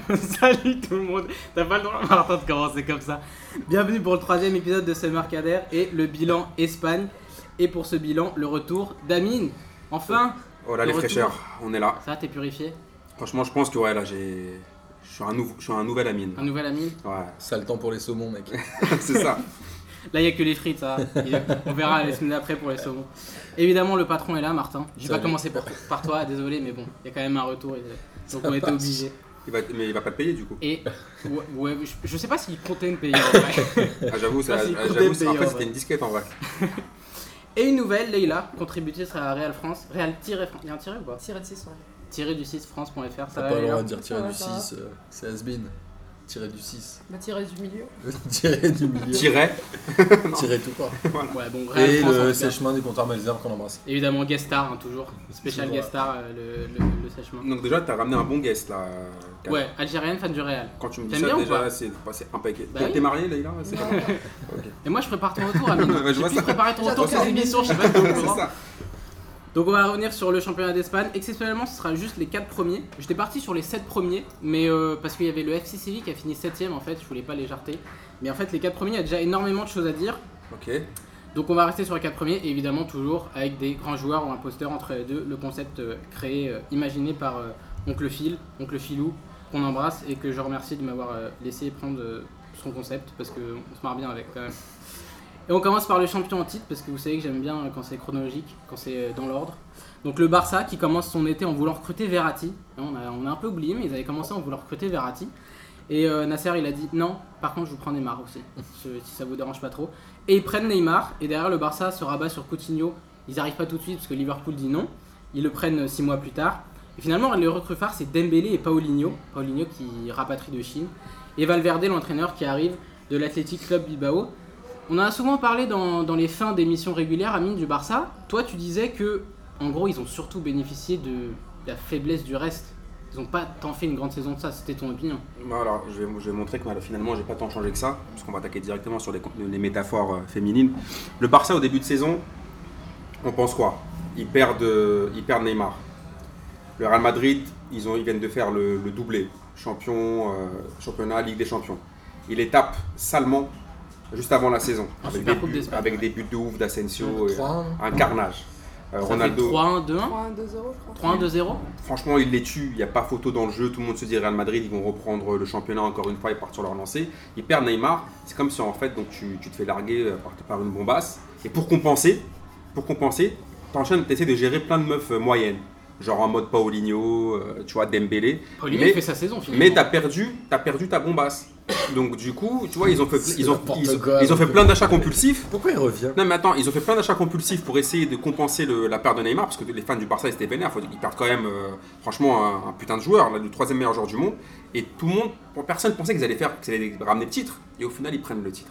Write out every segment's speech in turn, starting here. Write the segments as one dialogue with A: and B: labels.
A: Salut tout le monde T'as pas le droit Martin de commencer comme ça. Bienvenue pour le troisième épisode de Summer Kader et le bilan Espagne. Et pour ce bilan, le retour d'Amine. Enfin
B: Oh là,
A: Le
B: les
A: retour.
B: fraîcheurs, on est là.
A: Ça va, t'es purifié
B: Franchement, je pense que ouais, là, j'ai. Je suis un, nouveau, je suis un nouvel amine.
A: Un nouvel Amine
B: Ouais,
C: Sale temps pour les saumons, mec.
B: c'est ça.
A: Là, il n'y a que les frites, ça. Il- On verra les semaines d'après pour les saumons. Évidemment, le patron est là, Martin. J'ai pas
C: Salut.
A: commencé par, par toi, désolé, mais bon, il y a quand même un retour. et- Donc on était
C: marche.
A: obligé.
B: Il va, mais il va pas te payer du coup.
A: Et ouais, ouais, je, je sais pas s'il comptait me payer en vrai.
B: Ah, j'avoue, ça,
A: Ah, c'est
B: ah,
A: coupé
B: j'avoue,
A: payant,
B: en fait,
A: ouais.
B: c'était une disquette en vrai.
A: Et une nouvelle, Leïla, contributrice à Real France. Real tiré France. Il y a un tiré ou pas
D: Tiré de 600.
A: Tiré du 6 france.fr, ça
C: T'as
A: va hein.
C: pas le droit
A: Leïla
C: de dire tirer
D: Ouais,
C: du
D: ça va.
C: 6, euh, c'est Asbin. Tirer du 6.
D: Bah, tiré du milieu.
C: tirer du milieu.
B: Tiret.
C: Tirer tout court.
A: Ouais, bon, Real
C: Et
A: France. en
C: le
A: tout cas.
C: sèche-main du comptoir Malzerbe qu'on embrasse.
A: Évidemment, guest star, hein, toujours. Spécial
C: Toujours,
A: guest star, euh, le, le, le sèchement.
B: Donc, déjà, t'as ramené un bon guest là. Kat.
A: Ouais, algérienne, fan du Real.
B: Quand tu me dis
A: T'aimes
B: ça,
A: bien ou
B: déjà,
A: pas
B: là, c'est bah, c'est un paquet.
A: Bah oui.
B: T'es
A: Bah
B: t'es marié, Leïla C'est pas mal.
A: Et moi, je prépare ton retour, Amine.
B: Ouais, je
A: J'ai
B: vois
A: plus
B: ça.
A: préparé ton retour que
D: J'adore
A: les
D: ça.
A: émissions, je sais pas si t'es au
B: C'est
A: courant.
B: ça.
A: Donc on va revenir sur le championnat d'Espagne. Exceptionnellement, ce sera juste les 4 premiers. J'étais parti sur les 7 premiers, mais euh, parce qu'il y avait le FC Séville qui a fini 7ème en fait, je voulais pas les jarter. Mais en fait, les 4 premiers, il y a déjà énormément de choses à dire.
B: Ok.
A: Donc on va rester sur les 4 premiers, et évidemment toujours avec des grands joueurs ou un poster entre les deux, le concept euh, créé, euh, imaginé par euh, Oncle Phil, Oncle Philou, qu'on embrasse et que je remercie de m'avoir euh, laissé prendre euh, son concept, parce qu'on se marre bien avec quand même. Et on commence par le champion en titre, parce que vous savez que j'aime bien euh, quand c'est chronologique, quand c'est euh, dans l'ordre. Donc le Barça qui commence son été en voulant recruter Verratti. Hein, On a, on a un peu oublié, mais ils avaient commencé en voulant recruter Verratti. Et euh, Nasser, il a dit non, par contre, je vous prends Neymar aussi, si si ça vous dérange pas trop. Et ils prennent Neymar, et derrière le Barça se rabat sur Coutinho. Ils arrivent pas tout de suite parce que Liverpool dit non. Ils le prennent euh, six mois plus tard. Et finalement, le recrue phare, c'est Dembélé et Paulinho. Paulinho qui rapatrie de Chine. Et Valverde, l'entraîneur qui arrive de l'Athletic Club Bilbao. On en a souvent parlé dans, dans les fins d'émissions régulières, Amine, du Barça. Toi, tu disais que, en gros, ils ont surtout bénéficié de la faiblesse du reste. Ils n'ont pas tant fait une grande saison de ça, c'était ton opinion.
B: Bon, Bah, alors, je vais, je vais montrer que voilà, finalement, j'ai pas tant changé que ça, puisqu'on va attaquer directement sur les, contenus- les métaphores euh, féminines. Le Barça, au début de saison, on pense quoi ils perdent, euh, ils perdent Neymar. Le Real Madrid, ils, ont, ils viennent de faire le, le doublé, champion, euh, championnat, Ligue des Champions. Ils les tapent salement juste avant la saison,
A: En
B: avec, des
A: Supercoupe
B: buts,
A: Ah, d'Espagne,
B: avec
A: ouais.
B: des buts de ouf d'Asensio, et
C: 3-1.
B: un carnage. Euh,
A: Ça
B: Ronaldo,
A: fait 3-1, 2-1
D: 3 2 euros, je crois.
A: 3-1-2-0
B: Franchement, ils les tuent, il n'y a pas photo dans le jeu, tout le monde se dit Real Madrid, ils vont reprendre le championnat encore une fois, ils partent sur leur lancée. Ils perdent Neymar, c'est comme si en fait donc, tu, tu te fais larguer euh, par, par une bombasse. Et pour compenser, pour compenser, t'enchaînes, t'essaies de gérer plein de meufs euh, moyennes, genre en mode Paulinho, euh, tu vois, Dembélé.
A: Paulinho
B: Mais-
A: fait sa saison finalement.
B: Mais t'as perdu, t'as perdu ta bombasse. Donc du coup, tu vois, ils ont fait,
C: C'est
B: ils ont,
C: n'importe
B: ils ont-
C: quoi.
B: ils ont fait plein d'achats compulsifs.
C: Pourquoi il revient
B: Non mais attends, ils ont fait plein d'achats compulsifs pour essayer de compenser le- la perte de Neymar, parce que les fans du Barça ils étaient vénères, faut dire, ils perdent quand même euh, franchement un, un putain de joueur, là, le troisième meilleur joueur du monde, et tout le monde, personne pensait qu'ils allaient faire, qu'ils allaient ramener le titre, et au final ils prennent le titre.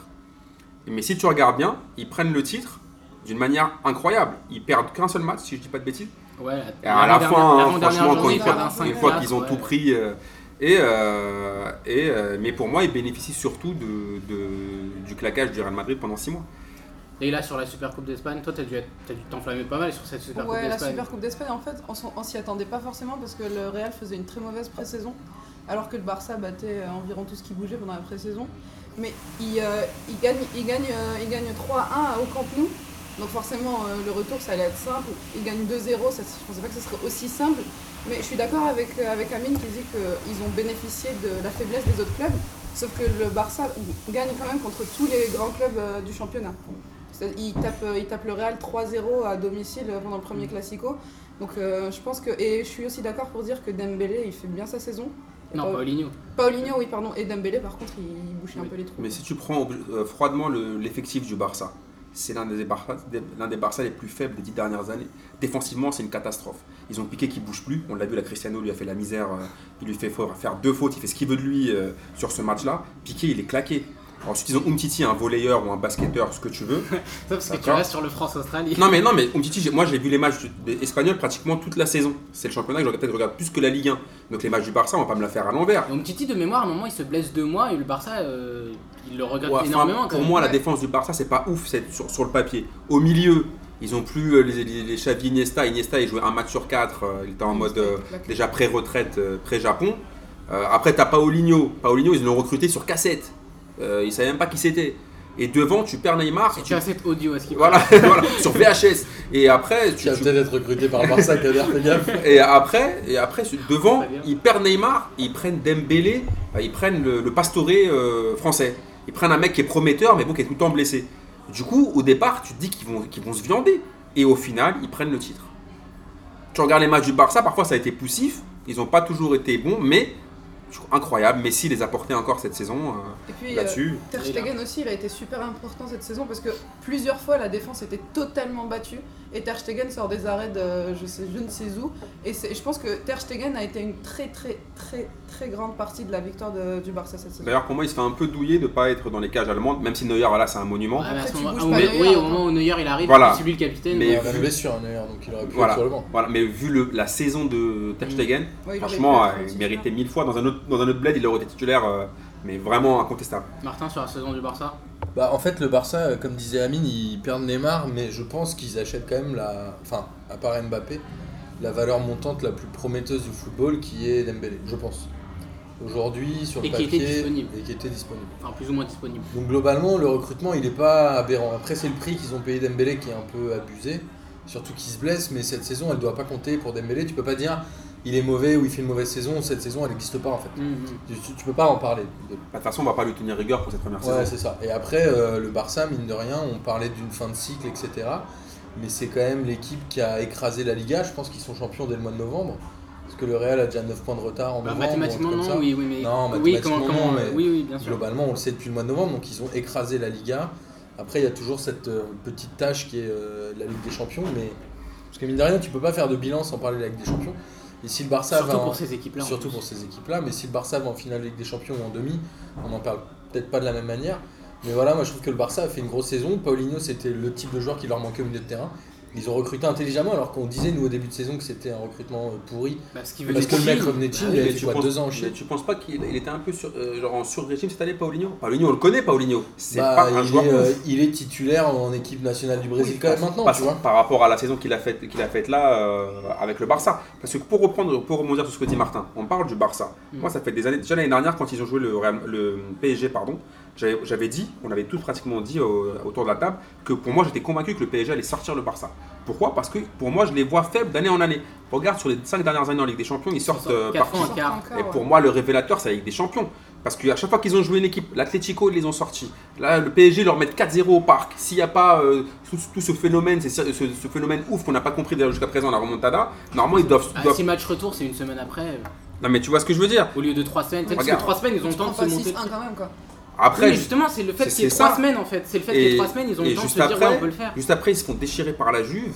B: Mais si tu regardes bien, ils prennent le titre d'une manière incroyable, ils perdent qu'un seul match, si je dis pas de bêtises,
A: Ouais,
B: et à la
A: l'avant-dernière-
B: fin, hein,
A: l'avant-dernière
B: franchement, quand
A: journée,
B: ils
A: perdent
B: perdent-
A: un cinq
B: une fois
A: place,
B: qu'ils ont
A: ouais.
B: tout pris. euh, et, euh, et, euh, mais pour moi, ils bénéficient surtout de, de- du claquage du Real Madrid pendant 6 mois.
A: Et là, sur la Super Coupe d'Espagne, toi, t'as dû être- t'as dû t'enflammer pas mal sur cette Super
D: Ouais,
A: Coupe
D: la
A: d'Espagne.
D: Super Coupe d'Espagne, en fait, on s'en- on s'y attendait pas forcément parce que le Real faisait une très mauvaise pré-saison, alors que le Barça battait euh, environ tout ce qui bougeait pendant la pré-saison. Mais il, euh, il gagne, il gagne, euh, il gagne 3-1 au Camp Nou, donc forcément euh, le retour ça allait être simple. Il gagne 2-0, ça, je pensais pas que ce serait aussi simple. Mais je suis d'accord avec, euh, avec Amine qui dit qu'ils ont bénéficié de la faiblesse des autres clubs, sauf que le Barça gagne quand même contre tous les grands clubs euh, du championnat. C'est-à-dire, Il tape, euh, il tape le Real 3-0 à domicile euh, pendant le premier Classico. Donc euh, je pense que. Et je suis aussi d'accord pour dire que Dembélé, il fait bien sa saison. Et
A: Non,
D: Paul-
A: Paulinho.
D: Paulinho, oui, pardon. Et Dembélé, par contre, il, il bouchait
A: Oui.
D: un peu les trous.
B: Mais si tu prends ob- euh, froidement le- l'effectif du Barça, c'est l'un des, Barça- des- l'un des Barça les plus faibles des dix dernières années. Défensivement, c'est une catastrophe. Ils ont piqué qui bouge plus. On l'a vu, la Cristiano lui a fait la misère. euh, il lui fait fa- faire deux fautes. Il fait ce qu'il veut de lui euh, sur ce match-là. Piqué, il est claqué. Ensuite, ils ont Umtiti, un volleyeur ou un basketteur, ce que tu veux.
A: Ça, parce que tu
B: D'accord.
A: restes sur le France-Australie.
B: Non mais non mais Umtiti, j'ai- moi j'ai vu les matchs du- des espagnols pratiquement toute la saison. C'est le championnat que je regarde- peut-être je regarde plus que la Ligue 1. Donc les matchs du Barça, on va pas me la faire à l'envers.
A: Donc, Titi, de mémoire, à un moment, il se blesse deux mois et le Barça, euh, il le regrette
B: Ouais, enfin,
A: énormément. quand
B: pour
A: même.
B: moi, la
D: Ouais.
B: défense du Barça, c'est pas ouf c'est sur, sur le papier. Au milieu, ils ont plus euh, les, les, les Xavi Iniesta. Iniesta, il jouait un match sur quatre. euh, il était en mode euh,
D: D'accord.
B: déjà pré-retraite, euh, pré-Japon. Euh, après, t'as Paolinho. Paolinho, ils l'ont recruté sur cassette. Euh, ils savaient même pas qui c'était. Et devant, tu perds Neymar. et
A: Tu
B: tu...
A: as cette audio à ce qui
B: Voilà, voilà, sur VHS. Et après,
C: Qui
B: tu,
C: a
B: tu-
C: peut-être être recruté par le Barça, Kader, fais gaffe.
B: et après, et après sur- devant,
A: Très bien.
B: ils perdent Neymar, ils prennent Dembélé, euh, ils prennent le, le pastoré euh, français. Ils prennent un mec qui est prometteur, mais bon, qui est tout le temps blessé. Du coup, au départ, tu te dis qu'ils vont, qu'ils vont se viander. Et au final, ils prennent le titre. Tu regardes les matchs du Barça, parfois ça a été poussif. Ils n'ont pas toujours été bons, mais je trouve incroyable. Messi les a portés encore cette saison euh,
D: Et puis, euh,
B: là-dessus.
D: Ter Stegen aussi, il a été super important cette saison parce que plusieurs fois la défense était totalement battue et Ter Stegen sort des arrêts de je, sais, je ne sais où. Et c'est- je pense que Ter Stegen a été une très très très très grande partie de la victoire de- du Barça cette saison.
B: D'ailleurs, pour moi, il se fait un peu douiller de ne pas être dans les cages allemandes, même si Neuer, là, c'est un monument.
A: Ah, mais à
D: Après,
A: ce
D: tu
A: moment-
D: bouges
A: ah,
D: pas
A: oui,
D: Neuer,
A: oui, au
D: attends.
A: moment où Neuer il arrive,
B: Voilà.
A: c'est lui le capitaine.
B: Mais-
C: Il
B: Et
C: a
B: vu-
C: une blessure, hein, d'ailleurs, donc il aurait pu
B: Voilà.
C: être sur le banc.
B: Voilà, mais vu le- la saison de Ter
A: Mm.
B: Stegen,
D: Ouais, il aurait
B: Franchement,
D: pu être
B: euh, il
D: titulaire.
B: méritait mille fois. Dans un autre, dans un autre bled, il aurait été titulaire, euh, mais vraiment incontestable.
A: Martin sur la saison du Barça.
C: Bah, en fait, le Barça, euh, comme disait Amine, ils perdent Neymar, mais je pense qu'ils achètent quand même la. Enfin, à part Mbappé, la valeur montante la plus prometteuse du football qui est Dembélé, je pense. Aujourd'hui, sur le
A: Et qui
C: papier.
A: était disponible.
C: Et qui était disponible.
A: Enfin, plus ou moins disponible.
C: Donc globalement, le recrutement, il n'est pas aberrant. Après, c'est le prix qu'ils ont payé Dembélé qui est un peu abusé, surtout qu'il se blesse, mais cette saison, elle ne doit pas compter pour Dembélé. Tu peux pas dire il est mauvais ou il fait une mauvaise saison, cette saison, elle n'existe pas en fait.
A: Mhm.
C: Tu, tu- tu peux pas en parler. de-
B: Bah, De toute façon, on va pas lui tenir rigueur pour cette première
C: Ouais,
B: saison.
C: c'est ça. Et après, euh, le Barça, mine de rien, on parlait d'une fin de cycle, etc. Mais c'est quand même l'équipe qui a écrasé la Liga. Je pense qu'ils sont champions dès le mois de novembre. Parce que le Real a déjà 9 points de retard en
A: Bah,
C: novembre.
A: mathématiquement,
C: ou un truc comme ça.
A: non, oui, oui, mais.
C: Non,
A: oui,
C: mathématiquement,
A: comment, comment,
C: non, mais-
A: oui, oui, bien sûr.
C: Globalement, on le sait depuis le mois de novembre, donc ils ont écrasé la Liga. Après, il y a toujours cette euh, petite tâche qui est euh, la Ligue des Champions, mais parce que mine de rien, tu peux pas faire de bilan sans parler de la Ligue des Champions. Et si le Barça
A: Surtout
C: va en-
A: pour ces équipes-là. en
C: surtout
A: plus.
C: pour ces équipes-là, mais si le Barça va en finale de Ligue des Champions ou en demi, on en parle peut-être pas de la même manière. Mais voilà, moi je trouve que le Barça a fait une grosse saison. Paulinho, c'était le type de joueur qui leur manquait au milieu de terrain. Ils ont recruté intelligemment, alors qu'on disait nous au début de saison que c'était un recrutement euh, pourri.
A: Bah, ce qui veut Ah,
C: Parce
A: dire
C: que le mec
A: Chine,
C: revenait de Chine, il avait fait quoi, deux ans en Chine
B: mais tu penses pas qu'il il était un peu sur, euh, genre en sur-régime cette année, Paulinho Paulinho, on le connaît, Paulinho. C'est
C: Bah,
B: pas un
C: il,
B: joueur.
C: est,
B: ouf.
C: euh, il est titulaire en équipe nationale du Brésil
B: Oui,
C: quand même
B: parce-
C: maintenant,
B: parce-
C: tu vois.
B: Par rapport à la saison qu'il a faite qu'il a faite là euh, avec le Barça. Parce que pour reprendre, pour rebondir sur ce que dit Martin, on parle du Barça.
A: Mm.
B: Moi, ça fait des années, déjà l'année dernière, quand ils ont joué le, Real- le PSG, pardon, j'avais j'avais dit, on avait tous pratiquement dit au- autour de la table, que pour moi, j'étais convaincu que le PSG allait sortir le Barça. Pourquoi Parce que pour moi, je les vois faibles d'année en année. Regarde sur les cinq dernières années en Ligue des Champions, ils sortent euh,
A: quatre
B: par
A: fois en
D: Sortant
A: quart.
D: encore,
B: et
D: ouais.
B: pour moi, le révélateur, c'est la Ligue des Champions. Parce qu'à chaque fois qu'ils ont joué une équipe, l'Atlético, ils les ont sortis. Là, le PSG leur met 4-0 au parc. S'il n'y a pas euh, tout, tout ce phénomène, c'est ce, ce- ce phénomène ouf qu'on n'a pas compris d'ailleurs jusqu'à présent, la remontada, normalement, ils doivent.
A: Ah,
B: doivent-
A: si match retour, c'est une semaine après, euh,
B: Non, mais tu vois ce que je veux dire.
A: au lieu de 3 semaines. Peut-être
B: Regarde.
A: que 3 semaines, ils ont le
D: Tu
A: temps de
D: prends
A: se
D: pas
A: monter.
D: 6-1 quand même quoi.
B: Après,
A: Oui, mais justement, c'est le fait
B: c'est-
A: qu'il y ait
B: c'est
A: 3
B: ça.
A: semaines en fait. C'est le fait
B: Et-
A: qu'il y ait 3 semaines, ils ont
B: et
A: le temps de se
B: juste
A: dire,
B: après-
A: ouais, on peut le faire.
B: Juste après, ils se font déchirer par la Juve.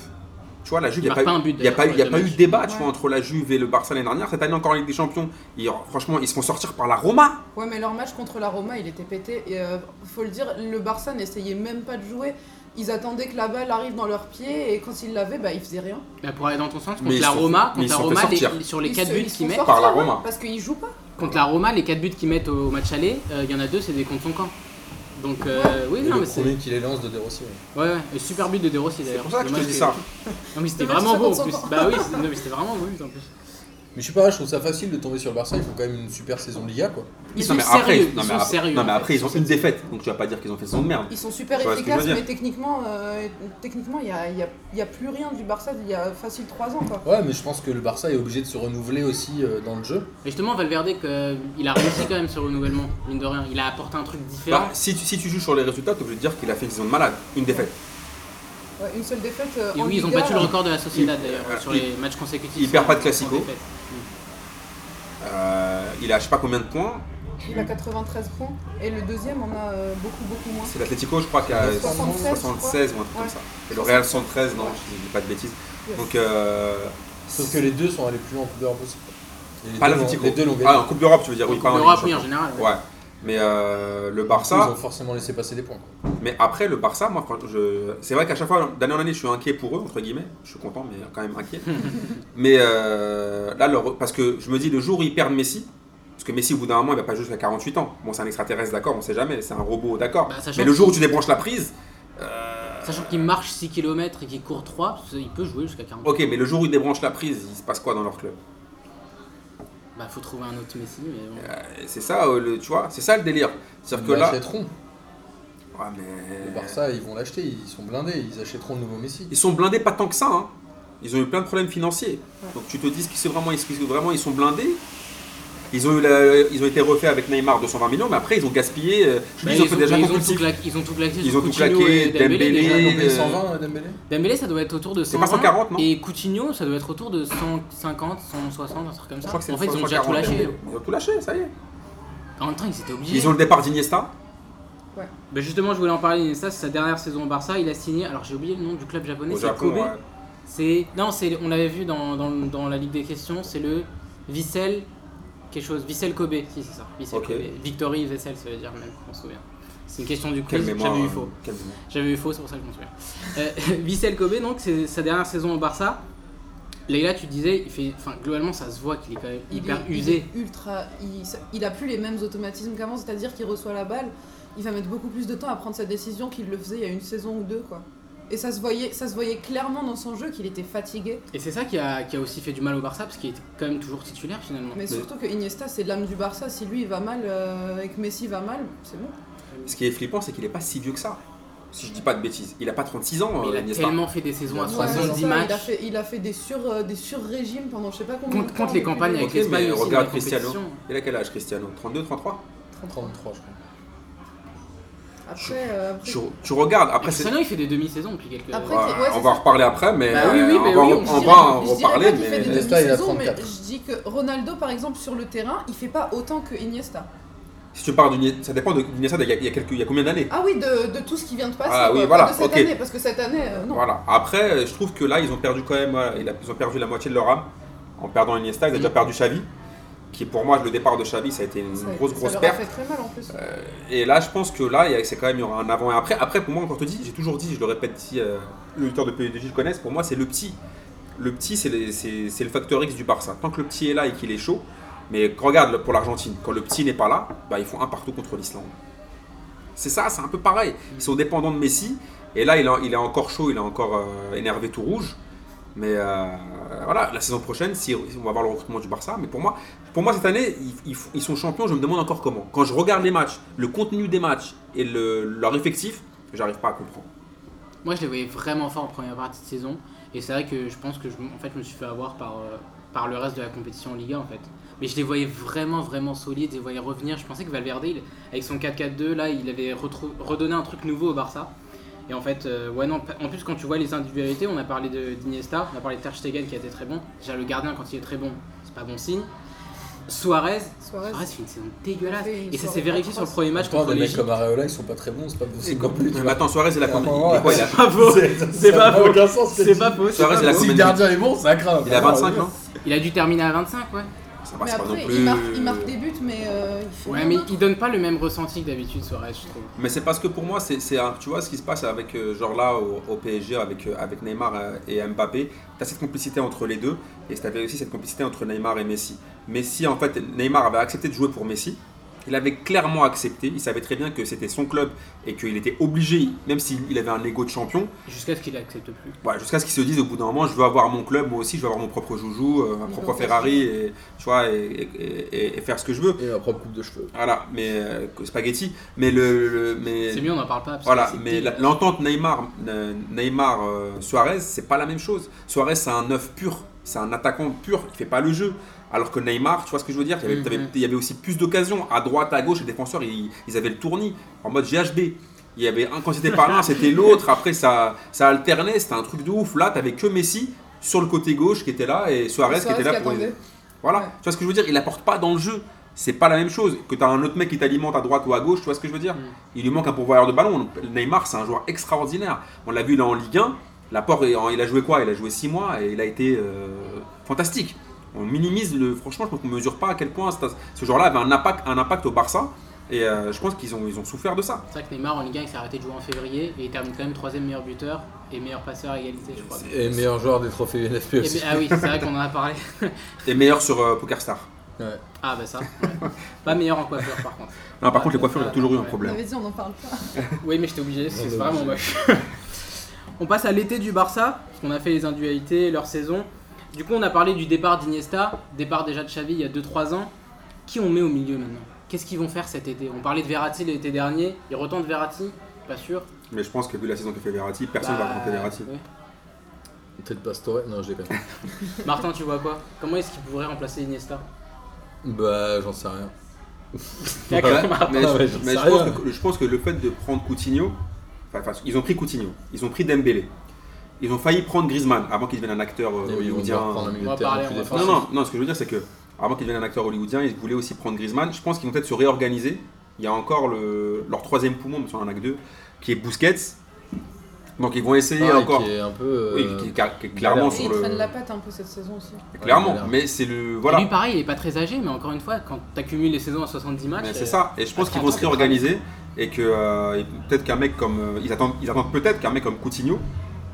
B: Tu vois, la Juve, il n'y a,
A: Ils
B: pas,
A: marquent pas un
B: eu-
A: but,
B: y a pas eu,
A: d'ailleurs,
B: y a
A: sur les
B: pas
A: deux
B: eu de
A: matchs.
B: débat tu vois, entre la Juve et le Barça l'année dernière. Cette année encore en Ligue des Champions, ils- oh, franchement, ils se font sortir par la Roma.
D: Ouais, mais leur match contre la Roma, il était pété. Et euh, faut le dire, le Barça n'essayait même pas de jouer. Ils attendaient que la balle arrive dans leurs pieds et quand ils l'avaient, bah ils faisaient rien.
A: Bah, pour aller dans ton sens, contre
B: Mais ils
A: la
B: sont-
A: Roma,
B: mais ils
A: contre la
B: sont fait
A: Roma, les-
B: sortir.
A: sur les
D: Ils
A: 4
D: se-
A: buts
D: ils se
A: qu'ils
D: font
A: mettent,
D: sortir,
B: Par la
D: ouais,
B: Roma.
D: Parce qu'ils jouent pas.
A: contre la Roma, les 4 buts qu'ils mettent au match aller, euh, il y en a deux, c'est des comptes son camp. Donc, euh, oui,
C: Et
A: non,
C: le
A: mais c'est. Ouais,
C: premier qui les lance de De Rossi. ouais.
A: ouais, et super but de De Rossi
B: C'est
A: d'ailleurs.
B: pour ça que je te
A: Dommage
B: dis ça.
A: Non, mais c'était
D: Dommage
A: vraiment
D: que ça
A: beau en
D: compte
A: plus.
D: son camp.
A: Bah oui, c'est- non, mais c'était vraiment beau en plus.
C: Mais je sais pas, je trouve ça facile de tomber sur le Barça. Ils font quand même une super saison de Liga, quoi.
A: Ils
B: Non,
A: sont
B: mais après-
A: sérieux.
B: non,
A: Ils
B: mais
A: sont
B: après-
A: sérieux.
B: Non,
A: en
B: mais
A: fait.
B: après, ils ont une défaite. Donc, tu vas pas dire qu'ils ont fait saison de merde.
D: Ils sont super
B: Je vois ce que je veux
D: efficaces,
B: dire.
D: mais techniquement, euh, techniquement, il n'y a, il y a- il y a plus rien du Barça d'il y a facile 3 ans. Quoi.
C: Ouais, mais je pense que le Barça est obligé de se renouveler aussi euh, dans le jeu.
A: Et justement, Valverde, que- il a réussi quand même ce renouvellement, mine de rien. Il a apporté un truc différent.
B: Bah, si, tu, si tu joues sur les résultats, t'es obligé de dire qu'il a fait une saison de malade, une défaite.
D: Ouais, une seule défaite. euh,
A: Et
D: en
A: oui, ils ont
D: Liga,
A: battu le
D: euh,
A: record de la Sociedad
B: il-
A: d'ailleurs
B: euh,
A: sur
B: il-
A: les matchs consécutifs.
B: il perd pas de
A: sans
B: Classico.
A: défaite.
B: Euh, il a je sais pas combien de points.
D: Il a 93 points et le deuxième en a euh, beaucoup, beaucoup moins.
B: C'est l'Atletico, je crois, qui a
D: 76,
B: 76 ou un truc
D: Ouais.
B: comme ça. Et le Real 113, non, je dis pas de bêtises.
D: Yes.
B: Donc, euh,
C: Sauf que les deux sont allés plus loin en Coupe d'Europe aussi. Et les
B: pas
C: deux l'ont-
B: l'Atletico.
C: Les deux l'ont gagné.
B: Ah, en Coupe d'Europe, tu veux dire,
A: En
B: oui,
A: Coupe
B: pas en Ligue
A: d'Europe,
B: des
A: oui, en
B: Champions.
A: général.
B: Ouais. Mais euh, le
C: Ils
B: Barça,
C: ont forcément laissé passer des points.
B: mais après le Barça, moi, quand je, c'est vrai qu'à chaque fois, d'année en année, je suis inquiet pour eux, entre guillemets. Je suis content, mais quand même inquiet. mais euh, là, leur- parce que je me dis, le jour où ils perdent Messi, parce que Messi, au bout d'un moment, il va pas jouer jusqu'à 48 ans. Bon, c'est un extraterrestre, d'accord, on sait jamais, c'est un robot, d'accord.
A: Bah, sachant
B: mais le
A: que-
B: jour où tu débranches la prise, euh,
A: Sachant qu'il marche 6 km et qu'il court 3, parce qu'il peut jouer jusqu'à 40.
B: Ok, mais le jour où ils débranchent la prise, il se passe quoi dans leur club
A: Bah, faut trouver un autre Messi, mais bon. Bah,
B: Et C'est ça, euh, le, tu vois, c'est ça le délire. C'est-à-dire que
C: Ils
B: là,
C: l'achèteront.
B: Ouais, mais-
C: Le Barça, ils vont l'acheter, ils sont blindés, ils achèteront le nouveau Messi.
B: ils sont blindés pas tant que ça. hein. Ils ont eu plein de problèmes financiers. Donc tu te dis ce qu'ils sont vraiment, est-ce qu'ils- vraiment ils sont blindés. Ils ont, eu la- ils ont été refaits avec Neymar 220 millions, mais après ils ont gaspillé. euh, je
A: Bah,
B: dis,
A: ils,
B: ils ont fait
A: ont,
B: déjà
A: ils ont tout
B: compulsif.
A: claqué. Ils ont tout claqué.
B: Ils
A: sur
B: ont tout
A: Coutinho
B: claqué,
A: et Dembélé,
B: Dembélé,
A: déjà.
C: Il a
B: Et,
C: combien,
B: euh,
C: 120 Dembélé
A: Dembélé, ça doit être autour de 120.
B: C'est pas 140, non
A: Et Coutinho, ça doit être autour de 150, 160, un truc comme
B: Je
A: ça.
B: crois que c'est
A: en fait, ils ont déjà tout
B: 140.
A: lâché.
B: Ils ont tout lâché, ça y est.
A: En même temps, ils étaient obligés.
B: Ils ont le départ d'Iniesta.
A: Bah, justement, je voulais en parler. Iniesta, c'est sa dernière saison au Barça. Il a signé. Alors, j'ai oublié le nom du club japonais.
B: Au
A: C'est
B: Japon,
A: Kobe.
B: ouais.
A: C'est non, c'est on l'avait vu dans, dans, dans la Ligue des questions. C'est le Vissel quelque chose. Vissel Kobe. Si c'est ça. Vissel
B: Ok.
A: Kobe. Victory Vissel, ça veut dire même. On se souvient. C'est une question du
B: Quelle
A: quiz.
B: mémoire.
A: J'avais eu
B: euh,
A: faux.
B: quelle mémoire.
A: J'avais eu faux, c'est pour ça que je m'en souviens. Euh, Vissel Kobe, donc, c'est sa dernière saison au Barça. Leïla, tu disais, il fait, enfin, globalement, ça se voit qu'il est quand même
D: Il
A: hyper
D: est- il
A: usé.
D: est ultra. Il, ça- il a plus les mêmes automatismes qu'avant, c'est-à-dire qu'il reçoit la balle, il va mettre beaucoup plus de temps à prendre sa décision qu'il le faisait il y a une saison ou deux, quoi. Et ça se voyait, ça se voyait clairement dans son jeu qu'il était fatigué.
A: Et c'est ça qui a, qui a aussi fait du mal au Barça, parce qu'il était quand même toujours titulaire finalement.
D: Mais surtout que Iniesta, c'est l'âme du Barça. Si lui il va mal euh, et que Messi va mal, c'est bon.
B: Ce qui est flippant, c'est qu'il n'est pas si vieux que ça. Si je dis pas de bêtises. Il a pas 36 ans,
A: Mais
B: euh,
A: il a
B: Iniesta.
A: tellement fait des saisons à
C: Ouais,
D: Ouais,
A: 70
D: ça,
A: matchs.
D: Il a fait, il a fait des, sur, euh, des sur-régimes pendant je sais pas combien
A: Contre,
D: de temps. euh,
A: contre les
D: depuis
A: campagnes
D: le-
A: avec
B: Ok,
A: l'Espagne
B: mais
A: aussi. dans
B: regarde
A: la
B: Cristiano.
A: compétition.
B: Il a quel âge, Cristiano 32, 33
C: 33, je crois.
D: Après, euh, après-
B: tu, tu regardes,
A: Et
B: après, c'est-
A: Cristiano, il fait des demi-saisons depuis quelques
D: Après,
B: Ouais,
D: c'est- ouais,
B: on
D: c'est
B: va en
D: ça.
B: reparler après, mais
A: Bah oui, oui,
B: euh,
A: mais
B: on va,
A: oui,
B: en-
A: on
B: on
A: se
B: va
A: dirait-
B: en
D: je dirais pas
B: reparler.
D: qu'il fait des
B: Mais
C: Iniesta, il a
D: demi-saisons, mais
C: 34.
D: je dis que Ronaldo, par exemple, sur le terrain, il fait pas autant que Iniesta.
B: si tu parles d'Iniesta, ça dépend d'Iniesta il y a- il y a quelques- il y a combien d'années
D: Ah oui, de, de tout ce qui vient de passer.
B: Ah oui,
D: quoi,
B: voilà,
D: de cette
B: ok.
D: année, parce que cette année, euh, non.
B: Voilà. Après, euh, je trouve que là, ils ont perdu quand même, voilà, ils a- ils ont perdu la moitié de leur âme en perdant Iniesta. Ils ont
A: Mhm.
B: déjà perdu Xavi, qui pour moi, le départ de Xavi, ça a été une
D: Ça-
B: grosse, grosse
D: ça leur a
B: perte. Euh,
D: fait très mal en plus.
B: Et là, je pense que là, il y a- c'est quand même il y aura un avant et après. Après, pour moi, quand je te dis, j'ai toujours dit, je le répète, si euh, les auditeurs de PDG le connaissent, pour moi, c'est le petit. Le petit, c'est les- c'est c'est le facteur X du Barça. Tant que le petit est là et qu'il est chaud, mais regarde pour l'Argentine, quand le petit n'est pas là, bah, ils font un partout contre l'Islande. C'est ça, c'est un peu pareil. Ils sont dépendants de Messi, et là, il, a- il est encore chaud, il est encore euh, énervé tout rouge. Mais euh, voilà, la saison prochaine, si on va voir le recrutement du Barça, mais pour moi, pour moi, cette année, ils, ils- ils sont champions, je me demande encore comment. Quand je regarde les matchs, le contenu des matchs et le- leur effectif, j'arrive pas à comprendre.
A: Moi, je les voyais vraiment fort en première partie de saison. Et c'est vrai que je pense que je, m- en fait, je me suis fait avoir par, euh, par le reste de la compétition en Liga, en fait. Mais je les voyais vraiment, vraiment solides. Je les voyais revenir. Je pensais que Valverde, il- avec son 4-4-2, là, il avait retrou- redonné un truc nouveau au Barça. Et en fait, euh, ouais, non. En plus, quand tu vois les individualités, on a parlé de- d'Iniesta, on a parlé de Ter Stegen qui a été très bon. Déjà, le gardien, quand il est très bon, c'est pas bon signe. Suarez,
B: ah,
D: Suarez.
A: Suarez fait une saison dégueulasse.
D: Il a fait une
A: Et ça s'est
D: soirée
A: vérifié sur le
D: atroce.
A: premier match
C: Attends,
A: contre
C: des mecs
A: l'Égypte.
C: comme Areola, ils sont pas très bons, c'est pas possible non plus. tu
B: Mais
C: vois.
B: Maintenant, Suarez, il a
C: Ah,
B: combien
C: ouais.
B: il est quoi, il a-
A: Pas faux, c'est
C: ça
A: pas
C: n'a
A: faux.
C: aucun sens, ce que
A: C'est
C: tu
A: pas
C: dis.
A: faux.
B: Suarez, il a combien
C: Si
B: de
C: le
B: minutes
C: gardien est bon, ça craint.
B: Il a 25, non
A: Il a dû terminer à 25, ouais.
B: Ça
D: Mais
B: passe pas non
D: après,
B: plus.
D: il marque, il marque des buts, mais euh, il fait
A: Ouais,
D: rien
A: mais
D: d'autre.
A: il donne pas le même ressenti que d'habitude, Suarez, je trouve.
B: Mais c'est parce que pour moi, c'est, c'est un- tu vois ce qui se passe avec euh, genre là au, au PSG avec, euh, avec Neymar euh, et Mbappé. Tu as cette complicité entre les deux et tu avais aussi cette complicité entre Neymar et Messi. Messi, en fait, Neymar avait accepté de jouer pour Messi. Il avait clairement accepté. Il savait très bien que c'était son club et qu'il était obligé, même s'il avait un ego de champion,
A: Jusqu'à ce qu'il accepte plus.
B: Ouais, jusqu'à ce qu'ils se disent au bout d'un moment, je veux avoir mon club, moi aussi, je veux avoir mon propre joujou, euh, ma
D: Ils
B: propre
D: veulent faire
B: Ferrari, et, tu vois, et, et- et- et faire ce que je veux.
C: Et ma propre coupe de cheveux.
B: Voilà, mais euh, que- spaghetti, mais le, le- mais
A: C'est mieux, on n'en parle pas. parce que
B: voilà,
A: c'est
B: mais la-
A: dégueulasse.
B: l'entente Neymar, euh, Neymar euh, Suarez, c'est pas la même chose. Suarez, c'est un neuf pur, c'est un attaquant pur, il fait pas le jeu. Alors que Neymar, tu vois ce que je veux dire, il y avait, t'avais-
A: Mhm.
B: il y avait aussi plus d'occasions à droite, à gauche, les défenseurs, ils, ils avaient le tournis en mode GHB. Il y avait un quand c'était pas l'un, c'était l'autre. Après, ça, ça alternait, c'était un truc de ouf. Là, t'avais que Messi sur le côté gauche qui était là et Suarez, qui
D: Suarez
B: était là pour.
D: attendait.
B: Voilà,
D: Ouais.
B: tu vois ce que je veux dire Il apporte pas dans le jeu. C'est pas la même chose que tu as un autre mec qui t'alimente à droite ou à gauche, tu vois ce que je veux dire
A: Mm.
B: Il lui manque un pourvoyeur de ballon. Neymar, c'est un joueur extraordinaire. On l'a vu là en Ligue 1. L'apport, est en- il a joué quoi Il a joué 6 mois et il a été euh, fantastique. On minimise le. Franchement, je pense qu'on mesure pas à quel point c'est- ce joueur-là avait un impact, un impact au Barça. Et euh, je pense qu'ils ont, ils ont souffert de ça.
A: C'est vrai que Neymar en Ligue 1, il s'est arrêté de jouer en février et il termine quand même troisième meilleur buteur et meilleur passeur à égalité, je crois.
C: Et meilleur joueur des trophées NFP
A: Et
C: aussi.
A: ben- ah oui, c'est vrai qu'on en a parlé.
B: Et meilleur sur euh, PokerStar.
C: Ouais.
A: Ah bah ça, ouais. pas meilleur en coiffeur par contre.
B: Non, par contre, les coiffures, il y a toujours eu un
D: On
B: problème.
D: avait dit, on n'en parle pas.
A: Oui, mais j'étais obligé, c'est
C: Ouais,
A: vraiment moche. On passe à l'été du Barça, parce qu'on a fait les individualités, leur saison. Du coup, on a parlé du départ d'Iniesta, départ déjà de Xavi il y a 2-3 ans. Qui on met au milieu maintenant Qu'est-ce qu'ils vont faire cet été On parlait de Verratti l'été dernier, ils retentent Verratti Pas sûr.
B: Mais je pense que vu la saison que fait Verratti, personne ne
A: Bah,
B: va compter Verratti.
A: ouais.
C: Peut-être Pastore. Non, je déconne.
A: Martin, tu vois quoi Comment est-ce qu'ils pourraient remplacer Iniesta
C: bah, j'en sais rien.
A: D'accord,
B: Mais,
C: Ah ouais,
B: je,
C: j'en
B: mais
C: sais
B: je pense
C: rien.
B: que, je pense que le fait de prendre Coutinho, enfin, enfin, ils ont pris Coutinho, ils ont pris Dembélé, ils ont failli prendre Griezmann avant qu'il devienne un acteur euh,
C: Mais oui, on
B: hollywoodien.
C: doit reprendre un milieu
A: On va
C: de terrain
A: parler,
C: plus
A: on va
B: Non,
A: parler.
C: défensif. Ah,
B: non, non, ce que je veux dire, c'est que avant qu'il devienne un acteur hollywoodien, ils voulaient aussi prendre Griezmann. Je pense qu'ils vont peut-être se réorganiser. Il y a encore le- leur troisième poumon, parce qu'on en a que deux, qui est Busquets. Donc ils vont essayer
C: Pareil,
B: encore.
C: Ah, qui est un peu.
B: Oui,
C: euh,
B: qui, qui- qui- clairement
C: galère.
D: Et
B: sur
D: ils
B: le.
D: traînent la patte un peu cette saison aussi.
B: Clairement,
C: Ouais, galère.
B: mais c'est le.
A: Et
B: Voilà.
A: Lui, pareil, il est pas très âgé, mais encore une fois, quand tu accumules les saisons à 70 matchs.
B: Mais
A: euh,
B: c'est ça. Et je pense
A: à
B: qu'ils
A: 30
B: vont
A: ans,
B: se
A: c'est grave.
B: réorganiser et que euh, et peut-être qu'un mec comme. euh, ils attendent, ils attendent peut-être qu'un mec comme Coutinho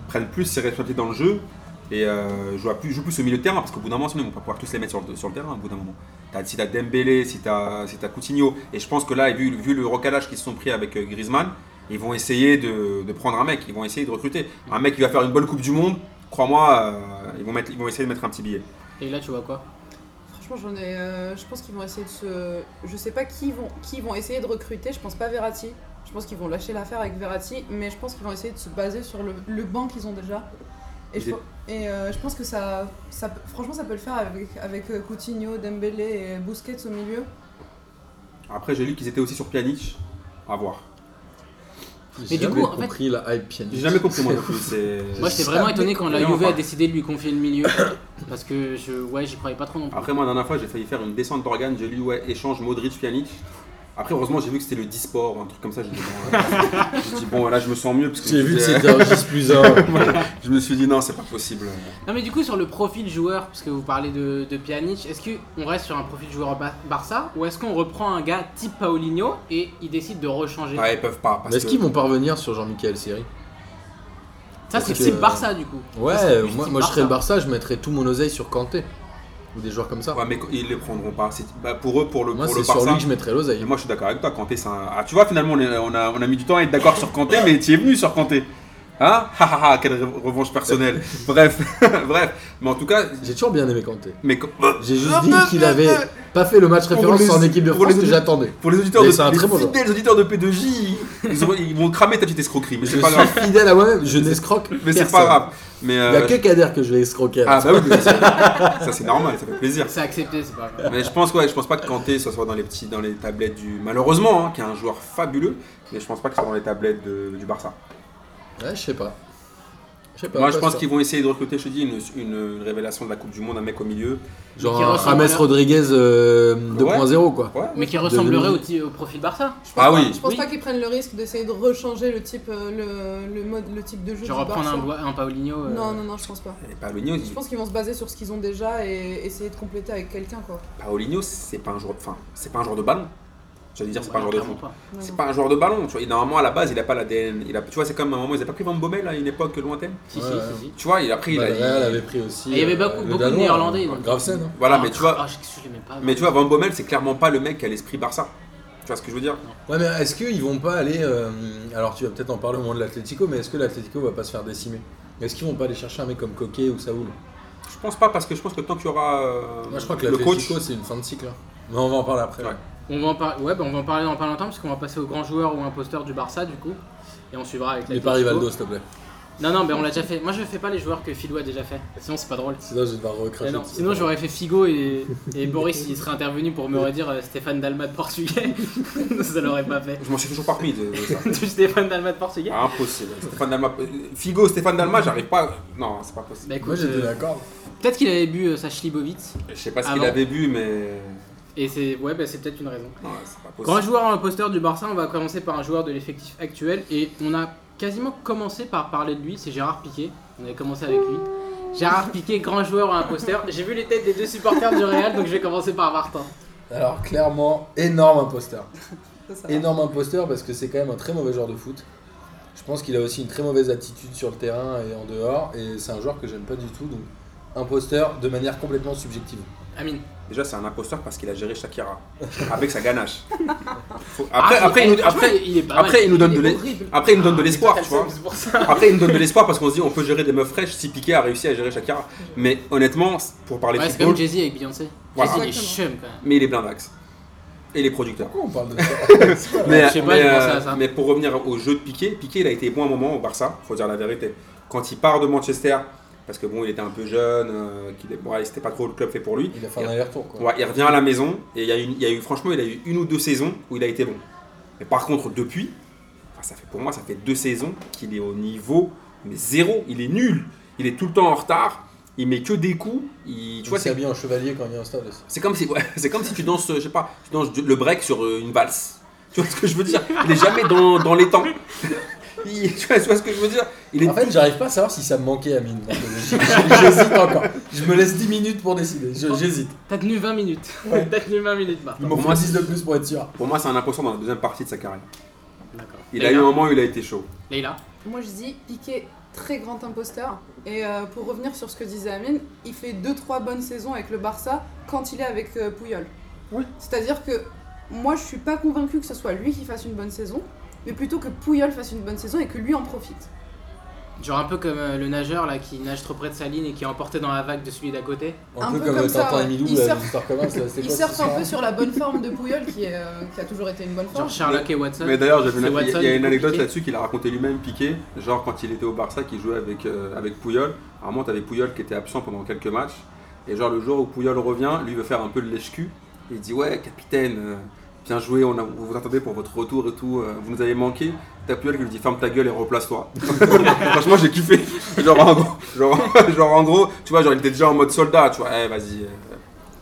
B: prenne plus ses responsabilités dans le jeu et euh, joue, à plus, joue plus au milieu de terrain parce qu'au bout d'un moment, sinon ils vont pas pouvoir tous les mettre sur le, sur le terrain. Au bout d'un moment. T'as- si t'as Dembélé, si t'as si t'as Coutinho, et je pense que là, vu, vu le recalage qu'ils se sont pris avec euh, Griezmann, ils vont essayer de, de prendre un mec, ils vont essayer de recruter. Un mec qui va faire une bonne Coupe du Monde, crois-moi, euh, ils, vont mettre, ils vont essayer de mettre un petit billet.
A: Et là, tu vois quoi
D: Franchement, j'en ai. euh, je pense qu'ils vont essayer de se. Je sais pas qui vont, qui vont essayer de recruter. Je pense pas Verratti. Je pense qu'ils vont lâcher l'affaire avec Verratti, mais je pense qu'ils vont essayer de se baser sur le, le banc qu'ils ont déjà. Et, je,
B: J'ai-
D: pe- et euh, je pense que ça, ça, peut- franchement, ça peut le faire avec, avec euh, Coutinho, Dembélé et Busquets au milieu.
B: Après, j'ai lu qu'ils étaient aussi sur Pjanic, à voir.
C: J'ai
A: Mais du
C: jamais
A: coup, en fait-
C: compris la hype pianiste.
B: J'ai jamais compris moi non plus. c'est-
A: Moi, j'étais vraiment étonné quand la
B: Non,
A: Juve a
B: enfin.
A: décidé de lui confier le milieu. parce que je, ouais, j'y croyais pas trop non plus.
B: Après, moi, la dernière fois, j'ai failli faire une descente d'organes. J'ai lu, ouais, échange Modric-Pjanic. Après, heureusement, j'ai vu que c'était le Disport, un truc comme ça. J'ai dit, bon, euh, j'ai dit, bon, là, je me sens mieux. Parce que
C: J'ai
B: je me
C: vu que
B: suis dit,
C: c'était un J plus 1.
B: Je me suis dit, non, c'est pas possible.
C: Mm.
A: Non, mais du coup, sur le profil joueur, parce que vous parlez de, de Pjanic, est-ce qu'on reste sur un profil joueur Ba- Barça ou est-ce qu'on reprend un gars type Paulinho et il décide de rechanger
B: Ah, ils peuvent pas. Parce
C: Est-ce
B: que-
C: qu'ils vont pas revenir sur Jean-Michel Seri
A: Ça, c'est
C: parce
A: type
C: que-
A: Barça du coup. Ça, c'est
C: Ouais,
A: plus
C: moi,
A: type
C: moi je serais le
A: Barça.
C: Barça, je mettrais tout mon oseille sur Kanté. Ou des joueurs comme ça.
B: Ouais, mais ils les prendront pas. C'est- bah, pour eux, pour le,
C: moi
B: pour
C: c'est
B: le
C: sur
B: Barça.
C: lui que je mettrais
B: Et
C: l'oseille.
B: moi, je suis d'accord avec toi. Kanté, c'est un. Ah, tu vois, finalement, on, est- on a, on a mis du temps à être d'accord sur Kanté, mais tu es venu sur Kanté. Hein Ha ha ha, quelle re- revanche personnelle. Bref, bref. Mais en tout cas,
C: J'ai toujours bien aimé Kanté.
B: mais co-
C: J'ai juste
B: Ah,
C: dit
B: bah,
C: qu'il
B: bah,
C: avait
B: bah.
C: pas fait le match
B: Pour
C: référence
B: les-
C: en équipe de
B: pour
C: France
B: les-
C: que j'attendais.
B: Pour les auditeurs
C: Mais
B: de,
C: c'est un
B: les
C: très bon joueur.
B: fidèles auditeurs de P2J, ils, auront- ils vont cramer ta petite escroquerie, mais
C: Je
B: c'est pas grave.
C: suis fidèle à moi-même, je n'escroque.
B: Mais c'est
C: personne.
B: pas grave. Mais
C: Il y a
B: euh,
C: que Kader que je vais escroquer.
B: ah bah oui, mais ça ça, c'est normal, ça fait plaisir.
A: C'est accepté, c'est pas grave.
B: Mais je pense ouais, je pense pas que Kanté ça soit dans les petits, dans les tablettes du malheureusement, hein, qui est un joueur fabuleux, mais je pense pas que ce soit dans les tablettes de- du Barça.
C: Ouais, je sais pas. Je sais pas.
B: Moi, je
C: pas
B: pense
C: sûr.
B: qu'ils vont essayer de recruter, je te dis, une, une- une révélation de la Coupe du Monde, un mec au milieu.
C: Genre
A: Qui
C: un
A: ressemble
C: James
A: à-
C: Rodriguez euh, 2.0 quoi.
B: Ouais.
A: Mais qui ressemblerait au, ti- au profil Barça.
D: Je pense
B: Ah
D: pas-
B: oui.
D: Je pense
A: Oui.
D: pas qu'ils prennent le risque d'essayer de rechanger le type, euh, le, le mode, le type de jeu.
A: Je
D: du
A: reprends
D: Barça.
A: un, Boi- un Paulinho. euh,
D: Non, non, non, je pense pas.
B: Et Paulinho,
D: Je pense qu'ils vont se baser sur ce qu'ils ont déjà et essayer de compléter avec quelqu'un quoi.
B: Paulinho, c'est pas un joueur, enfin, c'est pas un joueur de ballon. J'allais dire, c'est pas un
A: ouais,
B: joueur de
A: clairement
B: foot.
A: pas.
D: Non,
B: C'est
D: non.
B: pas un joueur de ballon, tu vois. Et normalement, à la base, il a pas l'ADN. Il a, tu vois, c'est comme à un moment, ils n'avaient pas pris Van Bommel à une époque lointaine.
A: Si,
C: Ouais,
A: si,
C: ouais.
A: si, si.
B: Tu vois, il a pris. il a-
C: Bah, le
B: il-
C: Real avait pris
A: Et
C: aussi.
A: il y avait
C: euh,
A: beaucoup-
C: le
A: beaucoup de
C: Danois,
A: Néerlandais,
C: hein.
A: donc.
C: Gravesen. hein.
B: Voilà,
A: Ah,
B: mais tu vois,
A: ah, je- je l'aimais pas.
B: mais tu vois, Van Bommel, c'est clairement pas le mec qui a l'esprit Barça. Tu vois ce que je veux dire
C: Ouais, mais est-ce qu'ils vont pas aller. euh, alors, tu vas peut-être en parler au moment de l'Atletico, mais est-ce que l'Atletico va pas se faire décimer Est-ce qu'ils vont pas aller chercher un mec comme Coquet ou Saoul
B: Je pense pas parce que je pense que tant qu'il y aura euh,
C: Moi, je crois que
B: le coach,
C: l'Atletico, c'est une fin de cycle. hein. Mais on va en parler après.
B: Ouais.
A: On va en, par- ouais, bah, on va en parler dans pas longtemps parce qu'on va passer au grand joueur ou imposteur du Barça du coup. Et on suivra avec
C: Les
A: la
C: Paris Valdo, s'il te plaît.
A: Non, non, mais on l'a déjà fait. Moi je fais pas les joueurs que Philou a déjà fait. Sinon c'est pas drôle.
C: Sinon, je vais devoir recracher.
A: Eh non,
C: dessus.
A: sinon j'aurais fait Figo et, et Boris il serait intervenu pour me redire euh, Stéphane Dalmat portugais. ça l'aurait pas fait.
B: je m'en suis toujours parmi de, de ça.
A: Du Stéphane Dalmat portugais. Bah,
B: Ah, impossible. Stéphane Dalma, euh, Figo, Stéphane Dalma, j'arrive pas. Non, c'est pas possible.
A: Bah écoute,
C: Moi, j'étais
A: euh,
C: d'accord.
A: peut-être qu'il avait bu euh, sa Schlibovitz.
B: Je sais pas ce
A: Ah
B: qu'il
A: non.
B: avait bu, mais
A: Et c'est ouais, bah, c'est peut-être une raison.
B: non, c'est pas
A: Grand
B: possible.
A: joueur en imposteur du Barça, on va commencer par un joueur de l'effectif actuel et on a quasiment commencé par parler de lui, c'est Gérard Piqué. On avait commencé avec lui. Gérard Piqué, grand joueur en imposteur. J'ai vu les têtes des deux supporters du Real, donc je vais commencer par Martin.
C: Alors, clairement, énorme imposteur.
D: Ça, ça va.
C: énorme imposteur parce que c'est quand même un très mauvais joueur de foot. Je pense qu'il a aussi une très mauvaise attitude sur le terrain et en dehors. Et c'est un joueur que j'aime pas du tout. Donc, imposteur de manière complètement subjective.
A: Amine,
B: Déjà, c'est un imposteur parce qu'il a géré Shakira avec sa ganache. Faut-
A: Ah,
B: Après, après, il nous, après,
A: il est pas
B: après,
A: mal.
B: il nous donne
A: est
B: de l'é-
A: horrible.
B: après, il nous
A: Ah,
B: donne de l'espoir, tu vois.
E: C'est pour ça.
B: Après, il nous donne de l'espoir parce qu'on se dit on peut gérer des meufs fraîches si Piqué a réussi à gérer Shakira. Mais honnêtement, c'est- pour parler
A: Ouais, c'est
B: football,
A: comme Jay-Z avec Beyoncé.
B: Voilà.
A: Jay-Z, il est
D: Exactement.
A: chum quand même.
B: mais il est blindax. Et les producteurs.
C: Pourquoi on parle de ça
B: Mais,
A: Je sais pas, j'ai pensé
B: mais, euh,
A: à ça.
B: mais pour revenir au jeu de Piqué, Piqué il a été bon un moment au Barça, faut dire la vérité. Quand il part de Manchester, parce que bon, il était un peu jeune, euh, qu'il est- ouais, c'était pas trop le club fait pour lui.
C: Il a fait un aller-retour quoi.
B: Ouais, il revient à la maison et il y, a une- il y a eu franchement il a eu une ou deux saisons où il a été bon. Mais par contre depuis, enfin, ça fait pour moi ça fait deux saisons qu'il est au niveau mais zéro, il est nul, il est tout le temps en retard, il met que des coups, il, tu
C: Tu
B: vois
C: vois,
B: c'est
C: c'est bien en chevalier quand il y a un stade aussi.
B: c'est comme si ouais, c'est comme si tu danses euh, je sais pas, tu danses du- le break sur euh, une valse. Tu vois ce que je veux dire Il est jamais dans, dans les temps. Il- tu, vois, tu vois ce que je veux dire Il est
C: En fait, j'arrive pas à savoir si ça me manquait, Amine. Donc, euh, j- j- J'hésite encore. Je me laisse 10 minutes pour décider. Je- J'hésite.
A: T'as tenu 20 minutes. T'as tenu 20 minutes, Martin.
C: Il
B: Pour
C: m'en faut
B: moi,
C: 10 de plus pour être sûr.
B: pour moi c'est un imposteur dans la deuxième partie de sa carrière.
A: D'accord.
B: Il a eu
A: Leïla,
B: un moment où il a été chaud.
A: Leïla.
D: Moi je dis Piqué, très grand imposteur. Et euh, pour revenir sur ce que disait Amine, il fait 2-3 bonnes saisons avec le Barça quand il est avec euh, Puyol.
B: Oui.
D: C'est-à-dire que moi je suis pas convaincu que ce soit lui qui fasse une bonne saison, mais plutôt que Puyol fasse une bonne saison et que lui en profite.
A: Genre un peu comme euh, le nageur là qui nage trop près de sa ligne et qui est emporté dans la vague de celui d'à côté.
C: Un,
D: Un
C: peu,
D: peu
C: comme,
D: comme ça,
C: Tintin
D: ouais.
C: et Milou,
D: Il
C: là,
D: surfe-
C: l'histoire commence. là, c'était
D: Il
C: quoi,
D: surfe
C: ce
D: un
C: soir
D: peu sur la bonne forme de Puyol qui, est, euh, qui a toujours été une bonne forme.
A: Genre Sherlock et Watson.
B: Mais d'ailleurs, j'avais
A: C'est
B: une- il y a-
A: Watson
B: il y a une
A: qui
B: anecdote
A: compliqué.
B: là-dessus qu'il a raconté lui-même, Piqué, genre quand il était au Barça, qu'il jouait avec, euh, avec Puyol. À un moment, t'avais Puyol qui était absent pendant quelques matchs. Et genre, le jour où Puyol revient, lui veut faire un peu le lèche-cul. Il dit Ouais, capitaine, euh, bien joué, on, a- on vous attendait pour votre retour et tout, euh, vous nous avez manqué. T'as Puyol qui lui dit Ferme ta gueule et replace-toi. Franchement, j'ai kiffé. Genre en, gros, genre, genre, en gros, tu vois, genre il était déjà en mode soldat, tu vois, Eh, vas-y,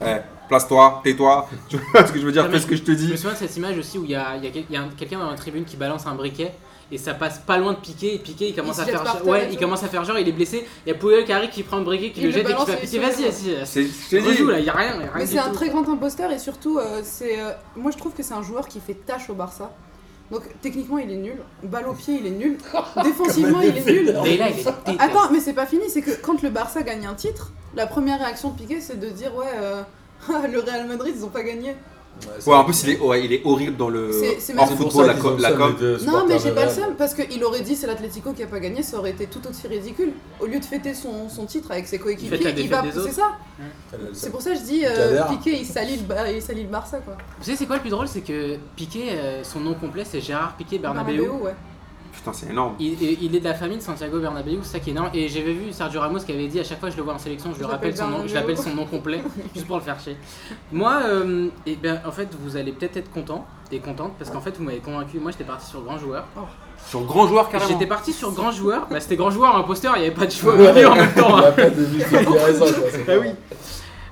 B: euh, eh, place-toi, tais-toi. Tu vois ce que je veux dire
A: Non, mais
B: Fais ce que je
A: Je
B: te
A: me
B: dis.
A: souviens de cette image aussi où il y a, il y a quel- il y a un- quelqu'un dans la tribune qui balance un briquet et ça passe pas loin de Piqué et Piqué il commence
D: Il se
A: à
D: jette
A: faire
D: par
A: genre-
D: terre
A: ouais
D: et
A: il
D: tout.
A: commence à faire genre il est blessé il y a Puyol qui arrive qui prend le briquet qui
D: Il
A: le
D: le
A: jette et qui
D: balance
A: va
D: et
A: Piqué
D: il se
A: vas-y
D: met
A: vas-y
B: C'est je te dis.
A: rejoue là il y a rien, y a rien
D: Mais
A: du
D: c'est un
A: tout.
D: très grand imposteur et surtout, euh, c'est, euh, moi je trouve que c'est un joueur qui fait tâche au Barça. Donc techniquement il est nul, balle au pied il est nul, défensivement il est nul.
A: Mais là il est détesté.
D: Attends, mais c'est pas fini, c'est que quand le Barça gagne un titre, la première réaction de Piqué c'est de dire ouais, euh, Ah, le Real Madrid ils ont pas gagné.
C: Ouais, c'est-
B: Ouais, en plus, il est, ouais, il est horrible dans le.
D: C'est- c'est
B: hors
D: même-
C: pour
B: football,
C: ça
B: la,
C: qu'ils
B: com-
C: ont
B: la
C: le
B: com.
C: seum de
D: Non
C: supporters
D: mais j'ai
C: de
D: pas le
C: Real.
D: seum parce qu'il aurait dit c'est l'Atlético qui a pas gagné, ça aurait été tout aussi ridicule. Au lieu de fêter son, son titre avec ses coéquipiers,
A: Fête la
D: il,
A: défaite
D: va
A: des
D: c'est
A: autres.
D: ça.
C: T'as le
D: C'est
C: seum.
D: pour ça que je dis euh,
C: Galère.
D: Piqué il salit le, Ba- il salit le Barça quoi.
A: Vous savez c'est quoi le plus drôle c'est que Piqué euh, son nom complet c'est Gérard Piqué Bernabéu.
D: Bernabéu, ouais.
B: Putain, c'est énorme.
A: Il, il- il est de la famille de Santiago Bernabéu, c'est ça qui est énorme. Et j'avais vu Sergio Ramos qui avait dit à chaque fois que je le vois en sélection, je lui
D: Je
A: rappelle
D: l'appelle
A: son nom, je
D: Bernabéu.
A: l'appelle son nom complet, juste pour le faire chier. Moi, euh, eh ben, en fait, vous allez peut-être être content et contente parce qu'en fait, vous m'avez convaincu. Moi, j'étais parti sur grand joueur.
B: Sur grand joueur, carrément.
A: J'étais parti sur grand joueur. Bah, c'était grand joueur, imposteur. Il n'y avait pas de choix au milieu en même temps.
C: Il
A: hein.
C: y a pas de but qui est raison, quoi, c'est
A: Ah
C: pas
A: oui.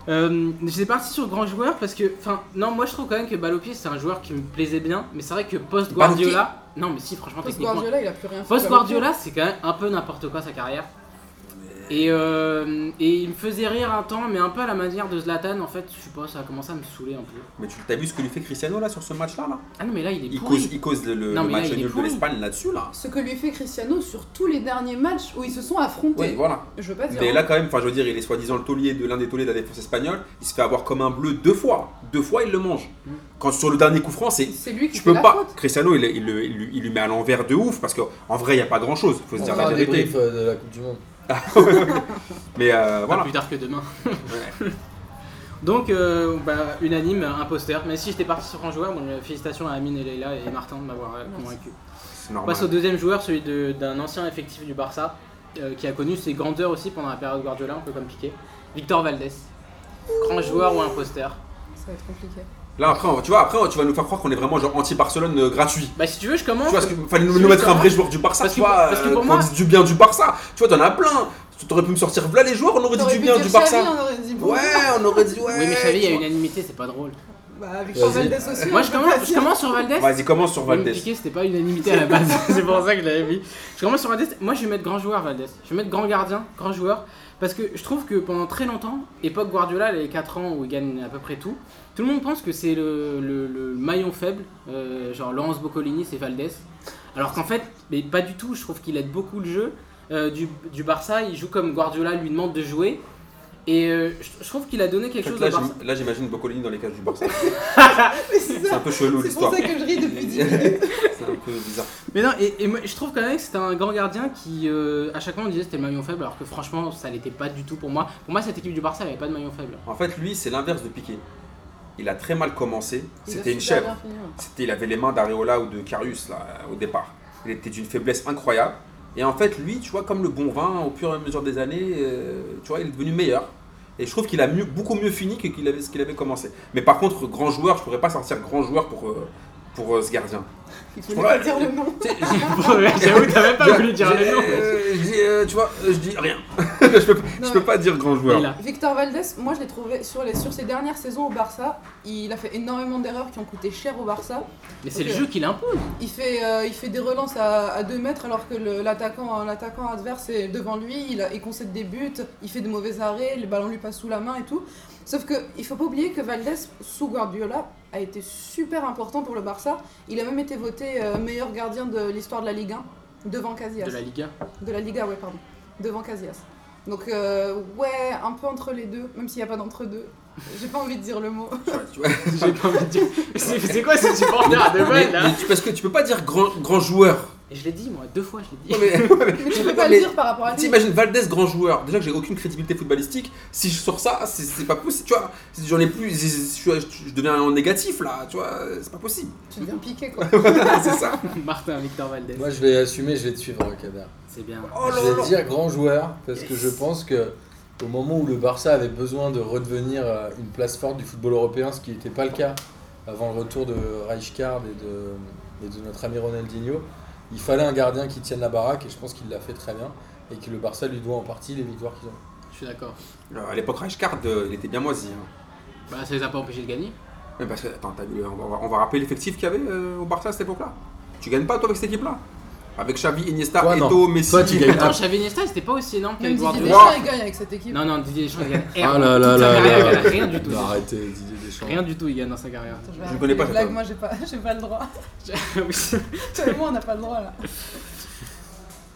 A: Euh, J'étais parti sur grand joueur parce que, enfin, non, moi je trouve quand même que Balopier c'est un joueur qui me plaisait bien, mais c'est vrai que post Guardiola, non, mais si franchement
D: Post
A: techniquement,
D: Guardiola il a plus rien fait.
A: Post Guardiola, c'est quand même un peu n'importe quoi sa carrière. Et, euh, et il me faisait rire un temps, mais un peu à la manière de Zlatan, en fait, je sais pas, ça a commencé à me saouler un peu.
B: Mais tu t'as vu ce que lui fait Cristiano là sur ce match-là là
A: Ah non, mais là, il est
B: il
A: pourri.
B: cause, il cause le, le
A: Non, mais là,
B: match
A: il est
B: nul de
A: pourri.
B: l'Espagne là-dessus là.
D: Ce que lui fait Cristiano sur tous les derniers matchs où ils se sont affrontés.
B: Oui, voilà.
D: Je veux pas dire.
B: Mais là, quand même, enfin, je veux dire, il est soi-disant le taulier de l'un des tauliers de la défense espagnole. Il se fait avoir comme un bleu deux fois. Deux fois, il le mange.
A: Mm.
B: Quand sur le dernier coup franc, c'est.
D: hein. c'est lui qui
B: Tu
D: fait
B: peux
D: la
B: pas.
D: faute.
B: Cristiano, il, il le- il lui- il lui met à l'envers de ouf parce qu'en vrai, il n'y a pas grand-chose. Faut se
C: On
B: dire
C: fera
B: la
C: un
B: vérité.
C: débrief euh, de la Coupe du Monde.
B: Mais euh,
A: Pas
B: voilà.
A: plus tard que demain. Donc, euh, bah, unanime, imposteur. Mais si j'étais parti sur un joueur, bon, euh, félicitations à Amine et Leila et Martin de m'avoir euh,
D: Merci.
A: convaincu.
B: C'est
A: On
B: normal.
A: passe au deuxième joueur, celui de- d'un ancien effectif du Barça, euh, qui a connu ses grandeurs aussi pendant la période Guardiola, un peu comme Piqué. Victor Valdés. Grand joueur ou imposteur
D: Ça va être compliqué.
B: Là, après, on- tu vois, après, tu vas nous faire croire qu'on est vraiment genre anti-Barcelone euh, gratuit.
A: Bah, si tu veux, je
B: Tu
A: commence.
B: vois, parce que fallait nous,
A: Je
B: nous mettre
A: sais
B: un
A: pas.
B: vrai joueur du Barça,
A: Parce
B: tu
A: que-
B: vois,
A: parce que pour
B: euh,
A: moi-
B: qu'on dise du bien du Barça. Tu vois, t'en as plein. Tu t'aurais pu me sortir là les joueurs, on aurait dit
D: T'aurais
B: du
D: pu
B: bien
D: dire
B: du Barça.
D: Xavi, on aurait dit bon.
B: Ouais, on aurait dit ouais.
A: Oui, mais Xavi, il y a
B: tu vois.
A: unanimité, c'est pas drôle.
D: Bah, avec Jean
C: Vas-y.
D: Valdez aussi.
A: Moi,
D: on
A: je
D: peut pas
A: commence, je
D: dire.
A: commence sur Valdez.
B: Vas-y, commence sur
A: Oui, mais
B: Valdez.
A: Piqué, c'était pas unanimité à la base. c'est pour ça que je l'avais mis. Je commence sur Valdez. Moi, je vais mettre grand joueur, Valdez. Je vais mettre grand gardien, grand joueur. Parce que je trouve que pendant très longtemps, époque Guardiola, les 4 ans où il gagne à peu près tout, tout le monde pense que c'est le, le- le maillon faible. euh, genre Laurence Boccolini, c'est Valdez. Alors qu'en fait, mais pas du tout. Je trouve qu'il aide beaucoup le jeu euh, du, du Barça. Il joue comme Guardiola lui demande de jouer. Et euh, je je trouve qu'il a donné quelque
B: En fait,
A: chose
B: là,
A: au Barça.
B: j'im- là, j'imagine Boccolini dans les cages du Barça.
D: Mais c'est
B: C'est un
D: ça,
B: peu chelou
D: c'est pour
B: l'histoire.
D: ça que je ris depuis 10 minutes.
B: C'est un peu bizarre.
A: Mais non, et, et moi, je trouve quand même que c'était un grand gardien qui, euh, à chaque fois, on disait c'était le maillon faible, alors que franchement, ça l'était pas du tout pour moi. Pour moi, cette équipe du Barça, elle avait pas de maillon faible.
B: En fait, lui, c'est l'inverse de Piqué. Il a très mal commencé.
D: Il a
B: C'était une
D: super
B: chèvre.
D: bien fini, ouais.
B: C'était, il avait les mains d'Areola ou de Carius là, au départ. Il était d'une faiblesse incroyable. Et en fait, lui, tu vois, comme le bon vin, au fur et à mesure des années, euh, tu vois, il est devenu meilleur. Et je trouve qu'il a mieux, beaucoup mieux fini que qu'il avait, ce qu'il avait commencé. Mais par contre, grand joueur, je pourrais pas sortir grand joueur pour, euh, pour euh, ce gardien.
D: Il voulait pas
B: Ouais.
D: dire le nom.
B: Tu sais,
A: J'avoue, t'as même pas voulu dire le nom.
B: Euh, je dis, euh, tu vois, euh, je dis rien. je peux, pas- je
D: Non,
B: peux
D: mais-
B: pas dire grand joueur.
A: Il a-
D: Victor Valdés, moi je l'ai trouvé sur, les, sur ses dernières saisons au Barça, il a fait énormément d'erreurs qui ont coûté cher au Barça.
A: Mais c'est le
D: Ok.
A: jeu qu'il impose.
D: Il fait, euh, il fait des relances à, à 2 mètres alors que le- l'attaquant l'attaquant adverse est devant lui, il, a- il concède des buts, il fait de mauvais arrêts, les ballons lui passent sous la main et tout. Sauf que il faut pas oublier que Valdés, sous Guardiola, a été super important pour le Barça. Il a même été voté euh, meilleur gardien de l'histoire de la Ligue 1, devant Casillas.
A: De la Liga.
D: De la Liga, ouais, pardon. Devant Casillas. Donc, euh, ouais, un peu entre les deux, même s'il n'y a pas d'entre-deux. J'ai pas envie de dire le mot.
B: Tu vois,
A: J'ai pas envie de dire. C'est c'est quoi ce supporter de
B: mais-
A: mal là
B: mais tu- parce que tu peux pas dire grand, grand joueur.
A: Et Je l'ai dit moi, deux fois je l'ai
B: Non,
A: dit.
B: mais-
D: Mais tu
B: mais-
D: peux pas
B: mais-
D: le dire par rapport
A: Ah
D: à lui.
B: T'imagines Valdez grand joueur. Déjà que j'ai aucune crédibilité footballistique. Si je sors ça, c'est c'est pas possible. Tu vois, j'en ai plus. Je, je- je deviens en négatif là. Tu vois, c'est pas possible.
D: Tu deviens piqué, quoi.
B: c'est ça.
A: Martin Victor Valdez.
C: Moi, je vais assumer, je vais te suivre, hein, Kader.
A: C'est bien.
B: Oh
C: je vais
B: là là.
C: dire grand joueur parce que
A: Yes.
C: je pense que au moment où le Barça avait besoin de redevenir euh, une place forte du football européen, ce qui n'était pas le cas avant le retour de Rijkaard et de, et de notre ami Ronaldinho, il fallait un gardien qui tienne la baraque et je pense qu'il l'a fait très bien et que le Barça lui doit en partie les victoires qu'ils ont.
A: Je suis d'accord.
B: Alors, à l'époque, Rashcard, euh, il était bien moisi. hein.
A: Bah ça les a pas empêchés de gagner.
B: Mais parce que, attends, t'as vu, euh, on va, on va rappeler l'effectif qu'il y avait euh, au Barça à cette époque-là. Tu gagnes pas toi avec cette équipe-là. Avec Xavi, Iniesta,
C: Toi, non.
B: Eto, Messi.
C: Toi, tu gagnes.
A: Attends, Xavi Iniesta, c'était pas aussi énorme
D: Même
A: qu'avec
D: Didier
A: Guardiola.
D: Deschamps, il gagne avec cette équipe.
A: Non, non, Didier Deschamps, il gagne
C: Ah
A: rien.
C: là là
A: Toute sa
C: là
A: carrière, il gagne
C: là.
A: rien du tout.
C: Non, Arrêtez, Didier Deschamps.
A: Rien du tout, il gagne dans sa carrière.
D: Attends,
B: Je
D: vais
B: connais
D: arrêter
B: pas
D: les
B: cet
D: blagues,
B: homme.
D: moi j'ai pas, j'ai pas le droit.
A: Oui.
D: Toi et moi, on n'a pas le droit, là.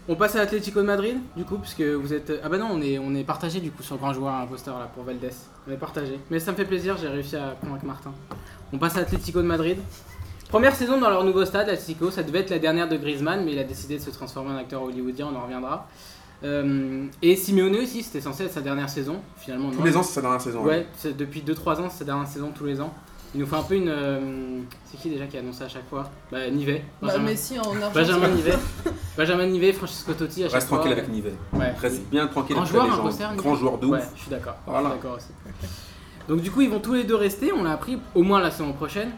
A: On passe à l'Atlético de Madrid, du coup, puisque vous êtes. Ah bah non, on est, on est partagé du coup sur grand joueur et imposteur là pour Valdés. On est partagé. Mais ça me fait plaisir, j'ai réussi à convaincre Martin. On passe à l'Atlético de Madrid. Première saison dans leur nouveau stade, l'Atlético, ça devait être la dernière de Griezmann, mais il a décidé de se transformer en acteur hollywoodien, on en reviendra. Euh, et Simeone aussi, c'était censé être sa dernière saison, finalement.
B: Tous
A: non.
B: les ans, c'est sa dernière saison. hein.
A: Ouais, c'est- depuis 2-3 ans, c'est sa dernière saison tous les ans. Il nous fait un peu une. euh, C'est qui déjà qui a annoncé à chaque fois Bah, Nivet.
D: Bah,
A: Benjamin,
D: Messi en Argentine.
A: Benjamin Nivet. Benjamin Nivet, Francesco Totti à chaque
B: Reste
A: fois.
B: tranquille avec Nivet.
A: Ouais.
B: Reste bien tranquille
A: Grand
B: avec
A: joueur,
B: les
A: un
B: gens.
A: poster, Nivet.
B: Grand joueur de ouf.
A: Ouais, je suis d'accord. Je suis
B: Voilà.
A: d'accord aussi. Donc du coup, ils vont tous les deux rester. On l'a appris au moins la saison prochaine.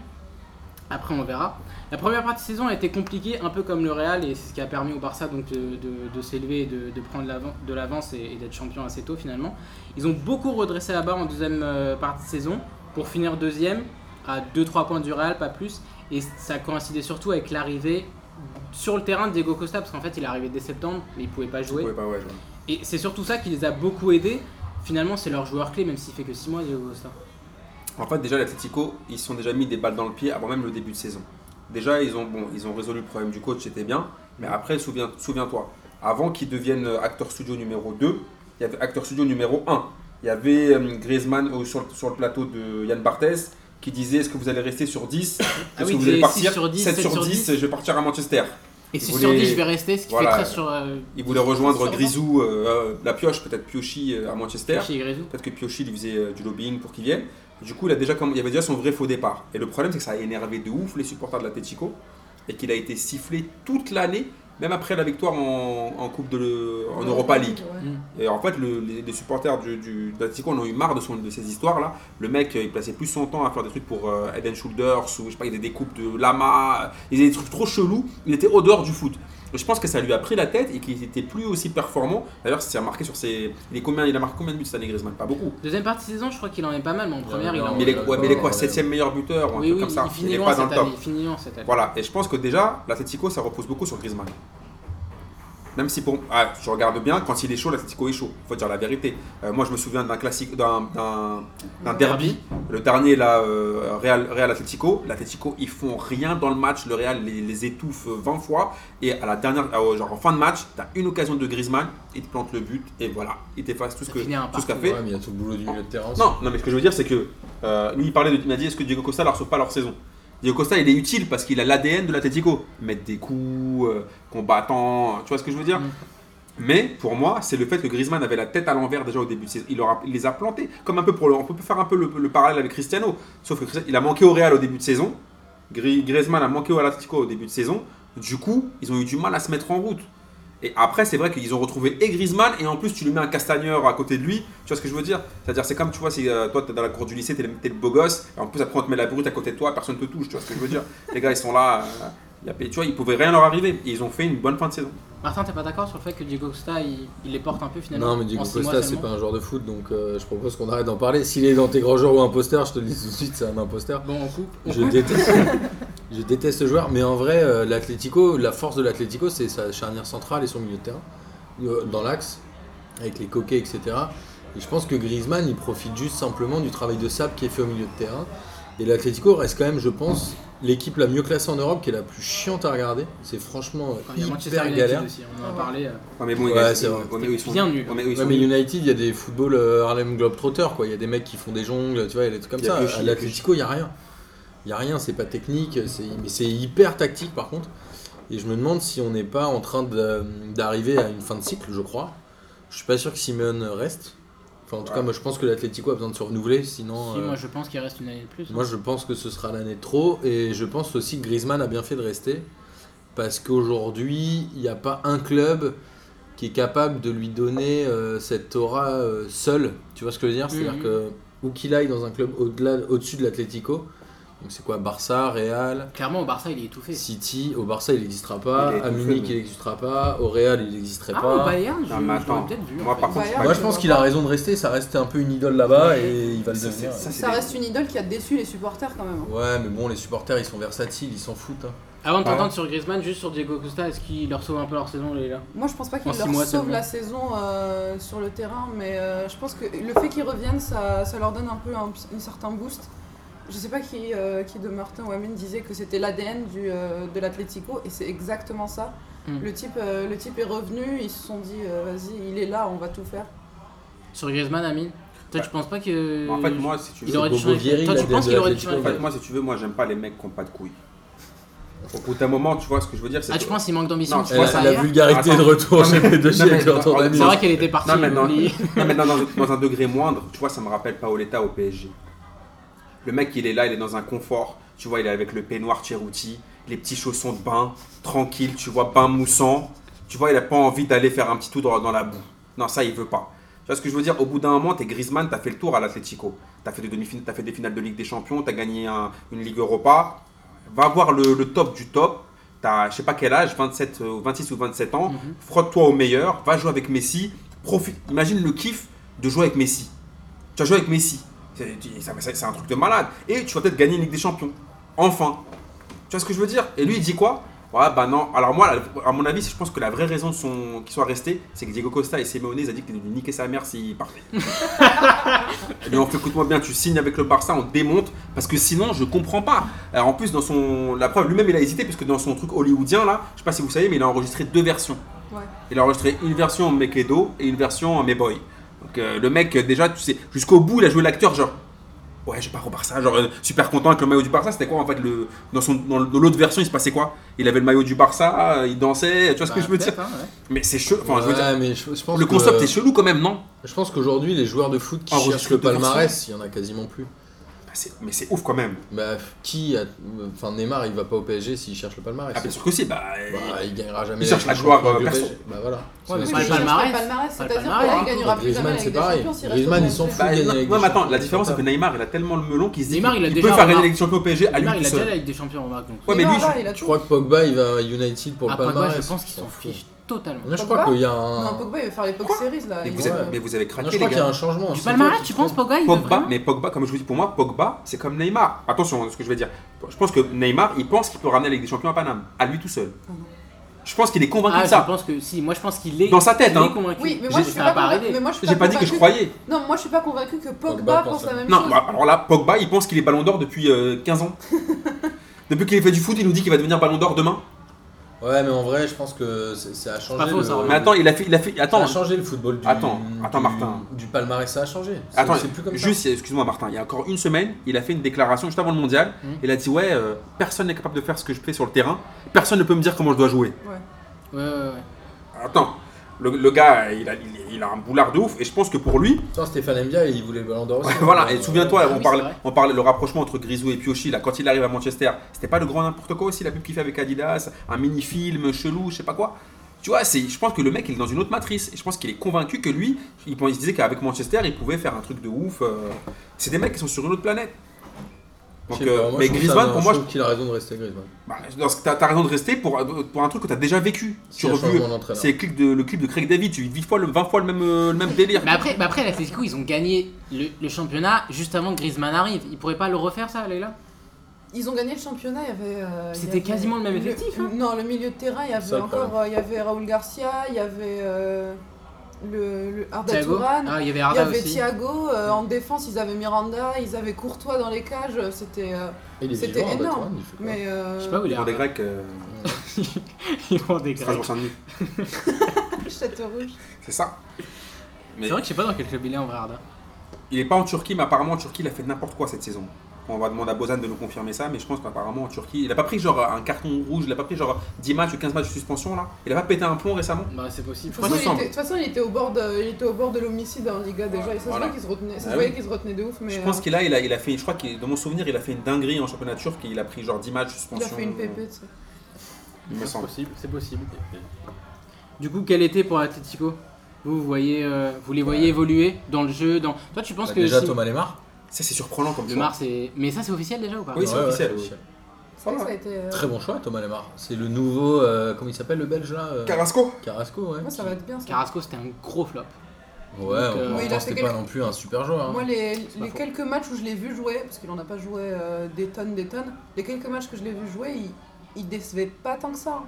A: Après, on verra. La première partie de saison a été compliquée, un peu comme le Real, et c'est ce qui a permis au Barça donc, de, de- de s'élever et de, de prendre l'avan- de l'avance et, et d'être champion assez tôt finalement. Ils ont beaucoup redressé la barre en deuxième euh, partie de saison pour finir deuxième à 2-3 points du Real, pas plus. Et ça coïncidait surtout avec l'arrivée sur le terrain de Diego Costa, parce qu'en fait il est arrivé dès septembre, mais il pouvait pas jouer.
B: Ouais, bah ouais, je vois.
A: Et c'est surtout ça qui les a beaucoup aidés. Finalement, c'est leur joueur clé, même s'il fait que 6 mois, Diego Costa.
B: En fait, déjà, l'Atletico, ils se sont déjà mis des balles dans le pied avant même le début de saison. Déjà, ils ont, bon, ils ont résolu le problème du coach, c'était bien. Mais après, souviens- souviens-toi, avant qu'ils deviennent euh, acteur studio numéro 2, il y avait acteur studio numéro 1. Il y avait euh, Griezmann au- sur, le- sur le plateau de Yann Barthès qui disait est-ce que vous allez rester sur 10 Est-ce
A: Ah
B: que
A: oui, il
B: vous allez
A: disait
B: partir
A: 6 sur 10,
B: 7 sur 10, je vais partir à Manchester.
A: Et
B: Vous
A: 6 sur 10,
B: voulez-
A: je vais rester, ce qui
B: Voilà.
A: fait 13 sur euh,
B: Il voulait rejoindre
D: Sûrement.
B: Grisou, euh, euh, la pioche, peut-être Piochi euh, à Manchester.
A: chez Grisou.
B: Peut-être que Piochi lui faisait euh, du lobbying pour qu'il vienne. Du coup, il, a déjà, comm- il y avait déjà son vrai faux départ. Et le problème, c'est que ça a énervé de ouf les supporters de l'Atletico et qu'il a été sifflé toute l'année, même après la victoire en, en Coupe de le- en Europa League.
D: Ouais.
B: Et en fait, le- les, les supporters du, du, de l'Atlético en ont eu marre de, son- de ces histoires-là. Le mec, euh, il plaçait plus son temps à faire des trucs pour euh, Head and Shoulders ou je sais pas, il y a des découpes de lama. Il faisait des trucs trop chelous. Il était au dehors du foot. Et je pense que ça lui a pris la tête et qu'il était plus aussi performant. D'ailleurs, c'est remarqué sur ses. Il, est combien, il a marqué combien de buts cette année, Griezmann Pas beaucoup.
A: Deuxième partie de saison, je crois qu'il en est pas mal, mais en première, il
C: non,
A: en
B: Mais il est, ouais, mais il est quoi
C: Ouais.
B: 7ème meilleur buteur ou un
A: Oui,
B: truc
A: oui,
B: comme ça
A: il finit
B: est
A: loin
B: pas dans
A: cette
B: le top.
A: année. Il finit loin cette année.
B: Voilà, et je pense que déjà, l'Atletico, ça repose beaucoup sur Griezmann. Même si pour. Ah, je regarde bien, quand il est chaud, l'Atletico est chaud. faut dire la vérité. Euh, moi, je me souviens d'un classique, d'un- d'un d'un derby. Le dernier, là, euh, Real, Real Atletico. L'Atletico, ils font rien dans le match. Le Real les, les étouffe 20 fois. Et à la dernière, euh, genre en fin de match, tu as une occasion de Griezmann. Il te plante le but. Et voilà, il t'efface tout ce
A: Ça
B: que-
A: finit un
B: tout ce qu'a
A: partout,
B: fait.
C: Ouais, mais il y a tout le boulot du milieu de terrain.
B: Non, non, mais ce que je veux dire, c'est que euh, lui, il parlait de. Il m'a dit est-ce que Diego Costa leur sauve pas leur saison Diego Costa, il est utile parce qu'il a l'ADN de l'Atletico. Mettre des coups, euh, combattant, tu vois ce que je veux dire
A: Mm.
B: Mais pour moi, c'est le fait que Griezmann avait la tête à l'envers déjà au début de saison. Il, leur a- il les a plantés. Comme un peu pour le, on peut faire un peu le, le parallèle avec Cristiano. Sauf que Cristiano- il a manqué au Real au début de saison. Gri- Griezmann a manqué au Atletico au début de saison. Du coup, ils ont eu du mal à se mettre en route. Et après, c'est vrai qu'ils ont retrouvé et Griezmann, et en plus, tu lui mets un castagneur à côté de lui. Tu vois ce que je veux dire C'est-à-dire, c'est comme, tu vois, si euh, toi, t'es dans la cour du lycée, t'es le, t'es le beau gosse, et en plus, après, on te met la brute à côté de toi, personne te touche. Tu vois ce que je veux dire Les gars, ils sont là. euh, y a- tu vois, ils pouvaient rien leur arriver. Et ils ont fait une bonne fin de saison.
A: Martin, t'es pas d'accord sur le fait que Diego Costa, il, il les porte un peu finalement
C: Non, mais Diego
A: en six mois
C: Costa, c'est
A: seulement
C: pas un joueur de foot, donc euh, je propose qu'on arrête d'en parler. S'il est dans tes grands joueurs ou imposteur, je te le dis tout de suite, c'est un imposteur.
A: Bon, on coupe. on
C: Je
A: coupe.
C: déteste, je déteste ce joueur, mais en vrai, euh, l'Atlético, la force de l'Atlético, c'est sa charnière centrale et son milieu de terrain, euh, dans l'axe, avec les coquets, etc. Et je pense que Griezmann, il profite juste simplement du travail de sable qui est fait au milieu de terrain. Et l'Atlético reste quand même, je pense, l'équipe la mieux classée en Europe, qui est la plus chiante à regarder. C'est franchement euh,
A: Il y a Manchester
C: hyper
A: United
C: galère.
A: aussi, on en a parlé. euh,
B: Ah Ouais, mais bon,
C: Ouais,
B: ils restent-
C: c'est vrai.
B: ouais, mais eux, ils sont
A: Bien nul.
B: ouais, mais eux, ils
C: Ouais,
B: sont
C: mais
B: nuls.
C: United, il y a des footballs euh, Harlem Globetrotter, quoi. Il y a des mecs qui font des jongles, tu vois, il y a des trucs comme
B: Il y a
C: ça.
B: Clichy,
C: À
B: il y a Clichy.
C: l'Atletico, il n'y a rien. Il n'y a rien, c'est pas technique, c'est- mais c'est hyper tactique par contre. Et je me demande si on n'est pas en train de- d'arriver à une fin de cycle, je crois. Je suis pas sûr que Simeone reste. Enfin, en tout
B: Ouais.
C: cas, moi je pense que l'Atletico a besoin de se renouveler, sinon.
A: Si,
C: euh,
A: moi, je pense qu'il reste une année de plus. hein.
C: moi, je pense que ce sera l'année de trop. Et je pense aussi que Griezmann a bien fait de rester. Parce qu'aujourd'hui, il n'y a pas un club qui est capable de lui donner euh, cette aura euh, seul. Tu vois ce que je veux dire C'est-à-dire
A: Mhm.
C: que, où qu'il aille dans un club au-delà, au-dessus de l'Atlético, donc c'est quoi Barça, Real,
A: Clairement, au Barça, il est étouffé.
C: City, au Barça, il n'existera pas.
B: Il est
C: à
B: tout
C: Munich,
B: faible.
C: il n'existera pas. Au Real, il n'existerait
A: Ah, au
C: pas.
A: Bayern, je,
B: Non, mais
A: je l'aurais
B: attends.
A: peut-être vu. en
B: Moi,
A: fait. Bah,
B: par contre,
D: Bayern,
C: Moi, je
D: tu
C: pense
D: vois
C: qu'il a
D: pas.
C: raison de rester. Ça reste un peu une idole là-bas et il va le
B: Ça, c'est-
C: devenir.
B: ça, c'est
D: Ça
B: des-
D: reste une idole qui a déçu les supporters quand même. hein.
C: Ouais, mais bon, les supporters, ils sont versatiles, ils s'en foutent. hein.
A: Avant de
B: Ouais.
A: t'entendre sur Griezmann, juste sur Diego Costa, est-ce qu'il leur sauve un peu leur saison, les là
D: Moi, je pense pas
A: En
D: qu'il
A: six
D: leur
A: mois
D: sauve
A: seulement.
D: la saison euh, sur le terrain, mais euh, je pense que le fait qu'ils reviennent, ça, ça leur donne un peu un, un certain boost. Je sais pas qui, euh, qui de Martin ou Amine disait que c'était l'ADN du, euh, de l'Atlético, et c'est exactement ça.
A: Mm.
D: Le, type, euh, le type est revenu, ils se sont dit, euh, vas-y, il est là, on va tout faire.
A: Sur Griezmann, Amine Toi, tu penses pas que.
B: En fait, moi, si tu
A: il
B: veux.
A: aurait dû
C: Bobo
A: changer.
C: Vieri,
A: Toi,
C: il a
A: tu
C: des
A: penses qu'il aurait dû
C: Atlético,
B: En
A: changer
B: fait, moi, si tu veux, moi, j'aime pas les mecs qui ont pas de couilles. Au bout d'un moment, tu vois ce que je veux dire, c'est.
A: Ah,
B: que-
A: tu penses qu'il manque d'ambition
B: Non,
A: sur
B: tu vois,
A: la
C: Elle-
B: ça,
A: carrière
C: la vulgarité de
B: Attends.
C: retour
B: Non,
C: chez
B: mais-
C: P2G avec
B: non, mais-
C: l'entendre
B: non,
A: C'est vrai qu'elle était partie.
B: Non, mais non.
A: oublie.
B: Non, mais dans, dans un degré moindre, tu vois, ça me rappelle Paoletta au PSG. Le mec, il est là, il est dans un confort. Tu vois, il est avec le peignoir Cherouti, les petits chaussons de bain, tranquille, tu vois, bain moussant. Tu vois, il a pas envie d'aller faire un petit tour dans, dans la boue. Non, ça, il veut pas. Tu vois ce que je veux dire Au bout d'un moment, t'es Griezmann, t'as fait le tour à l'Atlético. T'as fait, des demi-fin- t'as fait des finales de Ligue des Champions, t'as gagné un- une Ligue Europa. Va voir le, le top du top. T'as, je sais pas quel âge, 27, euh, 26 ou 27 ans.
A: Mhm.
B: Frotte-toi au meilleur, va jouer avec Messi. Profite. Imagine le kiff de jouer avec Messi. Tu as joué avec Messi. C'est tu- ça- ça- c'est un truc de malade. Et tu vas peut-être gagner une Ligue des Champions. Enfin. Tu vois ce que je veux dire Et lui, il dit quoi Ouais, bah non. Alors, moi, à mon avis, je pense que la vraie raison de son- qu'il soit resté, c'est que Diego Costa et Simeone, ils ont dit qu'ils lui niquer sa mère s'il partait. Ils lui ont fait écoute-moi Eh bien, tu signes avec le Barça, on te démonte, parce que sinon, je comprends pas. Alors, en plus, dans son. La preuve, lui-même, il a hésité, parce que dans son truc hollywoodien, là, je sais pas si vous savez, mais il a enregistré deux versions.
D: Ouais.
B: Il a enregistré une version Mekedo et une version Meboy. Donc euh, le mec, euh, déjà, tu sais, jusqu'au bout, il a joué l'acteur, genre, ouais, je pars au Barça, genre, euh, super content avec le maillot du Barça. C'était quoi en fait le, Dans, son, dans, dans l'autre version, il se passait quoi Il avait le maillot du Barça, euh, il dansait, tu vois ce que
A: Bah,
B: je veux dire
A: peut-être, hein, ouais.
B: Mais c'est chelou, enfin, je veux dire,
C: Ouais, mais je, je pense
B: le
C: que-
B: concept est chelou quand même, non
C: Je pense qu'aujourd'hui, les joueurs de foot qui
B: Enregistré
C: cherchent le
B: de version.
C: palmarès, il y en a quasiment plus.
B: Bah, c'est- Mais c'est ouf quand même.
C: Bah, qui a- Enfin, Neymar, il va pas au PSG s'il cherche le palmarès.
B: Ah, bien sûr que si, bah.
C: Bah, il gagnera jamais.
B: Il cherche la
C: Champions
B: gloire,
C: League
B: euh,
C: du
B: perso.
C: PSG. Bah voilà.
A: Ouais, mais
C: C'est ce
A: pas
C: que
A: le
C: je-
A: palmarès.
D: palmarès,
A: Pas le
D: c'est-à-dire que
A: palmarès.
D: là, il gagnera plus jamais
C: Griezmann,
D: la
C: c'est
D: Ligue des
C: pareil.
D: Champions s'il reste
C: Griezmann,
D: au
C: ils s'en
D: PSG.
C: foutent.
B: bah,
C: gagner la
B: non,
C: Ligue
B: non,
C: des
B: mais attends,
C: Champions,
B: la
C: c'est
B: différence, c'est que
C: pas
B: Neymar, il a tellement le melon qu'il se dit
A: Neymar, il a
B: qu'il
A: déjà
B: peut faire gagner
A: remarqué-
B: la Ligue des Champions au PSG à lui
A: Neymar,
B: tout
A: il a déjà
B: seul.
A: la Ligue des Champions, remarque. Donc.
B: Ouais, mais
D: non,
B: lui,
D: là,
B: je-
D: il a
C: Je
D: tout.
C: crois que Pogba, il va à United pour le
A: À Ah, Pogba,
C: palmarès.
A: je pense qu'ils
C: On
A: s'en
C: fout.
A: fichent totalement.
C: Non, je crois
D: Pogba
C: qu'il y a
D: Non,
C: un.
D: Pogba, il veut faire les Pog
B: Quoi
D: Series là.
B: Mais
D: Il
B: vous,
C: Ouais.
D: veut-
B: avez, mais vous avez
C: Non,
B: craqué,
C: je
B: les
C: crois qu'il y a
B: gars.
C: un changement.
A: Du
C: c'est
A: palmarès,
C: tout.
A: tu penses Pogba il veut
B: Pogba,
A: vraiment
B: mais Pogba, comme je vous dis, pour moi, Pogba, c'est comme Neymar. Attention à ce que je vais dire. Je pense que Neymar, il pense qu'il peut ramener la Ligue des Champions à Paname, à lui tout seul.
D: Ah non.
B: Tu Je pense qu'il est convaincu
A: Ah,
B: de
A: je
B: ça.
A: pense que si, moi je pense qu'il est
B: Dans sa tête,
A: il est
B: hein.
A: convaincu.
D: Oui, mais moi, je suis
A: ça
D: pas
A: va pas
D: convaincu-
A: arrêter.
D: mais moi, je suis
B: J'ai
D: pas
B: pas dit que je
D: convaincue-
B: croyais.
D: Non, moi je suis pas convaincu que Pogba
C: Pogba pense
D: pense
C: ça.
D: la même
B: Non,
D: chose.
B: bah, alors là, Pogba, il pense qu'il est ballon d'or depuis euh, 15 ans. depuis qu'il fait du foot, il nous dit qu'il va devenir ballon d'or demain.
C: Ouais, mais en vrai, je pense que c'est- ça a changé.
A: pas faux,
C: le...
A: ça,
B: Mais attends, il a fait. Il a fait
C: Ça
B: attends,
C: a changé le football du,
B: Attends, attends,
C: du-
B: Martin.
C: du palmarès, ça a changé. C'est-
B: Attends,
C: c'est plus comme
B: juste, excuse-moi Martin, il y a encore une semaine, il a fait une déclaration juste avant le mondial.
A: Mhm.
B: Il a dit Ouais, euh, personne n'est capable de faire ce que je fais sur le terrain, personne ne peut me dire comment je dois jouer.
D: Ouais.
A: Ouais, ouais, ouais.
B: Attends, le, le gars, il a, il- il a un boulard de ouf, et je pense que pour lui,
C: ça. Attends, Stéphane Mbia, il voulait le ballon d'or aussi.
B: voilà, et
C: Euh,
B: souviens-toi,
A: oui,
B: on,
A: c'est
B: parlait,
A: vrai.
B: on parlait le rapprochement entre Grisou et Piochi, là, quand il arrive à Manchester, c'était pas le grand n'importe quoi aussi, la pub qu'il fait avec Adidas, un mini-film chelou, je sais pas quoi. Tu vois, c'est, je pense que le mec, il est dans une autre matrice. Et je pense qu'il est convaincu que lui, il, pense- il se disait qu'avec Manchester, il pouvait faire un truc de ouf. euh, c'est des mecs qui sont sur une autre planète.
C: je
B: Donc,
C: sais pas,
B: euh,
C: moi,
B: mais
C: je trouve ça-
B: Griezmann, pour moi,
C: je trouve qu'il a raison de rester Griezmann.
B: je- bah, dans ce que t'as, t'as raison de rester pour, pour un truc que t'as déjà vécu. Tu
C: C'est un
B: revues-
C: changement d'entraîneur.
B: c'est le clip, de, le clip de Craig David, tu vis 20 fois le, 20 fois le même, euh, le même délire.
A: Mais après, mais après l'Atlético, ils ont gagné le, le championnat juste avant que Griezmann arrive. Ils pourraient pas le refaire, ça, Leïla
D: Ils ont gagné le championnat, il y avait. euh, il y
A: C'était
D: avait-
A: quasiment le même effectif, hein.
D: Non, le milieu de terrain, il y
C: C'est ça,
D: avait
C: le
D: encore.
C: problème.
D: euh, Il y avait Raoul Garcia, il y avait euh, le, le Arda
A: Thiago
D: Turan,
A: Ah, il y avait
D: il y
A: Arda
D: avait
A: aussi.
D: Thiago. euh, en défense, ils avaient Miranda, ils avaient Courtois dans les cages. euh, C'était. euh,
C: Il est
D: C'était
C: vivant, Arda
D: énorme.
C: Turan, il fait quoi
D: mais. euh,
A: Je sais pas où il est.
B: Pour des
A: Arda.
B: Grecs, euh,
A: Ils vont des Grecs.
B: Strasbourg-Saint-Denis.
D: Château Rouge.
B: C'est ça.
A: C'est vrai que je sais pas dans quel club il est en vrai, Arda.
B: Il est pas en Turquie, mais apparemment en Turquie, il a fait n'importe quoi cette saison. On va demander à Bozan de nous confirmer ça, mais je pense qu'apparemment en Turquie, il a pas pris genre un carton rouge, il a pas pris genre 10 matchs ou 15 matchs de suspension là. Il a pas pété un plomb récemment.
A: Bah, c'est possible.
D: De
B: Trois
D: toute façon, il
B: ensemble.
D: était- de toute façon, il était au bord de, il était au bord de l'homicide en Liga déjà. Et ça se
B: Voilà.
D: voyait qu'il se retenait. Ça
B: Ah
D: se voyait
B: oui.
D: qu'il se retenait de ouf. Mais
B: je
D: euh,
B: pense qu'il a, il a, il a fait, je crois que dans mon souvenir, il a fait une dinguerie en championnat turc, il a pris genre 10 matchs de
D: il a
B: suspension.
D: fait une pépite.
B: Il me
A: C'est
B: semble.
A: possible, c'est possible. Du coup, quel été pour l'Atlético vous, vous voyez, euh, vous les voyez évoluer dans le jeu dans... Toi, tu penses
C: Bah,
A: que...
C: Déjà,
A: si-
C: Thomas Lemar.
B: Ça c'est surprenant comme
A: Le
B: choix.
A: Mars, c'est... Mais ça, c'est officiel déjà ou pas
B: Oui, c'est
C: Ouais, ouais,
B: officiel, oui.
D: C'est vrai que ça a été. euh,
C: Très bon choix, Thomas Lemar. C'est le nouveau. euh, comment il s'appelle le belge là euh,
B: Carrasco
C: Carrasco, ouais.
D: Moi, ça va être bien. ça.
A: Carrasco, c'était un gros flop.
C: Ouais,
A: Donc, euh,
C: en
A: Oui,
D: il
C: même
D: a fait
C: temps, c'était
D: quelques-
C: pas non plus un super joueur. hein.
D: Moi, les, les
A: faux.
D: quelques matchs où je l'ai vu jouer, parce qu'il en a pas joué euh, des tonnes, des tonnes, les quelques matchs que je l'ai vu jouer, il, il décevait pas tant que ça. hein.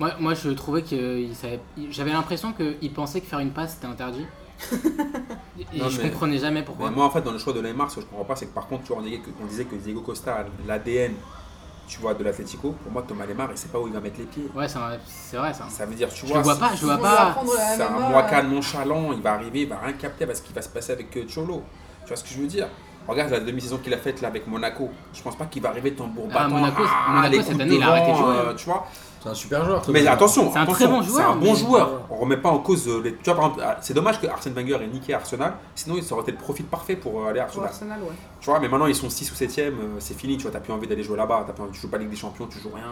A: Moi, moi je trouvais que euh, il savait- il- j'avais l'impression qu'il pensait que faire une passe, c'était interdit. Et
B: Non,
A: je
B: mais- bah,
A: comprenais jamais pourquoi.
B: Mais moi en fait dans le choix de Neymar, ce que je comprends pas, c'est que par contre, tu vois, on disait que, on disait que Diego Costa a l'ADN, tu vois, de l'Atlético. Pour moi, Thomas Lemar, il sait pas où il va mettre les pieds.
A: Ouais, c'est un- c'est vrai ça.
B: Ça veut dire,
A: Je
B: tu Ah, vois,
A: le vois
B: c'est-
A: pas, je le
D: Ils
A: vois
D: vont
A: pas.
D: apprendre la
B: C'est un
D: MMA,
B: moicane nonchalant, il va arriver, il va rien capter parce qu'il va se passer avec euh, Cholo. Tu vois ce que je veux dire Regarde la demi-saison qu'il a faite là avec Monaco. Je pense pas qu'il va arriver tambour
A: Ah,
B: battant.
A: Monaco-
B: ah,
A: Monaco,
B: les
A: cette
B: coups de
A: année, il a arrêté de
B: devant,
A: jouer.
B: euh, tu vois
C: C'est un super joueur. Thomas
B: Mais
C: Lemar.
B: attention,
A: C'est un
B: attention,
A: très bon joueur,
B: C'est un bon
A: mais-
B: joueur. On remet pas en cause euh, les. Tu vois, par exemple, ah, c'est dommage que Arsène Wenger ait niqué Arsenal. Sinon, ça aurait été le profil parfait pour euh, aller à
D: Pour
B: Arsenal.
D: Arsenal, ouais.
B: Tu vois, mais maintenant ils sont 6 ou 7 e c'est fini, tu vois, t'as plus envie d'aller jouer là-bas, t'as plus envie, tu joues pas Ligue des Champions, tu joues rien.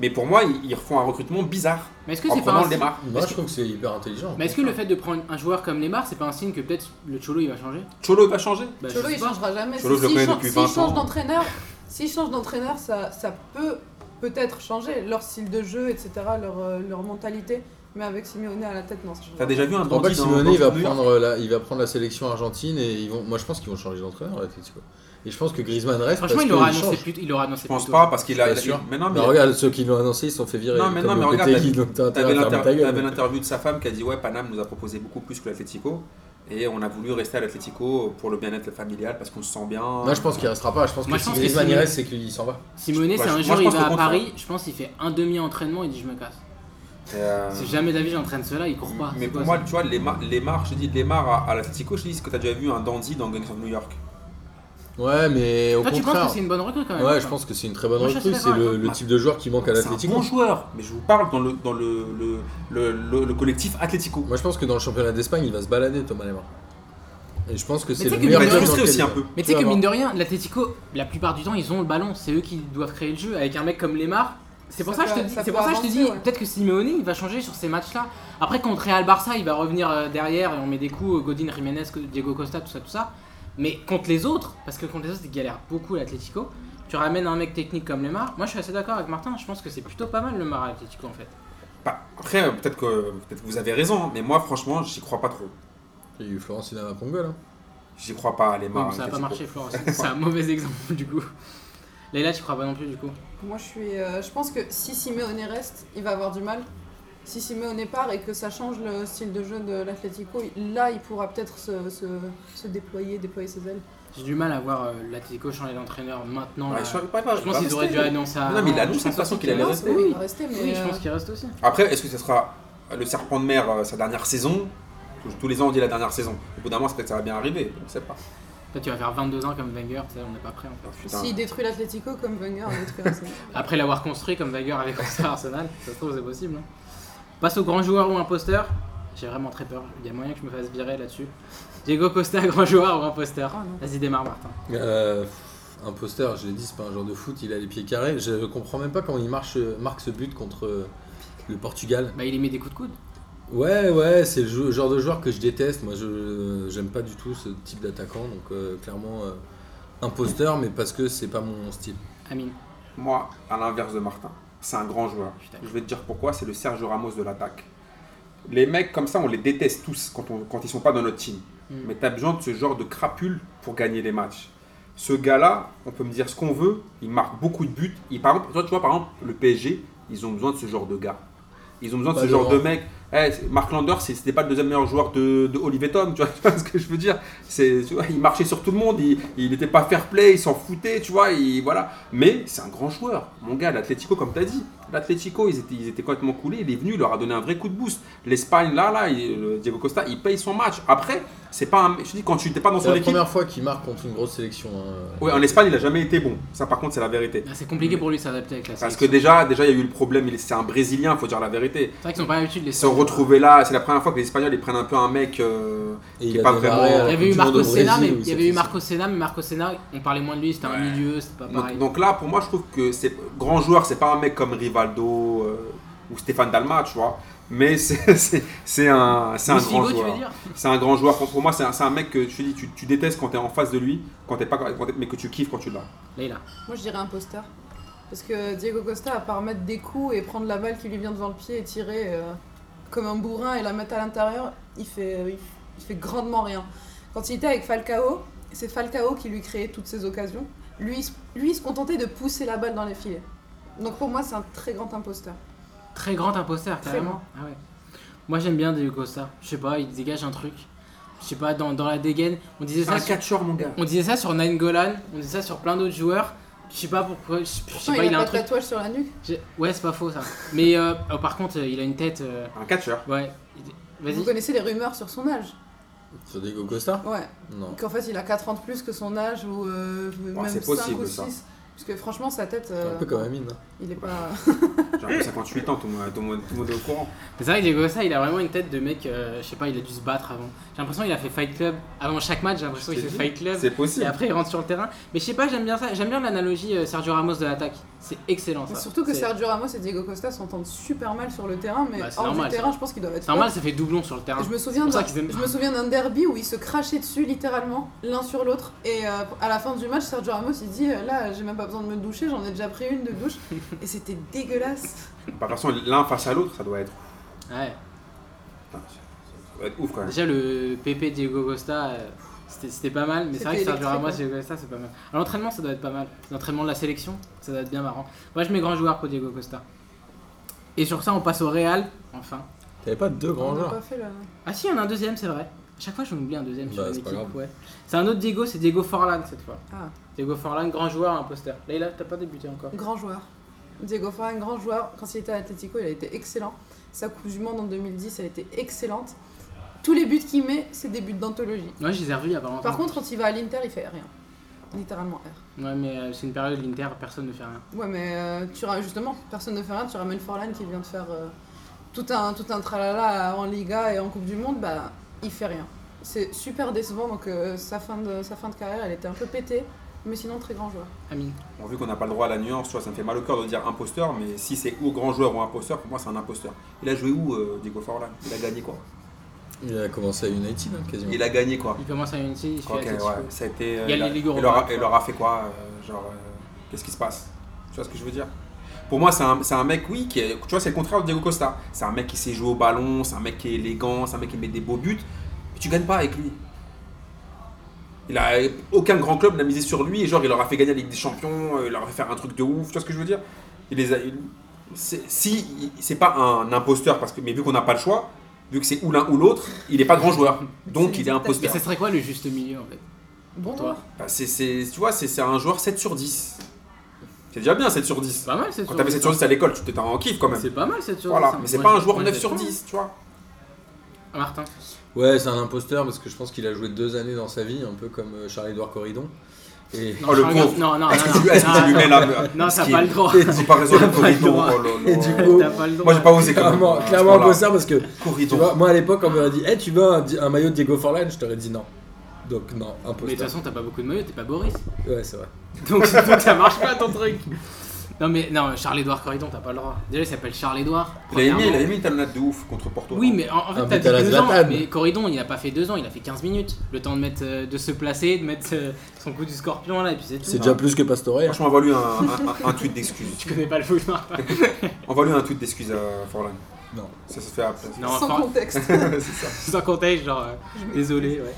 B: Mais pour moi, ils, ils refont un recrutement bizarre
A: Mais est-ce que
B: en
A: c'est pas
B: prenant
A: un
B: le
A: signe-
B: démarre.
C: Moi, je trouve que c'est hyper intelligent.
A: Mais est-ce que le fait de prendre un joueur comme Neymar, c'est pas un signe que peut-être le Cholo il va changer
B: Cholo il va changer
A: Bah, je
D: Cholo,
A: sais
D: il
A: pas.
D: changera jamais.
B: Cholo, je le
D: S'il
B: connais
D: change-
B: depuis
D: s'il
B: 20 ans.
D: change d'entraîneur, s'il change d'entraîneur, ça, ça peut peut-être changer leur style de jeu, etc., leur, euh, leur mentalité. Mais avec Simeone à la tête, non, ça change
B: T'as déjà vu un
C: En fait,
B: bandit dans-
C: Simeone,
B: dans
C: il va,
B: New York
C: prendre euh, la, il va prendre la sélection argentine et ils vont, moi je pense qu'ils vont changer d'entraîneur, l'Atlético. Et je pense que Griezmann reste.
A: Franchement,
C: parce
A: il aura
C: qu'il
A: annoncé
C: change.
A: plus, il aura annoncé
B: Je pense
A: plus tôt.
B: pas parce qu'il a.
C: Bien
B: il a-
C: sûr.
B: Mais non, mais
C: Mais regarde, ceux qui l'ont annoncé, ils se sont fait virer.
B: Non, mais non,
C: comme
B: mais
C: le
B: regarde,
C: Lopetegui,
B: t'avais-
C: donc t'as intérêt
B: t'avais
C: à fermer
B: l'inter-
C: ta gueule.
B: t'avais l'interview de sa femme qui a dit Ouais, Paname nous a proposé beaucoup plus que l'Atlético. Et on a voulu rester à l'Atlético pour le bien-être familial parce qu'on se sent bien.
C: Non, je pense qu'il restera pas. Je pense
A: Moi,
C: que
A: je
C: si
A: pense que
C: Griezmann il
A: Simeone-
C: reste, c'est qu'il s'en va.
A: Simeone,
B: Ouais,
A: c'est
B: je-
A: un
B: moi,
A: jour,
B: je
A: il
B: pense
A: va
B: au
A: à
B: contraire.
A: Paris, je pense qu'il fait un demi-entraînement et il dit je me casse.
B: Euh,
A: C'est jamais d'avis, j'entraîne cela, il court pas.
B: Mais
A: C'est
B: pour
A: quoi,
B: moi,
A: ça
B: tu vois, les, mar- les marques, je dis les marques à, à l'Atlético, je dis, est-ce que t'as déjà vu un dandy dans Gangs of New York
C: Ouais, mais au
A: toi, tu penses
C: contraire.
A: que c'est une bonne recrue quand même
C: Ouais, je pense que c'est une très bonne
A: Moi, je suis
C: recrue.
A: assez
C: C'est
A: d'accord
C: le,
A: avec
C: le type de joueur qui manque à
B: C'est un
C: l'Atlético.
B: bon joueur, mais je vous parle dans le, dans le, le, le, le- le collectif Atlético.
C: Moi, je pense que dans le championnat d'Espagne, il va se balader, Thomas Lemar. Et je pense que c'est
A: tu sais
C: le
A: que
B: Il
C: meilleur
B: va
A: Mine
B: être
A: de rien,
C: joueur
B: frustré
C: dans
B: aussi un
C: lequel-
B: peu.
A: Mais tu sais que mine de rien, l'Atletico, la plupart du temps, ils ont le ballon. C'est eux qui doivent créer le jeu. Avec un mec comme Lemar, c'est pour
D: Ça
A: ça, que je te
D: peut-
A: dis,
D: ça
A: c'est
D: peut
A: pour ça que je te
D: avancer,
A: dis,
D: ouais.
A: peut-être que Simeone, il va changer sur ces matchs-là. Après, contre Real Barça, il va revenir euh, derrière et on met des coups, euh, Godin, Jiménez, Diego Costa, tout ça, tout ça. Mais contre les autres, parce que contre les autres, ils galèrent beaucoup l'Atletico. Tu ramènes un mec technique comme Lemar. Moi, je suis assez d'accord avec Martin. Je pense que c'est plutôt pas mal Lemar à l'Atletico en fait.
B: Bah, après, euh, peut-être que, peut que vous avez raison, hein, mais moi, franchement, j'y crois pas trop.
C: Il y a eu Florence Inama Pongol.
B: J'y crois pas à les
A: Ouais,
B: marques.
A: mais ça n'a pas marché, Florence. c'est un mauvais exemple du coup. Leila, tu crois pas non plus du coup
D: Moi, je suis. euh, je pense que si Simeone reste, il va avoir du mal. Si Simeone part et que ça change le style de jeu de l'Atlético, il- là, il pourra peut-être se, se, se déployer, déployer ses ailes.
A: J'ai du mal à voir euh, l'Atlético changer d'entraîneur maintenant.
B: Ouais,
A: là.
B: je sais pas, pas,
A: Je pense
B: pas
A: qu'ils auraient dû
B: rester.
A: annoncer ça.
B: Non, mais il
A: avant.
B: annonce de toute
A: Je pense
B: façon qu'il
A: qu'il
B: allait
A: a-
D: Non,
B: rester.
D: oui,
A: oui.
D: il va rester, mais.
A: Oui, je
D: euh,
A: pense qu'il reste aussi.
B: Après, est-ce que ce sera le serpent de mer euh, sa dernière saison Tous les ans, on dit la dernière saison. Au bout d'un moment, c'est peut-être que ça va bien arriver. On ne sait pas.
A: Toi, tu vas faire 22 ans comme Wenger, tu sais, on n'est pas prêt en fait.
B: Ah, putain.
D: S'il détruit l'Atlético comme Wenger a détruit Arsenal.
A: Après l'avoir construit comme Wenger avait construit Arsenal, ça se trouve, c'est possible. hein. Passe au grand joueur ou imposteur. J'ai vraiment très peur. Il y a moyen que je me fasse virer là-dessus. Diego Costa, grand joueur ou imposteur
D: Ah, non.
A: Vas-y, démarre, Martin.
C: Euh, un poster, je l'ai dit, c'est pas un genre de foot, il a les pieds carrés. Je comprends même pas quand il marche, marque ce but contre euh, le Portugal.
A: Bah, il y met des coups de coude.
C: Ouais, ouais, c'est le jeu- genre de joueur que je déteste. Moi, je j'aime pas du tout ce type d'attaquant. Donc, euh, clairement, euh, imposteur, mais parce que c'est pas mon style.
A: Amine.
B: Moi, à l'inverse de Martin, c'est un grand joueur.
A: Je suis
B: Je
A: d'accord.
B: vais te dire pourquoi, c'est le Sergio Ramos de l'attaque. Les mecs comme ça, on les déteste tous quand, on, quand ils sont pas dans notre team.
A: Mm.
B: Mais t'as besoin de ce genre de crapule pour gagner les matchs. Ce gars-là, on peut me dire ce qu'on veut, il marque beaucoup de buts. Il, par exemple, toi, tu vois, par exemple, le PSG, ils ont besoin de ce genre de gars. Ils ont besoin de
C: Pas
B: ce genre
C: Laurent.
B: de mec. Eh, c'est- Mark Lander, c'est- c'était pas le deuxième meilleur joueur de, de Olivetum, tu vois, tu vois ce que je veux dire c'est, tu vois, Il marchait sur tout le monde, il n'était pas fair play, il s'en foutait, tu vois, il, voilà. Mais c'est un grand joueur. Mon gars, l'Atlético, comme tu as dit, l'Atlético, ils étaient, ils étaient complètement coulés, il est venu, il leur a donné un vrai coup de boost. L'Espagne, là, là, il- le Diego Costa, il paye son match. Après, c'est pas un. Je te dis, quand tu n'étais pas dans
C: C'est
B: son
C: la
B: équipe.
C: première fois qu'il marque contre une grosse sélection. hein.
B: Oui, en Espagne, il a jamais été bon. Ça, par contre, c'est la vérité.
A: Bah, c'est compliqué pour lui de s'adapter avec la
B: Parce
A: sélection.
B: que déjà, déjà, il y a eu le problème. il est- C'est un Brésilien, faut dire la vérité.
A: C'est vrai qu'ils n'ont pas l'habitude de les
B: Ils se sont retrouvés là. C'est la première fois que les Espagnols ils prennent un peu un mec. euh,
C: Et
B: Qui est pas
C: démarré
B: vraiment-
C: à la
A: Il y avait eu
C: Coupe du Monde au
A: Marco Senna, mais
C: Brésil, où
A: il y
C: s'est
A: avait eu
C: fait-
A: Marco Senna, mais Marco Senna, on parlait moins de lui, c'était un
B: Ouais.
A: milieu, c'était pas pareil.
B: Donc, donc là, pour moi, je trouve que c'est grand joueur, c'est pas un mec comme Rivaldo euh, ou Stéphane Dalma, tu vois. Mais c'est c'est- c'est un, c'est un
A: Luis
B: grand
A: Figo, tu
B: joueur.
A: veux dire
B: C'est un grand joueur. Pour pour moi, c'est un, c'est un mec que tu dis, tu, tu détestes quand t'es en face de lui, quand t'es pas, quand t'es- mais que tu kiffes quand tu l'as.
A: Leïla.
D: Moi, je dirais imposteur. Parce que Diego Costa, à part mettre des coups et prendre la balle qui lui vient devant le pied et tirer euh, comme un bourrin et la mettre à l'intérieur, il fait, euh, il, il fait grandement rien. Quand il était avec Falcao, c'est Falcao qui lui créait toutes ses occasions. Lui, il se- lui il se contentait de pousser la balle dans les filets. Donc pour moi, c'est un très grand imposteur.
A: Très grand imposteur,
D: Très
A: carrément.
D: grand.
A: Ah ouais. Moi j'aime bien Diego Costa. Je sais pas, il dégage un truc. Je sais pas, dans, dans la dégaine. On disait, ça sur,
B: catcheur, mon gars.
A: on disait ça sur Golan, on disait ça sur plein d'autres joueurs. Je sais pas pourquoi. Je, je sais
D: Pourtant,
A: pas,
D: il,
A: il
D: a,
A: a un
D: pas de
A: truc.
D: tatouage sur la nuque.
A: J'ai- Ouais, c'est pas faux ça. Mais euh, oh, par contre, euh, il a une tête. euh,
B: Un catcheur.
A: Ouais. il-
D: Vous
A: Vas-y.
D: connaissez les rumeurs sur son âge.
C: Sur Diego Costa
D: Ouais.
C: Non.
D: Qu'en fait, il a 4 ans de plus que son âge ou euh, même
B: c'est
D: 5
B: possible,
D: ou 6.
B: ça.
D: Parce que franchement, sa tête,
C: C'est
D: euh,
C: un peu comme Amine. hein.
D: il est pas...
B: J'ai un peu 58 ans, tout le monde, tout le monde- tout le monde est au courant.
A: C'est vrai que Diego Costa, il a vraiment une tête de mec. euh, je sais pas, il a dû se battre avant. J'ai l'impression qu'il a fait Fight Club. Avant chaque match, j'ai l'impression
B: Je
A: qu'il
B: t'ai
A: fait
B: dit,
A: Fight Club.
B: C'est
A: Et
B: possible.
A: après, il rentre sur le terrain. Mais je sais pas, j'aime bien ça. J'aime bien l'analogie euh, Sergio Ramos de l'attaque. C'est excellent ça.
D: Mais Surtout que
A: C'est-
D: Sergio Ramos et Diego Costa s'entendent super mal sur le terrain, mais
A: Bah, c'est
D: hors
A: normal,
D: du
A: ça.
D: terrain, je pense qu'ils doivent être.
A: C'est normal, ça fait doublon sur le terrain.
D: potes. Je me souviens
A: pour ça
D: d'un,
A: qu'ils aiment
D: je
A: pas.
D: me souviens d'un derby où ils se crachaient dessus littéralement l'un sur l'autre et euh, à la fin du match Sergio Ramos il dit euh, là j'ai même pas besoin de me doucher j'en ai déjà pris une de douche et c'était dégueulasse.
B: Par façon, l'un face à l'autre, ça doit être.
A: Ouais.
B: putain, Ça doit être ouf quand même.
A: Déjà, le PP Diego Costa, euh, c'était c'était pas mal, mais c'est vrai que
D: C'était
A: Sergio Ramos
D: électrique,
A: Diego Costa, c'est pas mal. À l'entraînement, ça doit être pas mal. L'entraînement de la sélection, ça doit être bien marrant. Moi, je mets grand joueur pour Diego Costa. Et sur ça, on passe au Real, enfin.
C: T'avais pas deux grands
D: On a
C: joueurs
D: pas fait le...
A: Ah si, on a un deuxième, c'est vrai. À chaque fois, j'en oublie un deuxième sur
C: Bah,
A: une
C: c'est pas
A: équipe.
C: grave.
A: Ouais. C'est un autre Diego, c'est Diego Forlan cette fois.
D: Ah.
A: Diego Forlan, grand joueur, imposteur. Leïla, t'as pas débuté encore.
D: Grand joueur. Diego Forlan, grand joueur. Quand il était à Atletico, il a été excellent. Sa Coupe du Monde en 2010, elle était excellente. Tous les buts qu'il met, c'est des buts d'anthologie.
A: Ouais, je les ai revus il y a pas longtemps.
D: Par contre, quand il va à l'Inter, il fait rien. Littéralement rien.
A: Ouais, mais euh, c'est une période de l'Inter, personne ne fait rien.
D: Ouais, mais euh, tu ra- justement, personne ne fait rien. Tu ramènes Forlan qui vient de faire euh, tout un tout un tralala en Liga et en Coupe du Monde, bah il fait rien. C'est super décevant. Donc euh, sa fin de sa fin de carrière, elle était un peu pétée, mais sinon très grand joueur.
A: Amine.
B: Bon, vu qu'on n'a pas le droit à la nuance, tu vois, ça me fait mal au cœur de dire imposteur, mais si c'est ou grand joueur ou imposteur, pour moi c'est un imposteur. Il a joué où, euh, Diego Forlan Il a gagné quoi
C: Il a commencé à United hein, quasiment.
B: Il a gagné quoi
A: Il commence à Unity, il se fait
B: Ok,
A: Atletico.
B: ouais, ça a été. euh,
A: Il y a les
B: a-
A: Ligues
B: il
A: européennes,
B: aura,
A: quoi.
B: il aura fait quoi euh, Genre, euh, qu'est-ce qui se passe Tu vois ce que je veux dire Pour moi, c'est un, c'est un mec, oui, qui est- tu vois, c'est le contraire de Diego Costa. C'est un mec qui sait jouer au ballon, c'est un mec qui est élégant, c'est un mec qui met des beaux buts, mais tu gagnes pas avec lui. Il a, aucun grand club n'a misé sur lui et genre il leur a fait gagner la Ligue des Champions, euh, il leur a fait faire un truc de ouf, tu vois ce que je veux dire il les a, il- c'est- Si il- c'est pas un imposteur, parce que, mais vu qu'on n'a pas le choix, vu que c'est ou l'un ou l'autre, il n'est pas grand joueur. Donc
D: C'est
B: il est
D: une
A: Mais
B: imposteur.
A: ce serait quoi le juste milieu en fait
D: Bon,
A: Toi.
B: Bah, c'est- c'est- tu vois, c'est c'est un joueur 7 sur 10. C'est déjà bien 7 sur 10.
A: C'est pas mal cette
B: Quand t'avais 7 sur 10 à l'école, tu t'étais en kiff quand même.
A: C'est pas mal cette sur
B: Voilà,
A: dix, hein.
B: mais c'est
A: Moi,
B: pas un
A: je-
B: joueur
A: moi,
B: 9
A: je
B: sur Oh,
A: vais-
B: 10, tu vois.
A: Ah, Martin.
C: Ouais, c'est un imposteur parce que je pense qu'il a joué deux années dans sa vie, un peu comme euh, Charles-Édouard Corridon. Et
A: Non,
B: Oh, le
A: je regarde-
B: pauvre.
A: Non, Ah, non, non.
B: Est-ce que tu- est-ce que tu lui mets la
A: Non,
B: ce
A: t'as
B: qui
A: pas
B: est-
A: le droit.
B: Comparaison
A: T'as
B: avec
A: pas le
B: Corridon,
A: droit.
B: oh là là.
C: Et du coup,
A: T'as pas le droit.
B: Moi j'ai pas osé quand même.
C: clairement,
B: à ce
C: clairement
B: moment-là.
C: imposteur parce que tu
B: Corridon.
C: vois, moi à l'époque, on m'aurait dit Eh, tu veux un, di- un maillot de Diego Forlan Je t'aurais dit non. Donc,
A: Mais de
C: non,
A: toute
C: imposteur.
A: façon, t'as pas beaucoup de maillots, t'es pas Boris.
C: Ouais, c'est vrai.
A: Donc, donc ça marche pas ton truc. Non, mais non, Charles-Édouard Corridon, t'as pas le droit. Déjà, il s'appelle Charles-Édouard.
B: Il avait mis, il
A: premièrement.
B: avait mis une talonnade de ouf contre Porto.
A: Oui, mais en, en
C: Un
A: fait,
C: but à
A: t'as
C: la
A: dit deux ans.
C: Zlatan.
A: Mais Corridon, il a pas fait deux ans, il a fait 15 minutes. Le temps de, mettre, euh, de se placer, de mettre euh, son coup du scorpion là, et puis c'est tout.
C: C'est déjà plus que Pastore. hein.
B: Franchement, envoie-lui un, un- un- un tweet d'excuses.
A: Tu connais pas le foot, Martin.
B: Envoie-lui un tweet d'excuses à Forlan.
C: Non.
B: Ça se fait après.
A: Non,
D: sans
A: enfin-
D: contexte.
B: C'est ça.
A: Sans contexte, genre. euh, désolé, ouais.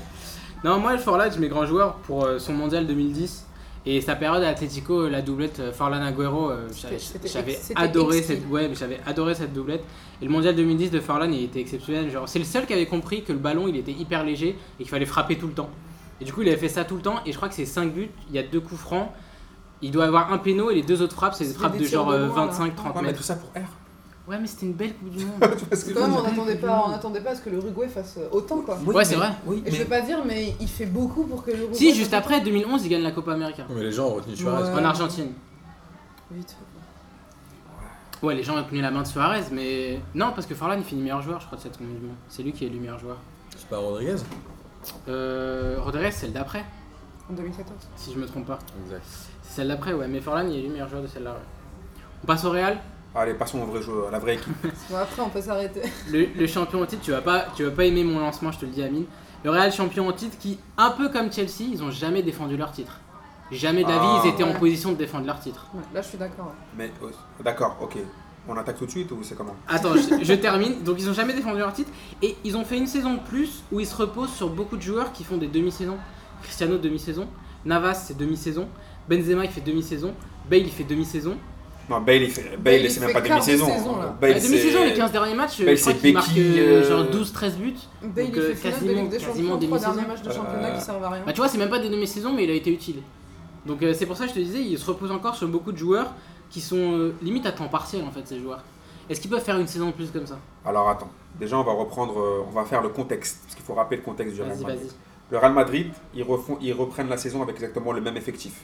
A: Non, moi, le Forlan, je mets grand joueur pour euh, son mondial 2010. Et sa période à Atletico, euh, la doublette euh, Forlan Agüero, euh, j'avais-
D: C'était-
A: j'avais
D: c'était
A: adoré
D: exquis.
A: cette, ouais, mais j'avais adoré cette doublette. Et le mondial 2010 de Forlan, il était exceptionnel. Genre, c'est le seul qui avait compris que le ballon, il était hyper léger et qu'il fallait frapper tout le temps. Et du coup, il avait fait ça tout le temps. Et je crois que c'est 5 buts. Il y a deux coups francs. Il doit avoir un péno et les deux autres frappes, c'est des
D: C'est
A: frappes
D: des
A: de
D: tirs
A: genre
D: de
A: euh,
D: loin, là.
A: 25-30
B: Ouais, mais tout
A: mètres.
B: ça pour R.
A: Ouais, mais c'était une belle Coupe du Monde.
B: Tu vois ce que je veux
D: Quand même,
B: dire
D: on n'attendait pas, on n'attendait pas à ce que l'Uruguay fasse euh, autant quoi.
A: Ouais, c'est vrai.
B: Oui,
D: Et je vais pas dire, mais il fait beaucoup pour que l'Uruguay.
A: si, juste après, 2011, il gagne la Copa América.
D: Euh.
C: Mais les gens ont retenu Suarez.
D: Ouais.
A: En Argentine.
D: Vite.
A: Ouais, les gens ont tenu la main de Suarez, mais. Non, parce que Forlan, il finit meilleur joueur, je crois, de cette Coupe du Monde. C'est lui qui est le meilleur joueur.
C: C'est pas Rodriguez
A: Euh, Rodriguez, c'est celle d'après,
D: En 2014.
A: si je me trompe pas.
C: Exact.
A: C'est celle d'après, ouais, mais Forlan, il est le meilleur joueur de celle-là, ouais. On passe au Real.
B: Allez, passons au vrai jeu, à la vraie équipe.
D: Bon, après, on peut s'arrêter.
A: Le, le champion en titre, tu vas, pas, tu vas pas aimer mon lancement, je te le dis, Amine. Le Real champion en titre qui, un peu comme Chelsea, ils ont jamais défendu leur titre. Jamais de la vie,
B: Ah.
A: ils étaient en
D: Ouais.
A: position de défendre leur titre.
D: Ouais, Là, je suis d'accord.
B: Mais euh, d'accord, ok. On attaque tout de suite ou c'est comment
A: Attends, je, je termine. Donc ils ont jamais défendu leur titre et ils ont fait une saison de plus où ils se reposent sur beaucoup de joueurs qui font des demi-saisons. Cristiano demi-saison, Navas c'est demi-saison, Benzema il fait demi-saison, Bale il fait demi-saison.
B: Non, Bale, il fait, Bale,
D: Bale, il
B: c'est
D: fait
B: même pas
D: quart de
B: demi-saison.
D: saison, là.
A: La
B: hein. Bale, c'est-
A: demi-saison les 15 derniers matchs, euh,
B: Bale,
A: je crois
B: c'est
A: qu'il marque
B: Becky,
A: euh,
B: euh,
A: genre 12-13 buts.
D: Bale,
A: Donc,
D: il
A: euh,
D: fait finale de
A: quasiment-
D: Ligue des
A: quasiment
D: Champions, trois
A: demi-saison.
D: derniers matchs de
B: Euh,
D: championnat qui servent à rien.
A: Bah tu vois c'est même pas des demi-saisons mais il a été utile. Donc euh, c'est pour ça que je te disais ils se reposent encore sur beaucoup de joueurs qui sont euh, limite à temps partiel en fait ces joueurs. Est-ce qu'ils peuvent faire une saison de plus comme ça
B: Alors attends. Déjà, on va reprendre, euh, on va faire le contexte, parce qu'il faut rappeler le contexte du Real
A: Vas-y
B: Madrid.
A: vas-y.
B: Le Real Madrid, ils, refont, ils reprennent la saison avec exactement le même effectif.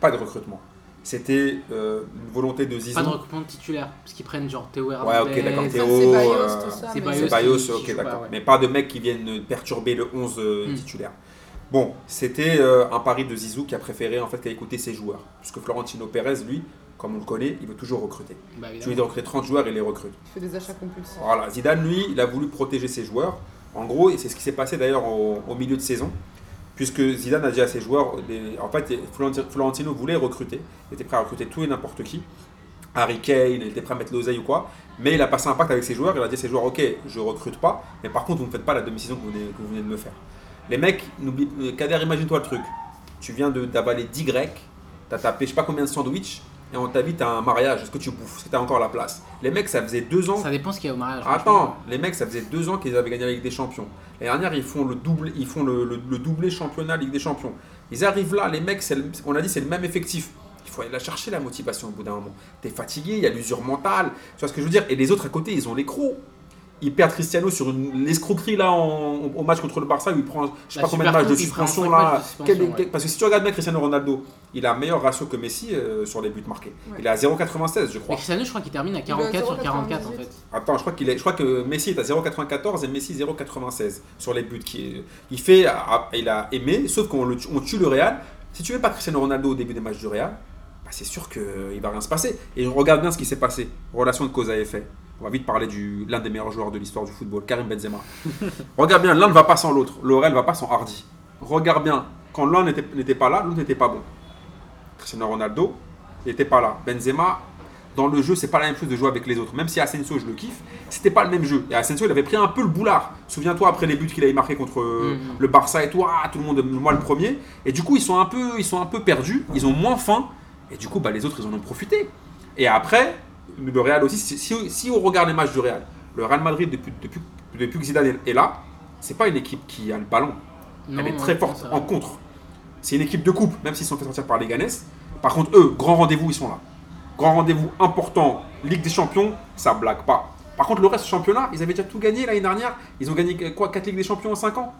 B: Pas de recrutement. C'était euh, une volonté de Zizou.
A: Pas de recoupement de titulaire parce qu'ils prennent genre Théo
B: Ouais,
A: Hernandez.
B: ok, d'accord.
D: Ça,
B: Théo,
D: c'est Bayo,
B: euh,
D: c'est tout ça,
A: c'est
D: mais-
A: Bayo,
B: c'est
A: Qui-
B: Bayos,
A: qui
B: ok,
A: joue pas,
B: d'accord.
A: ouais.
B: Mais pas de mecs qui viennent perturber le 11 euh,
A: Hmm.
B: titulaire. Bon, c'était euh, un pari de Zizou qui a préféré, en fait, qui a écouté ses joueurs. Puisque Florentino Pérez, lui, comme on le connaît, il veut toujours recruter.
A: Bah,
B: Je lui ai recruté 30 joueurs, il les recrute.
D: Il fait des achats compulsifs.
B: Voilà, Zidane, lui, il a voulu protéger ses joueurs. En gros, et c'est ce qui s'est passé d'ailleurs au, au milieu de saison, puisque Zidane a dit à ses joueurs, les- en fait, Florenti- Florentino voulait recruter, il était prêt à recruter tout et n'importe qui. Harry Kane, il était prêt à mettre l'oseille ou quoi, mais il a passé un pacte avec ses joueurs, il a dit à ses joueurs, ok, je recrute pas, mais par contre, vous ne faites pas la demi-saison que, vous venez- que vous venez de me faire. Les mecs, n'oublie- euh, Kader, imagine-toi le truc, tu viens de- d'avaler 10 grecs, t'as tapé je sais pas combien de sandwichs, et on t'invite à un mariage, est-ce que tu bouffes, est-ce que t'as encore la place Les mecs, ça faisait deux ans
A: Ça dépend ce qu'il y a au mariage.
B: Attends, les mecs, ça faisait deux ans qu'ils avaient gagné la Ligue des Champions. La dernière, ils font le double, ils font le, le- le doublé championnat Ligue des Champions. Ils arrivent là, les mecs, c'est le- on a dit, c'est le même effectif. Il faut aller la chercher la motivation au bout d'un moment. T'es fatigué, il y a l'usure mentale. Tu vois ce que je veux dire Et les autres à côté, ils ont les crocs. Ils perdent Cristiano sur une l'escroquerie là en- au match contre le Barça où il prend je sais
A: La
B: pas combien de
A: Bah, super
B: matchs de
A: coupe, il prend
B: suspension
A: cinq
B: là.
A: matchs de suspension,
B: Quel-
A: ouais.
B: quel- Parce que si tu regardes bien Cristiano Ronaldo, il a un meilleur ratio que Messi euh, sur les buts marqués.
D: Ouais.
B: Il est à 0,96 je crois.
A: Mais Cristiano, je crois qu'il termine à
D: est à
A: 44 sur 44 en
D: 0,98.
A: fait.
B: Attends, je crois, qu'il est, je crois que Messi est à 0,94 et Messi 0,96 sur les buts. Qui, il, fait, il a aimé, sauf qu'on le tue- on tue le Real. Si tu mets pas Cristiano Ronaldo au début des matchs du Real, bah, c'est sûr qu'il ne va rien se passer. Et regarde bien ce qui s'est passé. Relation de cause à effet. On va vite parler du l'un des meilleurs joueurs de l'histoire du football, Karim Benzema. regarde bien, l'un ne va pas sans l'autre. Le Real ne va pas sans Hardy. Regarde bien, quand l'un n'était n'était pas là, l'autre n'était pas bon. Cristiano Ronaldo n'était pas là. Benzema dans le jeu, c'est pas la même chose de jouer avec les autres. Même si Asensio, je le kiffe, c'était pas le même jeu. Et Asensio, il avait pris un peu le boulard. Souviens-toi après les buts qu'il avait marqués contre euh,
A: Mhm.
B: le Barça et toi, ah, tout le monde, moi le premier. Et du coup, ils sont un peu, ils sont un peu perdus. Ils ont moins faim. Et du coup, bah, les autres, ils en ont profité. Et après, le Real aussi. Si, si- si on regarde les matchs du Real, le Real Madrid depuis, depuis, depuis que Zidane est là, c'est pas une équipe qui a le ballon.
A: Non,
B: Elle est
A: ouais,
B: très forte
A: ça va.
B: en contre. C'est une équipe de coupe, même s'ils sont fait sortir par les Ganes. Par contre, eux, grand rendez-vous, ils sont là. Grand rendez-vous important, Ligue des Champions, ça blague pas. Par contre, le reste du championnat, ils avaient déjà tout gagné l'année dernière. Ils ont gagné euh, quoi 4 Ligues des Champions en 5 ans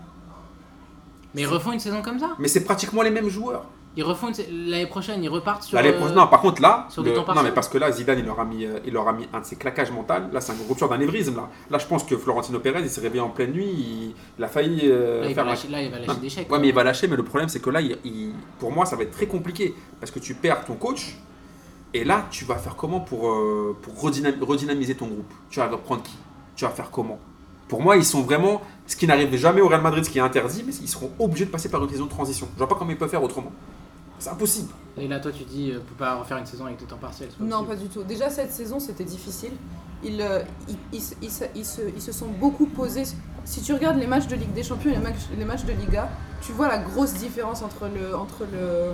A: Mais ils refont une saison comme ça
B: Mais c'est pratiquement les mêmes joueurs.
A: Ils refont une sa- l'année prochaine, ils repartent sur.
B: L'année
A: euh,
B: prochaine- non, par contre, là,
A: sur du
B: le-
A: temps
B: non,
A: partiel.
B: mais parce que là, Zidane, il leur a mis, euh, il leur a mis un de ses claquages mentaux. Là, c'est une rupture d'un évrisme. Là. là, je pense que Florentino Pérez, il s'est réveillé en pleine nuit. Il, il a failli euh,
A: Là, il va
B: faire un
A: lâcher, là, il va lâcher des chèques. hein.
B: Ouais, mais il va lâcher, mais le problème, c'est que là, il- il- pour moi, ça va être très compliqué. Parce que tu perds ton coach, et là, tu vas faire comment pour, euh, pour redynam- redynamiser ton groupe Tu vas reprendre qui Tu vas faire comment Pour moi, ils sont vraiment. Ce qui n'arrive jamais au Real Madrid, ce qui est interdit, mais ils seront obligés de passer par une saison de transition. Je vois pas comment ils peuvent faire autrement. C'est impossible.
A: Et là, toi, tu dis, euh, peut pas refaire une saison avec des temps partiels. c'est pas
D: Non,
A: possible.
D: pas du tout. Déjà, cette saison, c'était difficile. Ils, euh, ils, ils se- ils se- ils se, ils se sont beaucoup posés. Si tu regardes les matchs de Ligue des Champions et les matchs, les matchs de Liga, tu vois la grosse différence entre le, entre le,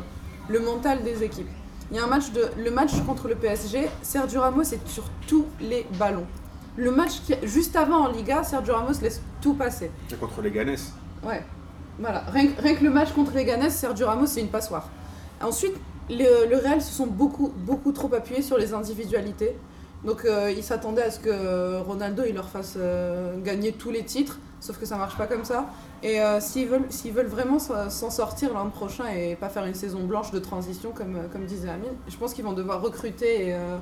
D: le mental des équipes. Il y a un match de, le match contre le PSG, Sergio Ramos est sur tous les ballons. Le match qui- juste avant en Liga, Sergio Ramos laisse tout passer.
B: Et contre les Ganes.
D: Ouais, voilà. Rien, que- rien que le match contre les Ganes, Sergio Ramos, c'est une passoire. Ensuite, le, le Real se sont beaucoup, beaucoup trop appuyés sur les individualités. Donc, euh, ils s'attendaient à ce que Ronaldo il leur fasse euh, gagner tous les titres, sauf que ça marche pas comme ça. Et euh, s'ils veulent, s'ils veulent vraiment s'en s'en sortir l'an prochain et pas faire une saison blanche de transition, comme, euh, comme disait Amine, je pense qu'ils vont devoir recruter et, euh,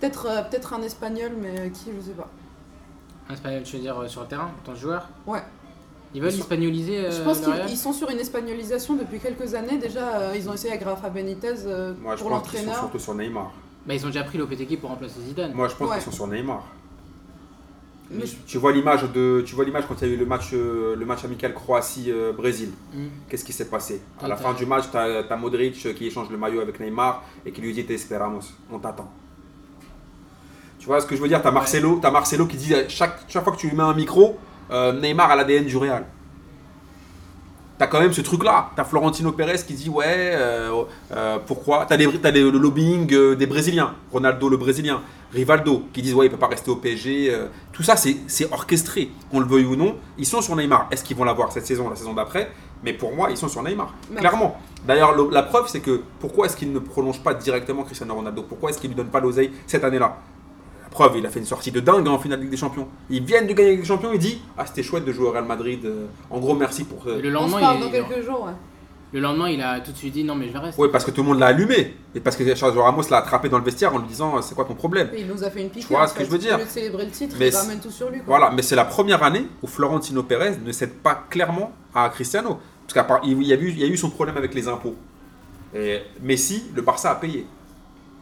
D: peut-être euh, peut-être un Espagnol, mais euh, qui, je sais pas.
A: Un espagnol, tu veux dire, euh, sur le terrain, en tant que joueur
D: Ouais.
A: Ils veulent
D: Ils sont-
A: espagnoliser. euh,
D: Je pense
A: le
D: qu'ils
A: Real
D: ils sont sur une espagnolisation depuis quelques années. Déjà, euh, ils ont essayé avec Rafa Benitez euh,
B: Moi, je
D: pour
B: pense qu'ils sont
D: l'entraîneur.
B: surtout sur Neymar.
A: Bah, ils ont déjà pris l'OPTK pour remplacer Zidane.
B: Moi, je pense
D: Ouais.
B: qu'ils sont sur Neymar.
D: Mais je-
B: Tu- Tu vois l'image de, tu vois l'image quand il y a eu le match, euh, le match amical euh, Croatie-Brésil.
A: Mm.
B: Qu'est-ce qui s'est passé À
A: Oui,
B: la
A: t'as-
B: fin du match, tu as, Modric qui échange le maillot avec Neymar et qui lui dit Te esperamos, on t'attend. Tu vois ce que je veux dire Tu as Marcelo, t'as Marcelo qui dit euh, chaque, chaque fois que tu lui mets un micro, euh, Neymar a l'ADN du Real. T'as quand même ce truc-là. T'as Florentino Pérez qui dit ouais, euh, euh, pourquoi T'as les- t'as les- le lobbying euh, des Brésiliens, Ronaldo le Brésilien, Rivaldo qui disent ouais, il peut pas rester au PSG. euh. tout ça, c'est c'est orchestré, qu'on le veuille ou non. Ils sont sur Neymar. Est-ce qu'ils vont l'avoir cette saison, la saison d'après Mais pour moi, ils sont sur Neymar,
D: Mais-
B: clairement. D'ailleurs, le- la preuve, c'est que pourquoi est-ce qu'ils ne prolongent pas directement Cristiano Ronaldo Pourquoi est-ce qu'ils lui donnent pas l'oseille cette année-là la preuve, il a fait une sortie de dingue hein, en finale de Ligue des Champions. Ils viennent de gagner la Ligue des Champions, il dit Ah, c'était chouette de jouer au Real Madrid. euh, en gros, merci pour. euh,
A: Et le
D: on se
A: lendemain,
D: parle
A: il,
D: dans
A: il-
D: quelques jours. ouais.
A: le lendemain, il a tout de suite dit non, mais je reste.
B: Oui, parce que tout le monde l'a allumé. Et parce que Sergio Ramos l'a attrapé dans le vestiaire en lui disant C'est quoi ton problème
D: Et Il nous a fait une pique.
B: Tu vois ce que je veux dire
D: Au lieu de célébrer le titre,
B: Mais
D: il
B: c'est-
D: ramène tout sur lui. quoi.
B: Voilà, mais c'est la première année où Florentino Pérez ne cède pas clairement à Cristiano. Parce qu'à part, il, y a eu, il y a eu son problème avec les impôts. Et Messi, le Barça a payé.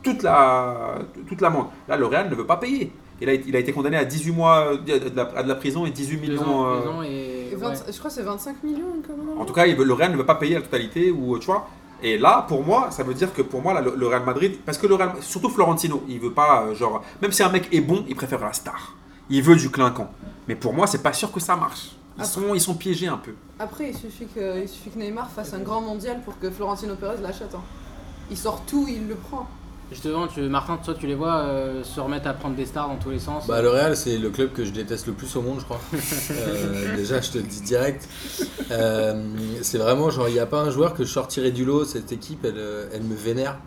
B: Toute la toute l'amende. Là, le Real ne veut pas payer. Il a, il a été condamné à 18 mois euh, de- de la, à de la prison et 18
A: Deux
B: millions.
A: ans,
B: euh,
A: deux ans et.
D: Et vingt-
A: ouais.
D: Je crois que c'est 25 millions. une commande.
B: En tout cas, il veut- le Real ne veut pas payer la totalité ou euh, tu vois. Et là, pour moi, ça veut dire que pour moi, là, le, le Real Madrid, parce que le Real, surtout Florentino, il veut pas euh, genre, même si un mec est bon, il préfère la star. Il veut du clinquant. Mais pour moi, c'est pas sûr que ça marche. Ils
D: Après-
B: sont, ils sont piégés un peu.
D: Après, il suffit, que, il suffit que Neymar fasse un grand mondial pour que Florentino Pérez l'achète. hein. Il sort tout, il le prend.
A: Justement, tu, Martin, toi, tu les vois euh, se remettre à prendre des stars dans tous les sens.
C: Bah, le Real, c'est le club que je déteste le plus au monde, je crois. Euh, déjà, je te le dis direct. Euh, c'est vraiment genre, il n'y a pas un joueur que je sortirais du lot. Cette équipe, elle, euh, elle me vénère.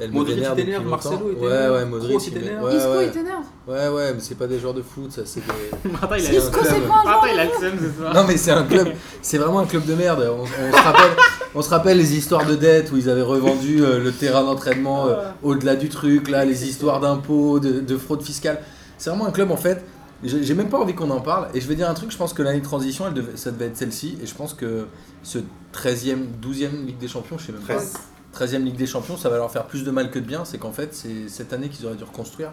C: Elle
B: Modric
C: me vénère
B: t'énerve,
C: depuis longtemps.
B: Marcelo, il
C: Ouais,
B: t'énerve,
C: ouais, Modric.
B: Kroos, il
C: il m'é-
B: t'énerve.
C: Ouais,
D: Isco, il
C: ouais,
D: t'énerve.
C: ouais, ouais, mais c'est pas des joueurs de foot, ça, c'est des.
A: Martin, il a
C: C'est-
D: Isco, c'est
C: club.
D: pas un joueur
A: Martin, il a le seum ce soir.
C: Non mais c'est un club, c'est vraiment un club de merde. On, on se rappelle, on se rappelle les histoires de dette où ils avaient revendu euh, le terrain d'entraînement euh, au-delà du truc, là les histoires d'impôts, de, de fraude fiscale. C'est vraiment un club en fait. J'ai j'ai même pas envie qu'on en parle. Et je vais dire un truc, je pense que l'année de transition, elle devait- ça devait être celle-ci. Et je pense que ce 13e, 12e Ligue des Champions, je sais même pas.
B: 13.
C: 13e Ligue des Champions, ça va leur faire plus de mal que de bien. C'est qu'en fait, c'est cette année qu'ils auraient dû reconstruire.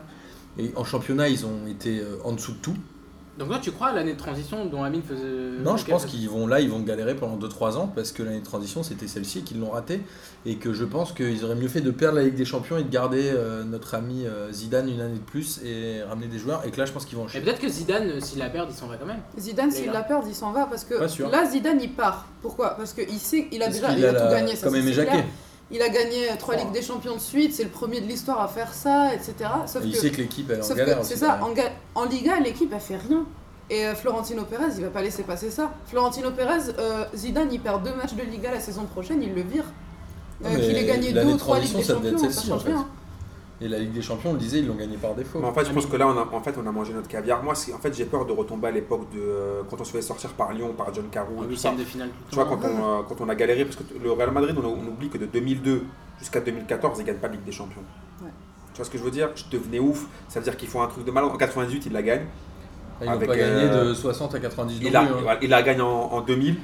C: Et en championnat, ils ont été euh, en dessous de tout.
A: Donc toi, tu crois à l'année de transition dont Amine faisait.
C: Non, je
A: auquel-
D: bah,
C: pense qu'ils vont là, ils vont galérer pendant 2-3 ans parce que l'année de transition c'était celle-ci et qu'ils l'ont ratée et que je pense qu'ils auraient mieux fait de perdre la Ligue des Champions et de garder euh, notre ami euh, Zidane une année de plus et ramener des joueurs et que là je pense qu'ils vont
A: Mais
D: Eh
C: enchaîner.
A: peut-être que Zidane, euh, s'il la perd, il s'en va quand même.
D: Zidane,
A: Il est
D: s'il
A: là.
D: la perd, il s'en va parce que
C: Pas sûr.
D: là, Zidane, il part. Pourquoi Parce qu'il sait qu'il a
C: Parce
D: déjà
C: qu'il
D: il a
C: la-
D: tout gagné. ça,
C: comme
D: c'est
C: Aimé
D: clair.
C: Jacquet.
D: Il a gagné trois
C: Oh.
D: Ligues des Champions de suite, c'est le premier de l'histoire à faire ça, etc. Sauf
C: Et il
D: que,
C: sait que l'équipe elle est en
D: sauf
C: galère
D: que
C: aussi,
D: c'est ça, hein.
C: derrière.
D: en, ga- en Liga, l'équipe, elle fait rien. Et euh, Florentino Pérez, il va pas laisser passer ça. Florentino Pérez, euh, Zidane, il perd deux matchs de Liga la saison prochaine, il le vire.
C: Non,
D: Euh,
C: mais
D: Qu'il ait gagné deux
C: l'année
D: ou
C: de
D: trois Ligues des
C: transition, ça devait
D: Champions,
C: être
D: ça
C: celle-ci,
D: change
C: en fait.
D: rien.
C: Et la Ligue des Champions, on le disait, ils l'ont gagné par défaut.
B: Mais en fait, je pense que là, on a, en fait, on a mangé notre caviar. Moi, c'est- en fait, j'ai peur de retomber à l'époque de euh, quand on se fait sortir par Lyon, par John Carroll,
A: En
B: tout ça.
A: huitième de finale. tout le
B: Tu vois,
A: temps.
B: quand on, euh, quand on a galéré, parce que t- le Real Madrid, on, on oublie que de 2002 jusqu'à 2014, ils ne gagnent pas de Ligue des Champions.
D: Ouais.
B: Tu vois ce que je veux dire Je devenais ouf. Ça veut dire qu'ils font un truc de mal. En 98, ils la gagnent.
C: Ils n'ont
B: Avec,
C: pas gagné
B: euh,
C: de 60 à 90
B: Ils
C: non
B: la,
C: plus, hein.
B: voilà, ils la gagnent en, en 2000.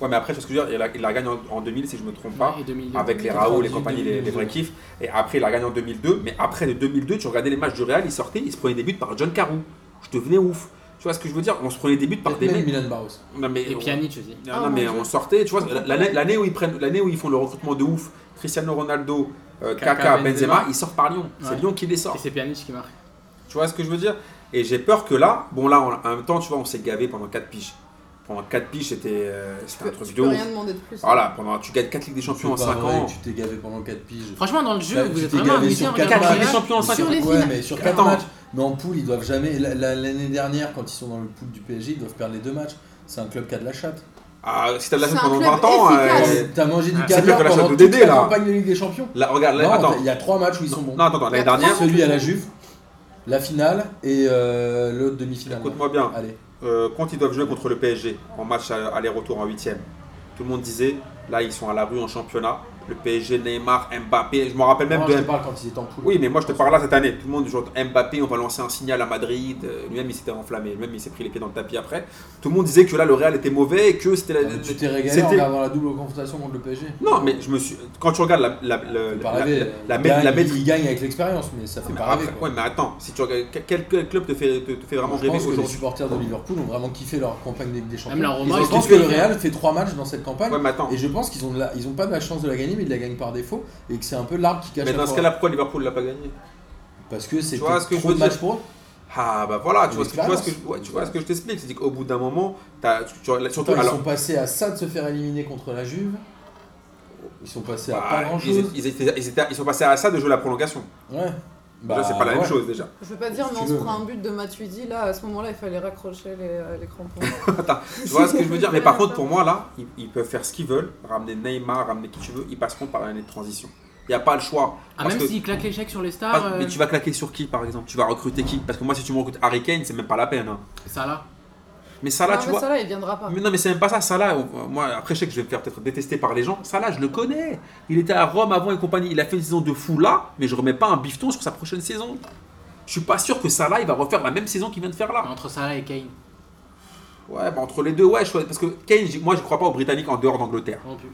B: Ouais, mais après, tu vois ce que je veux dire Ils la, ils la gagnent en, en 2000, si je ne me trompe pas.
A: Ouais, et 2002.
B: Avec les
C: 2000,
B: Raoul, les
C: 2000,
B: compagnies, les, les vrais
C: 2000.
B: kiffs. Et après, il la gagne en 2002. Mais après, de 2002, tu regardais les matchs du Real, ils sortaient, ils se prenaient des buts par John Carou. Je devenais ouf. Tu vois ce que je veux dire On se prenait des buts par des
C: Même
B: mecs.
C: Milan Barros.
B: Non, mais,
A: Et Pjanic aussi.
B: Non,
D: Ah,
B: non,
D: mon
B: mais
D: Dieu.
B: on sortait, tu vois, l'année l'année où ils prennent, l'année où ils font le recrutement de ouf, Cristiano Ronaldo, euh,
A: Kaka,
B: Kaka, Benzema,
A: Benzema,
B: ils sortent par Lyon.
A: Ouais.
B: C'est Lyon qui les
A: Et
B: sort.
A: c'est Pjanic qui marque.
B: Tu vois ce que je veux dire Et j'ai peur que là, bon là, on- en même temps, tu vois, on s'est gavé pendant 4 piges. Pendant 4 piges, c'était euh, c'était un
D: Tu
B: truc de
D: peux
B: ouf.
D: rien demander de plus.
B: Voilà, pendant, tu gagnes 4 Ligues des Champions en
C: C'est pas
B: 5
C: vrai,
B: ans.
C: Tu t'es gavé pendant 4 piges.
A: Franchement, dans le jeu,
C: Là,
A: vous
C: tu
A: êtes
C: t'es
A: vraiment
C: gavé
A: amusés
C: sur
D: hein.
A: en
C: quatre
A: regardant
B: matchs.
A: les
B: Les
A: matchs.
B: champions en
A: Sur
B: cinq ans.
A: les
C: Ouais,
A: finales.
C: mais sur 4
B: Attends.
C: matchs. Mais en poule, ils doivent jamais. la- la- L'année dernière, quand ils sont dans le pool du PSG, ils doivent perdre les deux matchs. C'est un club qui a de la chatte.
B: Ah, si t'as de la
D: C'est
B: chance
D: un
B: pendant
D: club
B: 20 ans,
D: efficace.
B: euh,
C: T'as mangé du
B: Ah, c'est mieux
C: caviar
B: que la
C: pendant
B: chatte de
C: toute
B: Dédé,
C: la
B: là.
C: campagne de Ligue des Champions.
B: là, regarde, là,
C: Non,
B: attends.
C: il y a trois matchs où ils sont bons.
B: Non, attends, attends, l'année
D: Quatre
B: dernière,
D: ans.
C: Celui à la Juve, la finale et euh, l'autre demi-finale.
B: écoute-moi bien.
C: Allez.
B: Euh, quand ils doivent jouer contre le PSG en match à- aller-retour en huitième, tout le monde disait, là ils sont à la rue en championnat, le PSG, Neymar, Mbappé, je me rappelle même
C: Moi,
B: de...
C: je te parle quand ils étaient en poule.
B: Oui mais moi je te parle là cette année, tout le monde joue Mbappé, on va lancer un signal à Madrid, Euh, lui-même il s'était enflammé, lui-même il s'est pris les pieds dans le tapis après, tout le monde disait que là le Real était mauvais et que c'était la...
C: Non, Ah, mais Euh, tu t'es régalé en
B: euh, c'était-
C: regardant la double confrontation contre le PSG.
B: Non mais je me suis... Quand tu regardes la... la, la,
C: Faut pas
B: Euh, la-
C: rêver.
B: la- la-
C: Ils
B: la- la-
C: gagnent-
B: maîtrise-
C: Ils gagnent avec l'expérience, mais ça fait pas rêver.
B: Après,
C: quoi.
B: ouais mais attends, si tu regardes, quel, quel club te fait, te, te fait vraiment
C: Je
B: rêver
C: pense que les
B: aujourd'hui
C: supporters de Liverpool ont vraiment kiffé leur campagne de Ligue des Champions.
A: Même la
C: Et
A: Roma,
C: je
A: ils
C: pense
A: ont
C: que
A: kiffé.
C: le Real fait trois matchs dans cette campagne.
B: Ouais mais attends,
C: Et je pense qu'ils ont, de la- ils ont pas de la chance de la gagner, mais ils la gagnent par défaut. Et que c'est un peu l'arbre qui cache
B: mais
C: la
B: dans ce
C: forêt.
B: cas-là pourquoi Liverpool l'a pas gagné
C: Parce que c'est
B: vois ce que je
C: trop
B: veux
C: de matchs
B: dire
C: pour eux.
B: Ah bah voilà, tu
C: Mais
B: vois, ce que, tu, vois ce que,
C: clairement.
B: ouais, tu vois ce que je t'explique, c'est qu'au bout d'un moment, t'as- tu, tu- là, surtout
C: Attends, ils
B: alors,
C: sont passés à ça de se faire éliminer contre la Juve. Ils sont passés à pas
B: bah,
C: grand
B: ils,
C: chose.
B: ils étaient- ils étaient- ils sont passés à ça de jouer la prolongation.
C: Ouais.
B: Déjà, Bah, c'est pas la
C: Bah, ouais.
B: même chose déjà.
D: Je veux pas dire,
C: Si
D: mais
C: tu
D: on se
C: veux,
D: prend un but de Matuidi, là, à ce moment-là, il fallait raccrocher les, euh, les crampons.
B: Tu vois ce que je veux dire Mais par contre, pour moi là, ils, ils peuvent faire ce qu'ils veulent, ramener Neymar, ramener qui tu veux, ils passeront par l'année de transition. Il n'y a pas le choix.
A: Ah,
B: Parce
A: même
B: que-
A: s'il claque l'échec sur les
B: Ah,
A: stars, euh,
B: mais tu vas claquer sur qui par exemple Tu vas recruter qui Parce que moi, si tu me recrutes Harry Kane, c'est même pas la peine. hein.
A: ça là.
B: Mais ça là,
D: Non,
B: tu
D: Ah, mais
B: vois.
D: ça là, il viendra pas.
B: Mais non, mais c'est même pas ça. Salah, on- moi, après, je sais que je vais me faire peut-être détester par les gens. Salah, je le connais. Il était à Rome avant et compagnie. Il a fait une saison de fou là, mais je remets pas un bifton sur sa prochaine saison. Je suis pas sûr que Salah, il va refaire la même saison qu'il vient de faire là.
A: Entre ça là et Kane.
B: Ouais, bah, entre les deux, ouais, je choisis- parce que Kane, j- moi, je crois pas aux Britanniques en dehors d'Angleterre.
A: Non plus.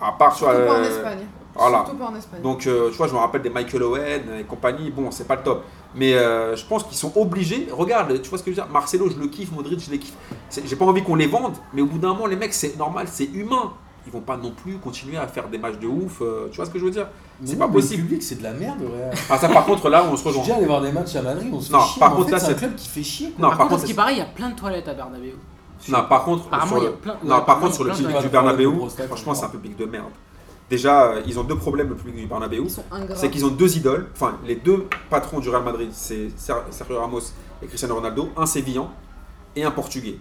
B: À part sur.
D: Surtout pas en
B: euh,
D: Espagne.
B: voilà.
D: Surtout pas en Espagne.
B: Donc, euh, tu vois, je me rappelle des Michael Owen et compagnie. Bon, c'est pas le top. Mais euh, je pense qu'ils sont obligés. Regarde, tu vois ce que je veux dire Marcelo, je le kiffe. Modric, je les kiffe. C'est- J'ai pas envie qu'on les vende. Mais au bout d'un moment, les mecs, c'est normal, c'est humain. Ils vont pas non plus continuer à faire des matchs de ouf. euh, tu vois ce que je veux dire
C: Mais
B: C'est pas
C: non,
B: possible.
C: Le public, c'est de la merde. Ouais.
B: Ah, ça, par contre, là, on se
C: Je suis
B: rejoint.
C: déjà allé voir des matchs à Madrid, on se fait
B: Non,
C: chier.
B: par
C: mais en
B: contre,
C: fait,
B: là,
C: c'est un
B: c'est-
C: club qui fait chier. quoi.
B: Non,
A: par,
B: par
A: contre,
B: contre,
A: ce qui
B: c'est-
A: paraît, il y a plein de toilettes à Bernabéu.
B: Non, par contre,
A: Apparemment,
B: sur
A: il y a
B: le-
A: plein- ouais,
B: non, par
A: apparemment,
B: contre,
A: il
B: sur
A: y
B: le
A: a plein
B: public
C: de-
B: du Bernabeu,
C: Ouais, ouais, ouais.
B: franchement, c'est un public de merde. Déjà, euh, ils ont deux problèmes, le public du Bernabeu.
D: Ils sont ingrats.
B: c'est qu'ils ont deux idoles, enfin les deux patrons du Real Madrid, c'est Ser- Sergio Ramos et Cristiano Ronaldo, un sévillan et un portugais.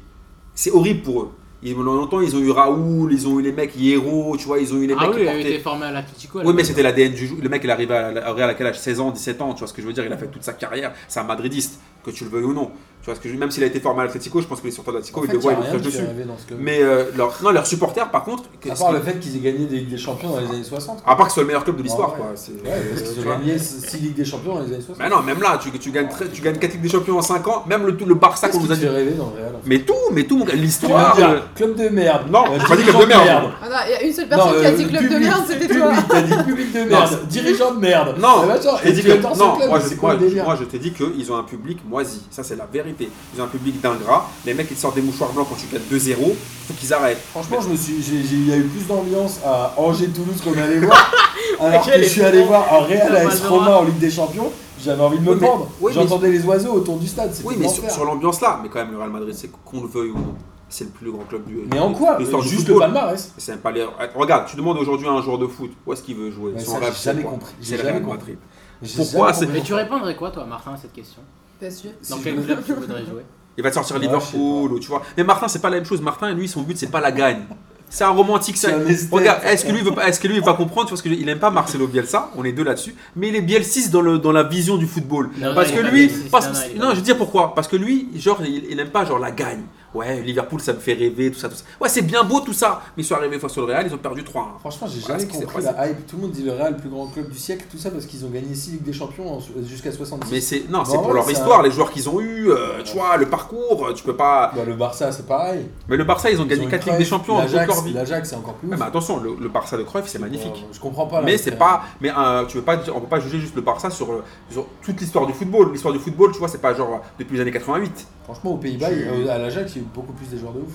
B: C'est horrible pour eux. Ils, longtemps, ils ont eu Raoul, ils ont eu les mecs Hierro, tu vois, ils ont eu les
A: Ah
B: mecs
A: oui, il
B: qui
A: avait
B: portaient.
A: été formé à l'Atlético. à la
B: Oui, mais
A: base.
B: c'était l'ADN du jeu. Le mec, il arrive à, à, au Real à quel âge 16 ans, 17 ans, tu vois ce que je veux dire Il a fait toute sa carrière. C'est un madridiste, que tu le veuilles ou non. Tu vois ce que je veux dire Même s'il a été formé à l'Atlético, je pense que les supporters de l'Atlético,
C: En
B: ils
C: fait,
B: le
C: il y
B: voient,
C: a
B: ils le
C: rien
B: crachent
C: qui fait
B: dessus.
C: rêver dans ce club.
B: Mais euh, leur- non, leurs supporters, par contre, que-
C: À part le fait qu'ils aient gagné des Ligues des Champions dans les années 60.
B: à part que ce soit le meilleur club de l'histoire,
C: Ah Ouais,
B: quoi. C'est-
C: Ouais, parce
B: tu
C: qu'ils ont
B: vois.
C: gagné 6 Ligues des Champions dans les années 60.
B: Mais non, même là, tu, tu gagnes, très- tu gagnes 4 Ligues des Champions en 5 ans, même le, tout le Barça
C: Qu'est-ce
B: qu'on
C: qui
B: nous a
C: te
B: dit.
C: fait rêver dans le Real en fait
B: Mais tout, mais tout,
C: Tu vas
B: l'histoire.
C: me dire,
B: euh,
C: club de merde.
B: Non,
C: Euh,
B: j'ai pas dit
C: dirigeant
B: club de merde.
D: Ah non, il y a une seule personne
C: Non,
D: qui a
C: euh,
D: dit
C: le
D: club de
C: public,
D: merde, c'était
C: public,
D: toi.
C: T'as dit public de merde, dirigeant de merde.
B: Non,
C: Ah bah, attends,
B: je t'ai
C: et
B: dit
C: tu
B: que-
C: adores ce
B: non,
C: club,
B: moi,
C: mais
B: je,
C: c'est quoi
B: moi, je-
C: le délire
B: moi, je t'ai dit qu'ils ont un public, moi moisi. Ça, c'est la vérité. Ils ont un public d'ingrat. Les mecs, ils te sortent des mouchoirs blancs quand tu gagnes 2-0. Faut qu'ils arrêtent.
C: Franchement, je me suis, j'ai- j'ai- il y a eu plus d'ambiance à Angers-Toulouse qu'on allait voir, alors que je suis allé voir un Real
A: T'as pas
C: AS
A: le droit.
C: Roma en Ligue des Champions. J'avais envie de me
B: Oui, mais-
C: pendre.
B: oui, mais-
C: J'entendais les oiseaux autour du stade. C'était
B: Oui, mais
C: l'enfer.
B: sur, sur l'ambiance là, mais quand même, le Real Madrid, c'est qu'on le veuille ou non, c'est le plus grand club du.
C: Mais en quoi Euh,
B: l'histoire du
C: Juste le
B: football.
C: palmarès.
B: C'est un palais- Regarde, tu demandes aujourd'hui à un joueur de foot où est-ce qu'il veut jouer.
C: Mais
B: Son
C: ça,
B: rêve,
C: j'ai
B: c'est
C: jamais
B: quoi
C: compris. J'ai
B: C'est le
C: jamais
B: Real
C: compris.
B: Madrid.
C: J'ai
B: Pourquoi
C: jamais
B: c'est-
C: compris.
A: Mais tu répondrais quoi, toi, Martin, à cette question
D: PSG.
C: Si
A: Dans
C: je
A: quel
C: me-
A: club tu voudrais jouer
B: Il va te sortir
C: Ouais,
B: Liverpool, ou tu vois. Mais Martin, c'est pas la même chose. Martin, lui, son but, c'est pas la gagne. C'est un romantique.
C: C'est un esthète.
B: Regarde, est-ce que lui, il veut pas, est-ce que lui, il va comprendre, tu vois, parce qu'il aime pas Marcelo Bielsa. On est deux là-dessus. Mais il est Bielsis dans le, dans la vision du football.
A: Non,
B: parce
A: non,
B: que
A: il est
B: lui,
A: pas Bielsis,
B: parce-
A: non, non, il est
B: non,
A: pas
B: je veux dire pourquoi. Parce que lui, genre, il, il aime pas genre la gagne. Ouais, Liverpool, ça me fait rêver, tout ça, tout ça. Ouais, c'est bien beau tout ça. Mais ils sont arrivés face au Real, ils ont perdu 3-1.
C: Franchement, j'ai
B: Voilà
C: jamais
B: ce qui s'est
C: compris la hype. Tout le monde dit le Real, le plus grand club du siècle, tout ça parce qu'ils ont gagné 6 Ligues des Champions en- euh, jusqu'à 66.
B: Mais c'est non, c'est
C: Non,
B: pour leur
C: ça-
B: histoire, les joueurs qu'ils ont eu, euh, tu vois, le parcours, euh, tu peux pas.
C: Bah, le Barça, c'est pareil.
B: Mais le Barça, ils ont
C: Ils
B: gagné
C: ont
B: 4
C: une
B: Ligues des
C: Cruyff,
B: Champions en toute
C: l'Ajax-
B: leur vie.
C: L'Ajax, c'est encore plus.
B: Ouais,
C: ouf.
B: mais attention, le, le Barça de Cruyff, c'est magnifique.
C: Bon, je comprends pas. là,
B: mais
C: parce
B: c'est
C: que-
B: pas, mais euh, tu veux pas, dire- on peut pas juger juste le Barça sur, le- sur toute l'histoire du football. L'histoire du football, tu vois, c'est pas genre euh, depuis les années 88.
C: Franchement, aux Pays-Bas,
B: Tu-
C: il- à l'Ajax, il y a eu beaucoup plus des joueurs de ouf.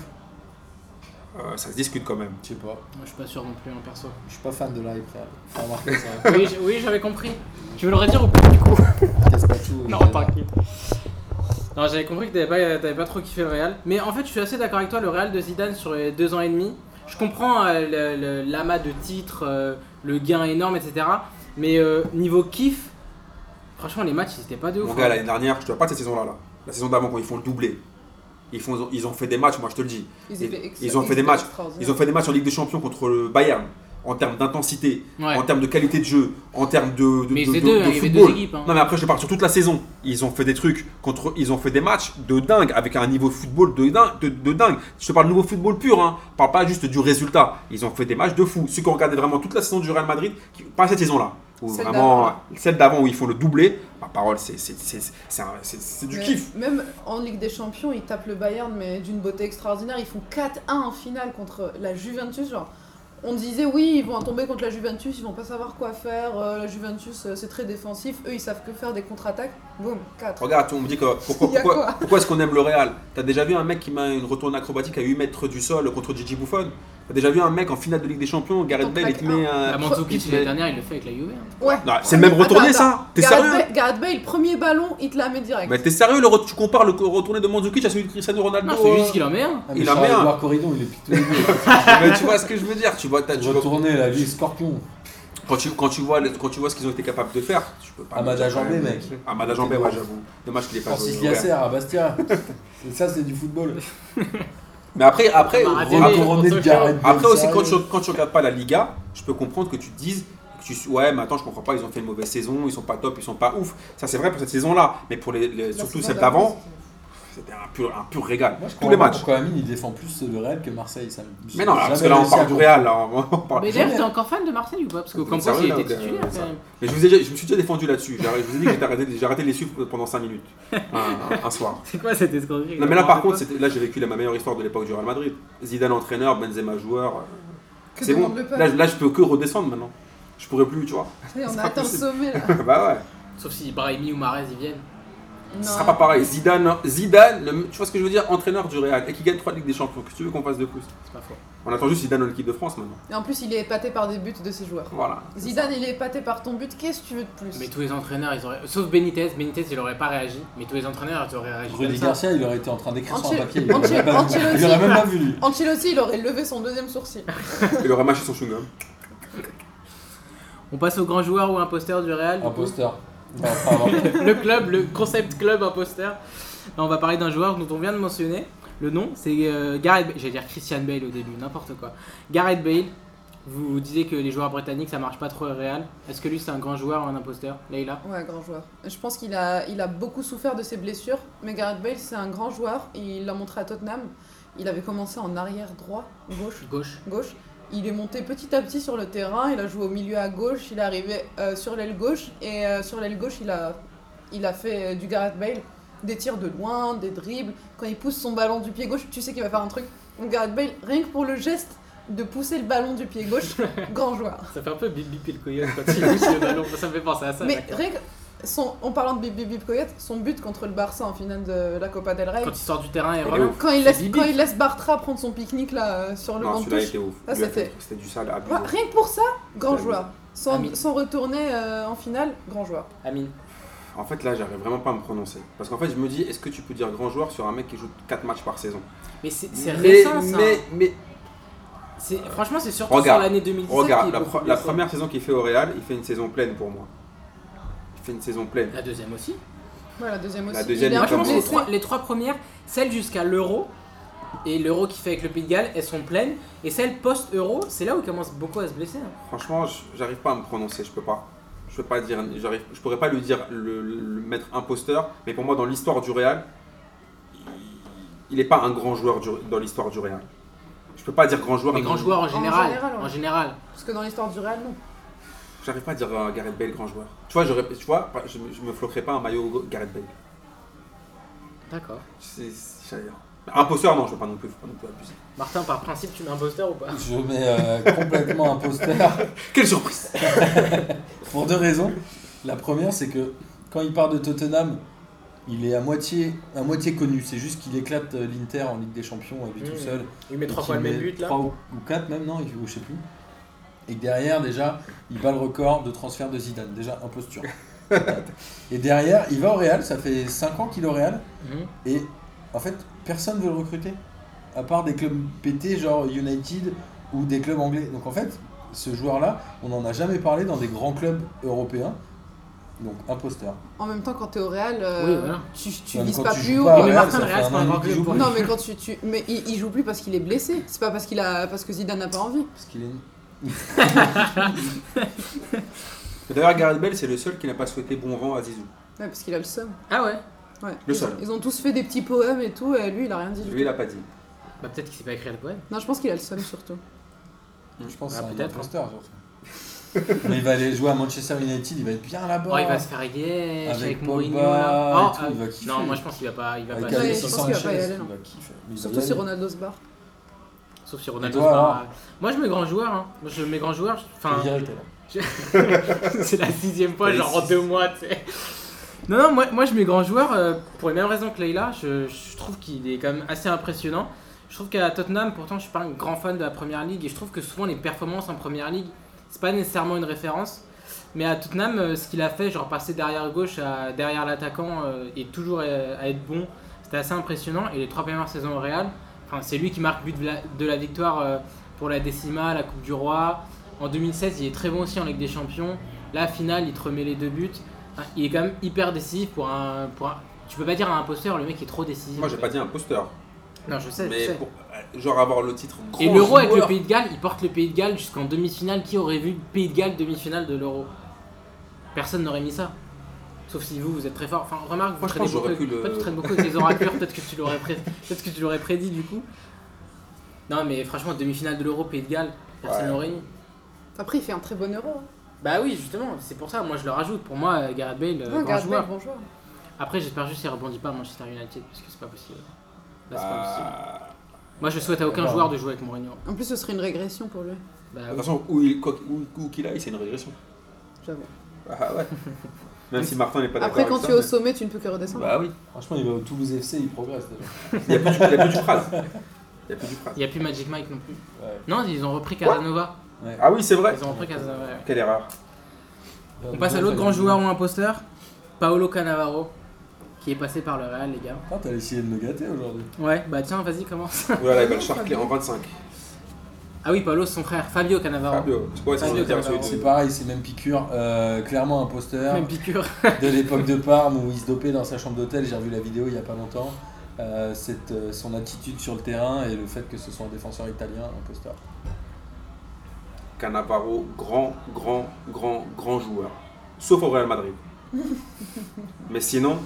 B: Euh, ça se discute quand même.
C: Je sais pas.
A: Moi, je suis pas sûr non plus en perso.
C: Je suis pas fan de l'hype Real. T'as remarqué ça
A: Oui, j- oui, j'avais compris. Tu veux le redire ou pas du coup
C: Casse pas tout.
A: Non,
C: euh,
A: t'inquiète. Non, j'avais compris que t'avais pas, t'avais pas trop kiffé le Real. Mais en fait, je suis assez d'accord avec toi, le Real de Zidane sur les deux ans et demi. Je comprends euh, le- le- l'amas de titres, euh, le gain énorme, etc. Mais euh, niveau kiff, franchement, les matchs, c'était pas de ouf.
B: Mon gars,
A: hein.
B: l'année dernière, je te vois pas de cette saison-là, là. La saison d'avant, quand ils font le doublé, ils font, ils ont fait des matchs. Moi, je te le dis.
D: Ils, étaient ex-
B: Ils ont fait
D: étaient
B: des matchs.
D: extraordinaires.
B: Ils ont fait des matchs en Ligue des Champions contre le Bayern. En termes d'intensité,
A: Ouais.
B: en termes de qualité de jeu, en termes de, de,
A: Mais
B: de-
A: c'est
B: de-
A: deux,
B: de
A: hein, il y avait deux
B: football.
A: équipes, hein.
B: Non mais après je parle sur toute la saison. Ils ont fait des trucs contre, ils ont fait des matchs de dingue avec un niveau de football de dingue, de, de dingue. Je te parle nouveau football pur, hein. Je parle pas juste du résultat. Ils ont fait des matchs de fou. Ceux qui ont regardé vraiment toute la saison du Real Madrid, qui- pas cette saison-là, où
D: Celle
B: vraiment
D: d'avant.
B: celle d'avant où ils font le doublé. Ma parole, c'est c'est c'est- c'est un- c'est- c'est du
D: Mais
B: kiff.
D: Même en Ligue des Champions, ils tapent le Bayern, mais d'une beauté extraordinaire. Ils font 4-1 en finale contre la Juventus. Genre, on disait oui, ils vont en tomber contre la Juventus, ils vont pas savoir quoi faire. euh, la Juventus, euh, c'est très défensif. Eux, ils savent que faire des contre-attaques. Boum, 4.
B: Regarde, on me dit que pourquoi,
D: Il y a
B: pourquoi,
D: quoi
B: pourquoi est-ce qu'on aime le Real T'as déjà vu un mec qui met une retourne acrobatique à 8 mètres du sol contre Gigi Buffon T'as déjà vu un mec en finale de Ligue des Champions, Gareth
D: T'en
B: Bale, il te
D: claques
B: met un.
A: La Mandzukic, l'année dernière, il le fait avec la Juve. hein.
D: Ouais.
B: Non, c'est même retourné
D: Attends,
B: ça T'es
D: Gareth
B: sérieux
D: Bale- Gareth Bale, premier ballon, il te la met direct.
B: Mais t'es sérieux le re- Tu compares le retourné de Mandzukic à celui de Cristiano Ronaldo
A: Non, c'est
B: euh
A: juste qu'il en met un.
C: Ah, mais
B: Il en
C: Charles
B: met un.
C: Edouard Corridon, il est pique tous les deux.
B: Mais tu vois ce que je veux dire Tu vois, t'as- tu vois-
C: Retourner là, lui, Scorpion.
B: quand, tu, quand, tu vois le- quand tu vois ce qu'ils ont été capables de faire, tu peux pas.
C: Amada Jambé, mec.
B: Amada Jambé, ouais, j'avoue. Dommage qu'il est pas
C: Francis
B: joué au Real.
C: Gasser à Bastia. Et ça, c'est du football.
B: Ah, Mais après, après,
A: Ah,
B: après,
A: Télé,
C: Ah,
A: on
C: pour emmener
A: se
C: de Gareth Bale,
B: Après aussi,
C: sérieux.
B: quand tu, quand tu regardes pas la Liga, je peux comprendre que tu te dises que tu, ouais, mais attends, je comprends pas, ils ont fait une mauvaise saison, ils sont pas top, ils sont pas ouf. Ça, c'est vrai pour cette saison-là, mais pour les, les-
D: La
B: surtout
D: saison
B: celle
D: d'avant,
B: d'avant, c'était un pur, un pur régal.
C: Moi, je
B: Tous les
C: comprends pas
B: matchs.
C: Pourquoi Amine, il défend plus le Real que Marseille ça me-
B: Mais non, là, parce que
C: jamais
B: là, on
C: réussi à
B: parle du
C: comprendre.
B: Real. Là, on, on parle-
A: Mais d'ailleurs, t'es encore fan de Marseille ou pas Parce que
B: Vous êtes
A: Campos, il
B: sérieux,
A: était
B: là,
A: titulaire
B: euh,
A: quand même.
B: Mais je, vous ai, je me suis déjà défendu là-dessus. J'ai- Je vous ai dit que j'étais arrêté- j'ai arrêté de les suivre pendant 5 minutes un- un- un soir.
A: C'est quoi cette escroquerie
B: Non mais là par contre, c'était- là j'ai vécu la, ma meilleure histoire de l'époque du Real Madrid. Zidane entraîneur, Benzema joueur.
D: Que
B: C'est bon.
D: demande le peuple.
B: Là, je- là je peux que redescendre maintenant. Je pourrais plus, tu vois.
D: Et on
B: c'est
D: a
B: pas
D: atteint le
B: possible.
D: sommet là.
B: bah ouais.
A: Sauf si Brahimi ou Marez ils viennent.
B: Ce
D: Non.
B: sera pas pareil. Zidane, Zidane, le- tu vois ce que je veux dire, entraîneur du Real et qui gagne 3 Ligues des Champions. Qu'est-ce que tu veux qu'on fasse de plus
A: C'est pas faux.
B: On attend juste Zidane en équipe de France maintenant.
D: Et en plus, il est épaté par des buts de ses joueurs.
B: Voilà.
D: Zidane, il est épaté par ton but. Qu'est-ce que tu veux de plus
A: Mais tous les entraîneurs, ils auraient. Sauf Benitez, Benitez, il aurait pas réagi. Mais tous les entraîneurs, ils auraient réagi.
C: Rudy
A: Comme ça.
C: Garcia, il aurait été en train d'écrire sur un
D: Anche-
C: papier. Il aurait
D: Anche-
C: même pas vu.
D: Ancelotti.
C: Il aurait même pas vu lui.
D: Ancelotti, il aurait levé son deuxième sourcil.
B: Il aurait mâché son chewing-gum.
A: On passe au grand joueur ou imposteur du Real. du coup.
C: Imposteur. Non, pardon.
A: le club, le concept club imposteur. Là, on va parler d'un joueur dont on vient de mentionner le nom. C'est euh, Gareth Bale. J'allais dire Christian Bale au début, n'importe quoi. Gareth Bale. Vous disiez que les joueurs britanniques ça marche pas trop au Real. Est-ce que lui c'est un grand joueur ou un imposteur Leïla
D: Ouais, grand joueur. Je pense qu'il a, il a beaucoup souffert de ses blessures, mais Gareth Bale, c'est un grand joueur. Il l'a montré à Tottenham. Il avait commencé en arrière droit, gauche,
A: Gauche.
D: gauche. Il est monté petit à petit sur le terrain. Il a joué au milieu à gauche. Il est arrivé euh, sur l'aile gauche et euh, sur l'aile gauche, il a, il a fait euh, du Gareth Bale, des tirs de loin, des dribbles. Quand il pousse son ballon du pied gauche, tu sais qu'il va faire un truc. Donc Gareth Bale, rien que pour le geste de pousser le ballon du pied gauche, grand joueur.
A: Ça fait un peu bip bip et le coyote quand il pousse le ballon. Ça me fait penser à ça.
D: Mais rien que- son, en parlant de Bip Bip Bip Coyote, son but contre le Barça en finale de la Copa del Rey,
A: Quand il sort du terrain et
B: Il est
A: revient.
B: ouf.
D: quand il laisse,
A: Bip
D: quand
A: Bip.
D: il laisse Bartra prendre son pique-nique là euh, sur le
B: Non,
D: banc de
B: celui-là
D: touche.
B: était ouf.
D: Ah,
B: Lui a
D: c'était-
B: fait- C'était du sale à
D: Ouais, Bah, rien que pour ça, grand
B: Abusé.
D: joueur.
A: Ah,
D: Sans,
A: mais-
D: sans retourner euh, en finale, grand joueur.
A: Amine.
B: En fait, là, j'arrive vraiment pas à me prononcer. Parce qu'en fait, je me dis, est-ce que tu peux dire grand joueur sur un mec qui joue 4 matchs par saison
A: Mais c'est c'est
B: Mais-
A: récent ça.
B: mais- mais
A: C'est- Franchement, c'est surtout
B: Regarde.
A: sur l'année 2017.
B: Regarde,
A: qu'il est
B: la,
A: beaucoup
B: pre- la
A: blessé.
B: première saison qu'il fait au Real, il fait une saison pleine pour moi. Il fait une saison pleine.
A: La deuxième aussi.
D: Ouais, la deuxième aussi.
B: La deuxième,
D: il
B: il
D: est un
A: Moi, je
D: peu
A: pense que les
B: commence.
D: blessé.
A: trois, les trois premières, celles jusqu'à l'euro et l'euro qui fait avec le Pays de Galles, elles sont pleines. Et celles post-euro, c'est là où il commence beaucoup à se blesser. hein.
B: Franchement, j- j'arrive pas à me prononcer, je peux pas. Je peux pas dire, j'arrive, je pourrais pas lui dire le, le mettre imposteur, mais pour moi dans l'histoire du Real, il- il est pas un grand joueur du- dans l'histoire du Real. Je peux pas dire grand joueur.
A: Les
B: mais-
A: grands joueurs en général.
D: général, ouais.
A: En général.
D: Parce que dans l'histoire du Real, non.
B: J'arrive pas à dire euh, Gareth Bale grand joueur. Tu vois, j'aurais- tu vois, je, me- je me floquerais pas un maillot Gareth Bale.
A: D'accord.
B: C'est, c'est- imposteur, non, je peux pas non plus, faut pas non plus abuser.
A: Martin, par principe, tu mets un poster ou pas
C: Je mets euh, complètement un poster
B: Quelle surprise
C: pour deux raisons. La première, c'est que quand il part de Tottenham, il est à moitié, à moitié connu. C'est juste qu'il éclate euh, l'Inter en Ligue des Champions à lui
A: Mmh.
C: tout seul.
A: Il met
C: Et
A: trois
C: qu'il
A: fois le même
C: met
A: but là.
C: trois ou, ou quatre même, non, il- ou je sais plus. Et que derrière, déjà, il bat le record de transfert de Zidane. Déjà, imposture. et derrière, il va au Real. Ça fait 5 ans qu'il est au Real.
A: Mhm.
C: Et en fait, personne veut le recruter. À part des clubs pétés, genre United ou des clubs anglais. Donc en fait, ce joueur-là, on n'en a jamais parlé dans des grands clubs européens. Donc imposteur.
D: En même temps, quand t'es au Real, euh,
A: Oui, voilà.
D: tu, tu
C: Même
D: vises
C: quand
D: pas
C: tu
D: plus
C: joues
D: haut.
C: pas au
A: Mais
C: Real,
A: Martin,
C: ça
A: le Real,
C: fait
A: c'est
C: un
A: pas un
C: an
A: grand
C: et demi
A: club
C: qu'il joue
A: pour
C: plus.
D: Non, mais quand tu, tu mais il, il joue plus parce qu'il est blessé. C'est pas parce qu'il a, parce que Zidane n'a pas envie.
C: Parce qu'il est...
B: D'ailleurs, Gareth Bale, c'est le seul qui n'a pas souhaité bon vent à Zizou.
D: Ouais, parce qu'il a le seum.
A: Ah ouais
D: Ouais.
B: Le
D: ils,
B: seum.
D: ils ont tous fait des petits poèmes et tout, et lui, il a rien dit. du
B: Lui, il a pas dit.
A: Bah peut-être qu'il sait pas écrire le poème.
D: tout. Non, je pense qu'il a le seum surtout.
C: Je pense
A: Ah,
C: que c'est un
A: peut-être,
C: imposteur, surtout. Mais il va aller jouer à Manchester United, il va être bien là-bas.
A: Oh, il va se faire guéche avec,
C: Avec
A: Mourinho
C: Pogba
A: là. Oh,
C: et tout, il va kiffer.
A: non, moi je pense qu'il va pas, il va
C: Avec
A: pas.
D: Ouais,
C: Alexis
D: je pense qu'il va pas y
C: Sanchez,
D: aller, non.
C: il va kiffer. Mais il va y
D: Surtout
C: aller.
D: si Ronaldo's bar.
A: Sauf si Ronaldo.
C: Et toi, hein.
A: se barre.
C: alors
A: Moi je mets grand joueur. Hein. Moi, Je mets grand joueur. je- Enfin,
C: Je dirais que t'es là.
A: c'est la sixième fois,
B: Allez,
A: genre en
B: six.
A: deux mois. tu sais. Non, non, moi, moi je mets grand joueur euh, pour les mêmes raisons que Leila. Je, je trouve qu'il est quand même assez impressionnant. Je trouve qu'à Tottenham, pourtant, je suis pas un grand fan de la première ligue et je trouve que souvent les performances en première ligue, c'est pas nécessairement une référence. Mais à Tottenham, euh, ce qu'il a fait, genre passer derrière gauche à derrière l'attaquant euh, et toujours euh, à être bon, c'était assez impressionnant. Et les trois premières saisons au Real, enfin, c'est lui qui marque but de la, de la victoire euh, pour la décima, la Coupe du Roi. En 2016, il est très bon aussi en Ligue des Champions. Là, finale, il te remet les deux buts. Enfin, Il est quand même hyper décisif pour un. Pour un- Tu peux pas dire à un imposteur, le mec est trop décisif.
B: Moi, j'ai pas dit imposteur.
A: Non, je sais, je
B: Mais
A: sais.
B: pour- euh, genre avoir le titre grand
A: Et l'euro avec le
B: joueur.
A: Pays de Galles, il porte le Pays de Galles jusqu'en demi-finale. Qui aurait vu Pays de Galles demi-finale de l'euro Personne n'aurait mis ça. Sauf si vous, vous êtes très fort. Enfin, remarque, vous
B: Moi, je
A: traînez
B: pense que
A: beaucoup,
B: j'aurais pu le-
A: toi, tu traînes beaucoup avec les oracles, peut-être que tu l'aurais pré- peut-être que tu l'aurais prédit du coup. Non, mais franchement, demi-finale de l'euro, Pays de Galles, personne
B: Ouais.
A: n'aurait mis.
D: Après, il fait un très bon euro. hein.
A: Bah oui, justement, c'est pour ça, moi je le rajoute. Pour moi, euh, Gareth Bale, euh,
D: Non,
A: grand
D: Gareth Bale,
A: joueur.
D: bon joueur.
A: Après, j'espère juste qu'il rebondit pas à Manchester United, parce que c'est pas possible. Là, c'est pas possible.
B: Bah,
A: Moi, je souhaite à aucun
C: bah,
A: joueur de jouer avec Mourinho.
D: En plus, ce serait une régression pour lui.
A: Bah,
B: De toute
A: oui.
B: façon, où il- quoi- où- où qu'il aille, c'est une régression.
D: J'avoue.
B: Ah ouais. Même si Martin n'est pas d'accord.
D: Après, quand
B: avec
D: tu es
B: ça,
D: au sommet, tu ne peux que redescendre.
B: Bah oui.
C: Franchement, il va au Toulouse FC, il progresse déjà.
B: Il n'y a, plus du- il y a plus du phrase. Il y a plus du phrase.
A: Il n'y a plus Magic Mike non plus.
C: Ouais.
A: Non, ils ont repris Casanova.
C: Ouais.
B: Ah oui, c'est vrai.
A: Ils ont repris Casanova. ouais.
B: Quelle erreur.
A: On passe à l'autre grand joueur ou imposteur, Paolo Cannavaro, qui est passé par le Real, les gars.
C: Ah, t'as essayé de me gâter aujourd'hui.
A: Ouais, bah tiens, vas-y, commence.
B: Ouh là là, il va le charcler en 25.
A: Ah oui, Paolo, c'est son frère, Fabio Cannavaro.
B: Fabio. Ouais, Ah, euh, c'est
A: Fabio
B: son intérêt,
A: Cannavaro.
B: celui
C: C'est
B: de-
C: pareil, c'est même piqûre. euh, clairement un poster
A: Même piqûre.
C: de l'époque de Parme où il se dopait dans sa chambre d'hôtel. J'ai revu la vidéo il y a pas longtemps. Euh, cette, euh, son attitude sur le terrain et le fait que ce soit un défenseur italien, un poster.
B: Cannavaro, grand, grand, grand, grand joueur. Sauf au Real Madrid. Mais sinon,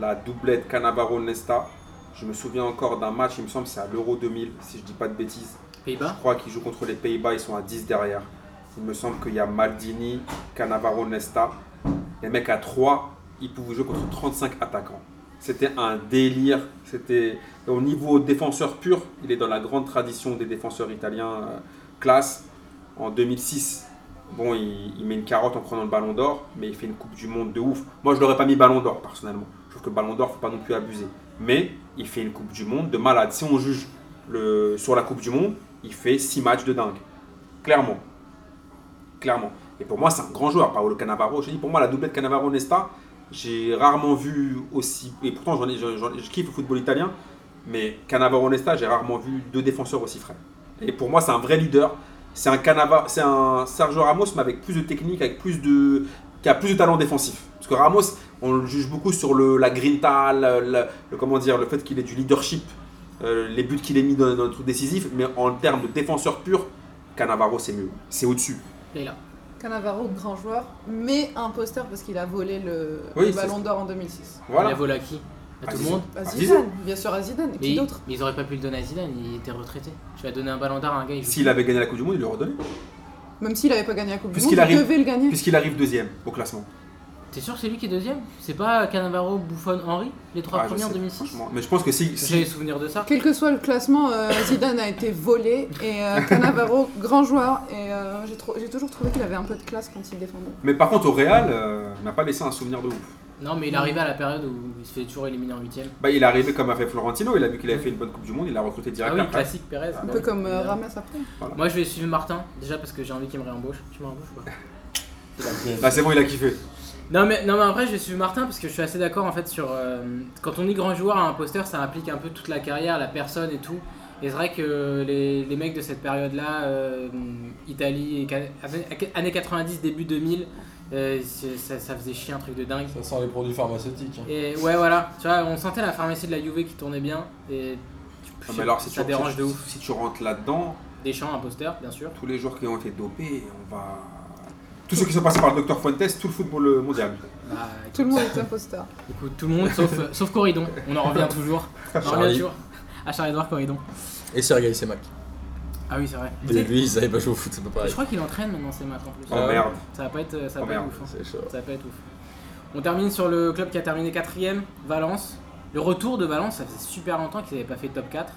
B: la doublette Cannavaro-Nesta, je me souviens encore d'un match, il me semble, c'est à l'Euro 2000, si je dis pas de bêtises.
A: Pays-Bas.
B: Je crois qu'ils jouent contre les Pays-Bas, ils sont à 10 derrière. Il me semble qu'il y a Maldini, Cannavaro, Nesta. Les mecs à 3, ils pouvaient jouer contre 35 attaquants. C'était un délire. C'était au niveau défenseur pur, il est dans la grande tradition des défenseurs italiens euh, classe. En 2006, Bon, il, il met une carotte en prenant le ballon d'or, mais il fait une Coupe du Monde de ouf. Moi, je l'aurais pas mis ballon d'or, personnellement. Je trouve que ballon d'or, faut pas non plus abuser. Mais il fait une Coupe du Monde de malade. Si on juge le, sur la Coupe du Monde, il fait 6 matchs de dingue. Clairement. Clairement. Et pour moi, c'est un grand joueur, Paolo Cannavaro. Je dis, pour moi, la doublette Cannavaro-Nesta, j'ai rarement vu aussi. Et pourtant, j'en ai- j'en- j'en- je kiffe le football italien, mais Cannavaro-Nesta, j'ai rarement vu deux défenseurs aussi frais. Et pour moi, c'est un vrai leader. C'est un, Cannava- c'est un Sergio Ramos, mais avec plus de technique, avec plus de, qui a plus de talent défensif. Parce que Ramos, on le juge beaucoup sur le, la grinta, le, le- le- comment dire, le fait qu'il ait du leadership, euh, les buts qu'il ait mis dans, dans le truc décisif, mais en termes de défenseur pur, Cannavaro, c'est mieux. C'est au-dessus.
A: Il est là.
D: Cannavaro, grand joueur, mais imposteur parce qu'il a volé le,
B: Oui,
D: le
B: c'est
D: Ballon d'Or en 2006.
A: Il
B: Voilà.
A: a volé à qui À
B: Ah,
A: tout le
B: Zizou.
A: monde
D: Bah,
B: Ah,
D: Zidane, bien sûr à Zidane, et
A: mais,
D: qui
A: ils-
D: d'autre
A: mais ils auraient pas pu le donner à Zidane, il était retraité. Tu vas donner un ballon d'or à un gars, il joue
B: S'il avait gagné la Coupe du Monde, il l'aurait donné.
D: Même s'il n'avait pas gagné la Coupe du Monde,
B: Puisqu'il
D: il
B: arrive-
D: devait le gagner.
B: Puisqu'il arrive deuxième au classement.
A: T'es sûr que c'est lui qui est deuxième C'est pas Cannavaro, Buffon, Henry Les trois
B: Ah, je
A: premiers en
B: sais,
A: 2006
B: franchement. Mais je pense que si. si-
A: J'ai les souvenirs de ça.
D: Quel que soit le classement, euh, Zidane a été volé et euh, Cannavaro, grand joueur. Et euh, j'ai tro- j'ai toujours trouvé qu'il avait un peu de classe quand il défendait.
B: Mais par contre, au Real, euh, il n'a pas laissé un souvenir de ouf.
A: Non, mais il est arrivé à la période où il se fait toujours éliminer en huitième.
B: Bah, il est arrivé comme a fait Florentino, il a vu qu'il avait fait une bonne Coupe du Monde, il l'a recruté
A: Ah
B: direct
A: oui,
B: après.
A: classique Perez.
D: Un peu comme euh, Rames après.
A: Moi je vais suivre Martin, déjà parce que j'ai envie qu'il me réembauche. Tu m'embauches ou pas
B: Ah, c'est bon, il a kiffé.
A: Non mais, non mais en vrai je suis Martin parce que je suis assez d'accord en fait sur... euh, quand on dit grand joueur à imposteur ça implique un peu toute la carrière, la personne et tout. Et c'est vrai que les, les mecs de cette période là, Italie, et ca- années 90, début 2000, euh, c'est- ça, ça faisait chier un truc de dingue.
C: Ça sent les produits pharmaceutiques. hein.
A: Et ouais voilà, tu vois on sentait la pharmacie de la Juve qui tournait bien et...
B: Ah, mais alors, si
A: ça
B: tu,
A: dérange
B: si-
A: de ouf.
B: Si tu rentres là-dedans,
A: Deschamps, imposteur bien sûr.
B: tous les joueurs qui ont été dopés, on va. Tous ceux qui sont passés par le Dr Fuentes, tout le football mondial.
A: Bah,
D: Tout le monde est imposteur.
A: Écoute, tout le monde sauf, euh, sauf Corridon. On en revient toujours. On en revient
C: Charlie.
A: toujours à Charles-Edouard Corridon.
C: Et Sergei Semak.
A: Ah oui, c'est vrai.
C: Et lui, il savait pas jouer au foot, c'est pas
A: Je
C: pareil.
A: crois qu'il entraîne maintenant ses matchs en plus.
B: Oh
C: Ah ouais.
B: merde.
A: Ça va pas être, ça va
B: Oh
A: pas être
B: merde.
A: ouf. hein.
C: C'est chaud.
A: Ça va pas être ouf. On termine sur le club qui a terminé quatrième, Valence. Le retour de Valence, ça faisait super longtemps qu'ils n'avaient pas fait top 4.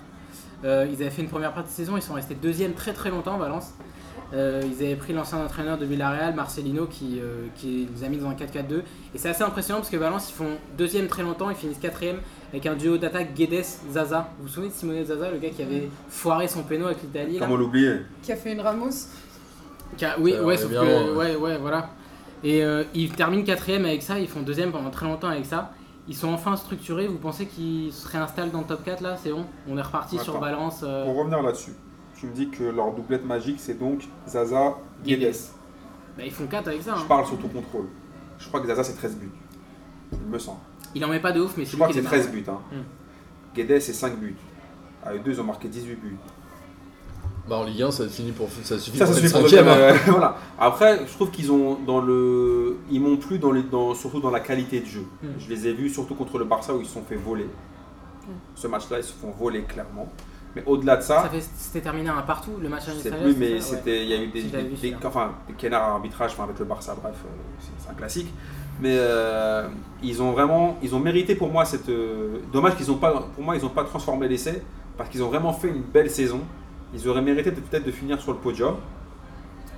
A: Euh, ils avaient fait une première partie de saison, ils sont restés deuxième très très longtemps, Valence. Euh, ils avaient pris l'ancien entraîneur de Villarreal, Marcelino, qui, euh, qui les a mis dans un 4-4-2. Et c'est assez impressionnant parce que Valence, ils font deuxième très longtemps, ils finissent quatrième avec un duo d'attaque Guedes-Zaza. Vous vous souvenez de Simone Zaza, le gars qui avait foiré son péno avec l'Italie là
B: Comment l'oublier
D: Qui a fait une Ramos
A: Ca- oui,
C: Ça
A: ouais,
C: leur est
A: sauf
C: bien
A: que-
C: loin,
A: ouais, ouais, voilà. Et euh, ils terminent quatrième avec ça, ils font deuxième pendant très longtemps avec ça. Ils sont enfin structurés, vous pensez qu'ils se réinstallent dans le top 4 là C'est bon On est reparti sur
B: Attends.
A: Valence. euh,
B: Pour revenir là-dessus, tu me dis que leur doublette magique, c'est donc Zaza, Guedes. Ah.
A: bah, ils font 4 avec ça.
B: Je
A: hein.
B: parle sous tout contrôle. Je crois que Zaza, c'est 13 buts. Il me semble.
A: Il en met pas de ouf, mais
B: Je
A: c'est lui
B: crois
A: qui
B: que c'est
A: démarre.
B: 13 buts. Hein.
A: Hmm.
B: Guedes, c'est 5 buts. Ah, eux deux, ils ont marqué 18 buts.
C: Bah en Ligue 1, ça finit pour ça suffit
B: Ça, ça
C: pour
B: suffit
C: être
B: pour
C: cinquième,
B: le- euh,
C: hein.
B: voilà. Après, je trouve qu'ils ont dans le, ils m'ont plu dans les, dans, surtout dans la qualité de jeu.
A: Mm.
B: Je les ai vus surtout contre le Barça où ils se sont fait voler. Ce match-là, ils se font voler clairement. Mais au-delà de
A: Ça
B: Hmm. ça,
A: fait- C'était terminé à un partout, le match à
B: je sais
A: l'extérieur,
B: plus,
A: c'est
B: mais
A: ça, ouais.
B: c'était, il y a eu des,
A: Si, je l'avais vu,
B: des- des-
A: celui-là.
B: enfin, des canards à arbitrage, enfin, avec le Barça, bref, euh, c'est, c'est un classique. Mais euh, ils ont vraiment, ils ont mérité pour moi cette. euh, dommage qu'ils ont pas, pour moi, ils n'ont pas transformé l'essai parce qu'ils ont vraiment fait une belle saison. Ils auraient mérité de- peut-être de finir sur le podium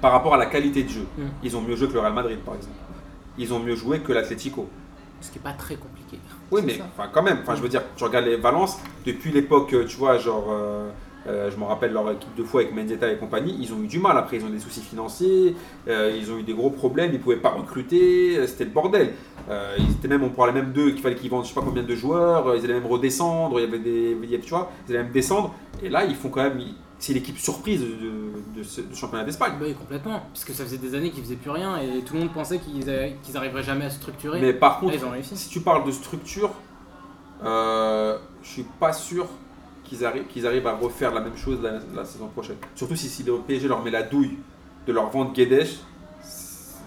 B: par rapport à la qualité de jeu.
A: Mm.
B: Ils ont mieux joué que le Real Madrid, par exemple. Ils ont mieux joué que l'Atlético.
A: Ce qui est pas très compliqué.
B: Oui,
D: C'est
B: mais
D: ça.
B: enfin, quand même, enfin, je veux dire, tu regardes les Valence, depuis l'époque, euh, tu vois, genre, euh, euh, je me rappelle leur équipe de fois avec Mendetta et compagnie, ils ont eu du mal après, ils ont des soucis financiers, euh, ils ont eu des gros problèmes, ils pouvaient pas recruter, euh, c'était le bordel. Euh, ils étaient même, on parlait même d'eux, qu'il fallait qu'ils vendent je sais pas combien de joueurs, euh, ils allaient même redescendre, il y avait des, il y avait- tu vois, ils allaient même descendre, et là, ils font quand même, ils- c'est l'équipe surprise de, de ce du championnat d'Espagne.
A: Bah oui, complètement, parce que ça faisait des années qu'ils faisaient plus rien et tout le monde pensait qu'ils a- qu'ils arriveraient jamais à se structurer.
B: Mais par
A: Là,
B: contre,
A: ils ont réussi.
B: Si tu parles de structure, euh, je suis pas sûr qu'ils arrivent, qu'ils arrivent à refaire la même chose la, la saison prochaine. Surtout si, si le PSG leur met la douille de leur vente Guedes. c'est-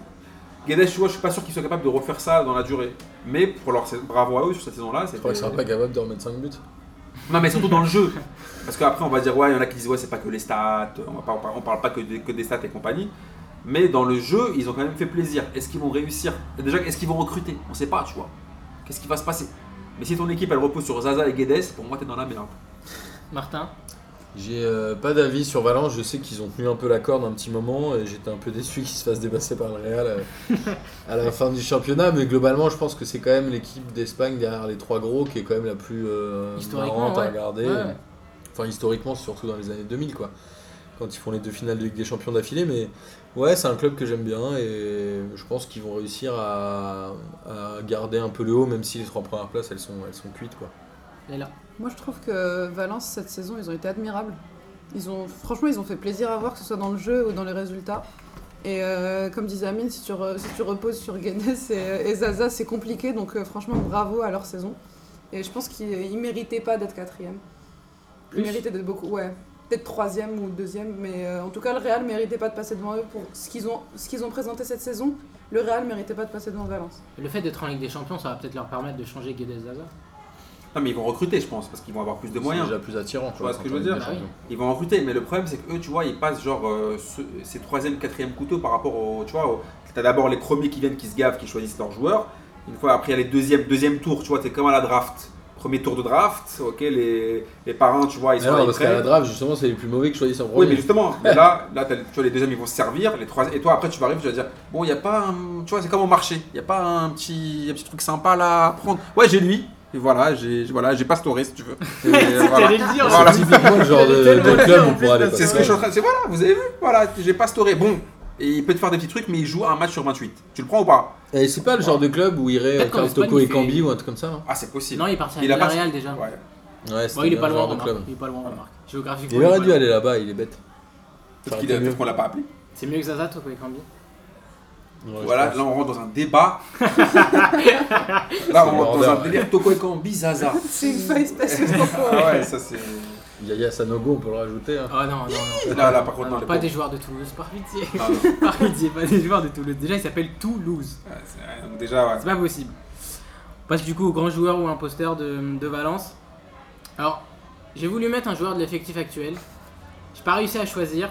B: Guedes, tu vois, je suis pas sûr qu'ils soient capables de refaire ça dans la durée. Mais pour leur saison- bravo à eux sur cette saison-là,
C: Je
B: c'est
C: crois qu'ils seraient pas capables de remettre 5 buts.
B: non, mais surtout dans le jeu. Parce qu'après, on va dire, ouais, il y en a qui disent, ouais, c'est pas que les stats, on, va pas, on parle pas que des, que des stats et compagnie. Mais dans le jeu, ils ont quand même fait plaisir. Est-ce qu'ils vont réussir Déjà, est-ce qu'ils vont recruter On sait pas, tu vois. Qu'est-ce qui va se passer Mais si ton équipe, elle repose sur Zaza et Guedes, pour moi, t'es dans la merde.
A: Martin,
C: J'ai euh, pas d'avis sur Valence, je sais qu'ils ont tenu un peu la corde un petit moment et j'étais un peu déçu qu'ils se fassent dépasser par le Real euh, à la fin du championnat, mais globalement je pense que c'est quand même l'équipe d'Espagne derrière les trois gros qui est quand même la plus euh,
A: Historiquement,
C: marrante à
A: ouais.
C: regarder.
A: Ouais.
C: Enfin historiquement, surtout dans les années 2000 quoi, quand ils font les deux finales de Ligue des Champions d'affilée, mais ouais c'est un club que j'aime bien et je pense qu'ils vont réussir à, à garder un peu le haut même si les trois premières places elles sont, elles sont cuites quoi.
A: Et là.
D: Moi, je trouve que Valence, cette saison, ils ont été admirables. Ils ont, franchement, ils ont fait plaisir à voir, que ce soit dans le jeu ou dans les résultats. Et euh, comme disait Amine, si tu, re- si tu reposes sur Guedes et, et Zaza, c'est compliqué. Donc, euh, franchement, bravo à leur saison. Et je pense qu'ils ils méritaient pas d'être quatrième.
A: Plus.
D: Ils méritaient d'être beaucoup, ouais. Peut-être troisième ou deuxième, mais euh, en tout cas, le Real méritait pas de passer devant eux pour ce qu'ils ont, ce qu'ils ont présenté cette saison. Le Real méritait pas de passer devant Valence.
A: Le fait d'être en Ligue des Champions, ça va peut-être leur permettre de changer Guedes Zaza.
B: Non, mais ils vont recruter, je pense, parce qu'ils vont avoir plus de
C: C'est
B: moyens.
C: déjà plus attirant.
B: Tu vois ce
C: quand
B: que je
C: on
B: veux
C: est
B: dire
C: des
A: Bah oui.
C: champions.
B: Ils vont recruter, mais le problème, c'est que eux, tu vois, ils passent genre euh, ce- ces troisième, quatrième couteaux par rapport au. Tu vois, au- t'as d'abord les premiers qui viennent, qui se gavent, qui choisissent leurs joueurs. Une fois après, il y a les deuxième, deuxième tour, tu vois, t'es comme à la draft. Premier tour de draft, ok, les, les parrains, tu vois, ils
C: Mais
B: sont là,
C: non,
B: ils
C: parce qu'à la
B: prennent.
C: draft, justement, c'est les plus mauvais qui choisissent en
B: Oui,
C: premier.
B: mais justement, mais là, là t'as- tu vois, les deuxièmes ils vont se servir, les trois, et toi après tu vas arriver, tu vas dire, bon, il n'y a pas un. Tu vois, c'est comme au marché, il n'y a pas un petit, un petit truc sympa là à prendre. Ouais, j'ai lui, et voilà, j'ai voilà, j'ai pas Storé si tu veux. Et voilà.
A: T'allais le dire,
B: Voilà.
A: c'est-
C: C'est typiquement le genre de,
A: Tellement
C: de
A: bien,
C: club
A: en
C: où on
A: plus,
C: pourrait aller
B: C'est ce que je suis en train de C'est voilà, vous avez vu, voilà, j'ai pas Storé. Bon, et il peut te faire des petits trucs, mais il joue un match sur 28. Tu le prends ou pas
C: Et c'est pas le genre de club où irait
A: Peut-être qu'en
C: faire
A: Espagne,
C: Toko et
A: il fait-
C: Cambi ou un truc comme ça. hein.
B: Ah, c'est possible.
A: Non, il est parti à
B: Il a pas-
A: Villarreal déjà.
B: Ouais.
C: Ouais,
A: Bon,
C: c'était
A: il est
C: un
A: pas loin,
C: genre de
A: remarque.
C: club.
A: Il est pas loin, remarque. Géographiquement,
C: Il aurait
A: est
C: dû
A: pas
C: aller
A: loin.
C: là-bas, il est bête.
B: Peut-être
C: Ça
B: qu'il
C: aurait
B: a-
C: été
B: peut-être qu'on l'a pas appelé.
A: C'est mieux que Zaza, toi, Kambi.
B: Voilà, là on rentre dans un débat. là on rentre dans
C: l'ordre,
B: un délire Toko et Kambi, Zaza.
D: C'est une faille spacieuse.
B: Ah ouais, ça c'est.
C: Yaya Sanogo, on peut le rajouter. hein.
A: Oh non, non, non.
B: Là, là, par
A: Ah,
B: contre, non,
A: non,
B: les
A: pas
B: pauvres.
A: des joueurs de Toulouse, par pitié.
B: Non, non.
A: Par pitié, pas des joueurs de Toulouse. Déjà, il s'appelle Toulouse.
B: Ouais, c'est- ouais, donc déjà, ouais.
A: C'est pas possible. On passe du coup au grand joueur ou imposteur de, de Valence. Alors, j'ai voulu mettre un joueur de l'effectif actuel. J'ai pas réussi à choisir.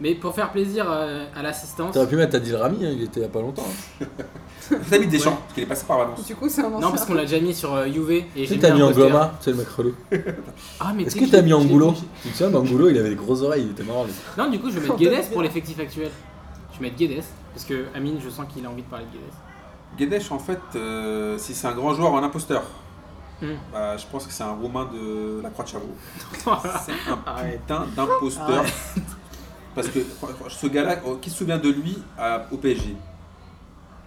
A: Mais pour faire plaisir euh, à l'assistance.
C: T'aurais pu mettre Adil Rami, hein, il était il y a pas longtemps. hein.
B: T'as mis Deschamps, parce qu'il est passé par Valence.
D: Du coup, c'est un ancien.
A: Non, parce qu'on l'a déjà mis sur euh, UV. Et
C: Tu
A: j'ai
C: sais, t'as mis
A: un poster.
C: Angoma, c'est le mec relou.
A: Ah, mais
C: Est-ce
A: tu
C: que
A: sais,
C: t'as
A: j'ai-
C: mis
A: j'ai-
C: Angulo Tu te souviens, Angulo, il avait des grosses oreilles, il était marrant. lui.
A: Non, du coup, je vais mettre
D: Quand t'as
A: Guedes
D: dit-
A: pour l'effectif actuel. Je vais mettre Guedes. Parce que Amine, je sens qu'il a envie de parler de Guedes.
B: Guedes, en fait, euh, si c'est un grand joueur, un imposteur,
A: Hmm.
B: bah, je pense que c'est un Roumain de la Croix de Chavaux. C'est un
A: Arrête.
B: putain d'imposteur. Parce que ce gars-là, oh, qui se souvient de lui à- au PSG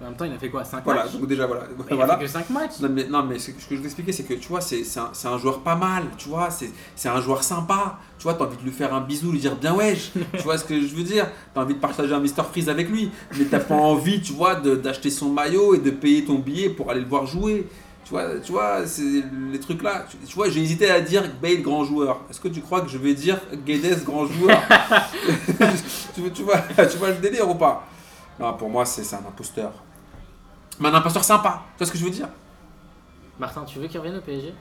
A: En même temps, il a fait quoi 5
B: Voilà,
A: matchs
C: Ben
B: donc déjà, voilà.
A: Il a
B: voilà.
A: fait que 5 matchs
B: Non mais, non, mais ce que ce que je veux expliquer, c'est que tu vois, c'est c'est un, c'est un joueur pas mal, tu vois, c'est c'est un joueur sympa, tu vois, t'as envie de lui faire un bisou, lui dire bien wesh, tu vois ce que je veux dire, t'as envie de partager un Mr Freeze avec lui, mais t'as pas envie, tu vois, de- d'acheter son maillot et de payer ton billet pour aller le voir jouer, tu vois, tu vois, c'est les trucs là, tu, tu vois, j'ai hésité à dire Bale grand joueur, est-ce que tu crois que je vais dire Guedes grand joueur tu, tu vois, tu vois le délire ou pas Non, pour moi, c'est c'est un imposteur. Mais un imposteur sympa, tu vois ce que je veux dire
A: Martin, tu veux qu'il revienne au PSG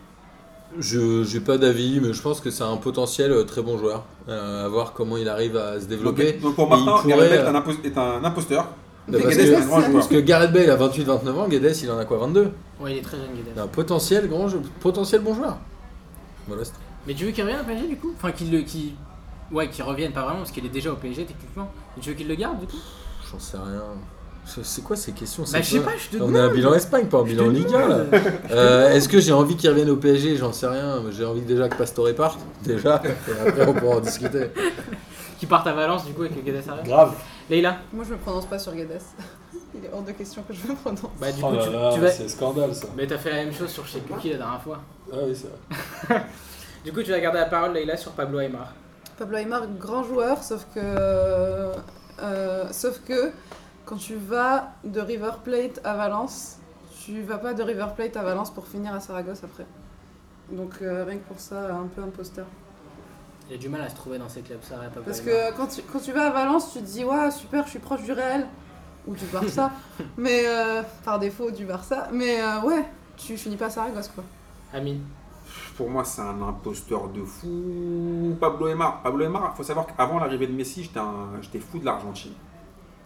C: Je j'ai pas d'avis, mais je pense que c'est un potentiel euh, très bon joueur. Euh, à voir comment il arrive à se
B: Donc,
C: développer.
B: donc pour
C: Et il
B: Martin,
C: pourrait,
B: Gareth Bale
C: euh,
B: est un impos- est un imposteur.
C: Bah,
B: Et
C: parce
B: Guedes
C: que-
B: est un grand
C: Parce
B: joueur.
C: que Gareth Bale a 28-29 ans, Guedes il en a quoi 22
A: Ouais, il est très jeune, Guedes.
C: Il a un potentiel, grand jeu- potentiel bon joueur. Voilà, c'est tout.
A: Mais tu veux qu'il revienne au PSG du coup Enfin, qu'il le. qu'il- Ouais, qu'il revienne pas vraiment parce qu'il est déjà au PSG techniquement. Mais tu veux qu'il le garde du coup
C: j'en sais rien. C'est- C'est quoi ces questions
A: Bah,
C: c'est
A: je sais
C: quoi
A: pas, je te
C: On a un bilan Espagne, pas un bilan Ligue 1 là. Euh, Est-ce que j'ai envie qu'il revienne au PSG J'en sais rien. mais J'ai envie déjà que Pastore parte, déjà. Et après, on pourra en discuter.
A: Qui parte à Valence du coup avec le Guedes arrière.
C: Grave.
A: Leïla
D: Moi, je me prononce pas sur Guedes. Il est hors de question que je me prononce.
A: Bah,
C: Oh
A: du coup, tu, tu vas.
C: scandale ça.
A: Mais t'as fait la même chose sur chez Kuki la dernière fois.
C: Ah oui, c'est vrai.
A: Du coup, tu vas garder la parole, Leïla, sur Pablo Aymar.
D: Pablo Aymar, grand joueur, sauf que, euh, sauf que quand tu vas de River Plate à Valence, tu vas pas de River Plate à Valence pour finir à Saragosse après. Donc euh, rien que pour ça, un peu imposteur.
A: Il a du mal à se trouver dans ces clubs, ça arrête Pablo
D: Parce
A: Aymar.
D: que quand tu, quand tu vas à Valence, tu te dis Waouh, super, je suis proche du Real ou du Barça, mais euh, par défaut du Barça. Mais euh, ouais, tu finis pas à Saragosse quoi.
A: Amine.
B: Pour moi, c'est un imposteur de fou. Pablo Aymar. Pablo Aymar, faut savoir qu'avant l'arrivée de Messi, j'étais un- j'étais fou de l'Argentine.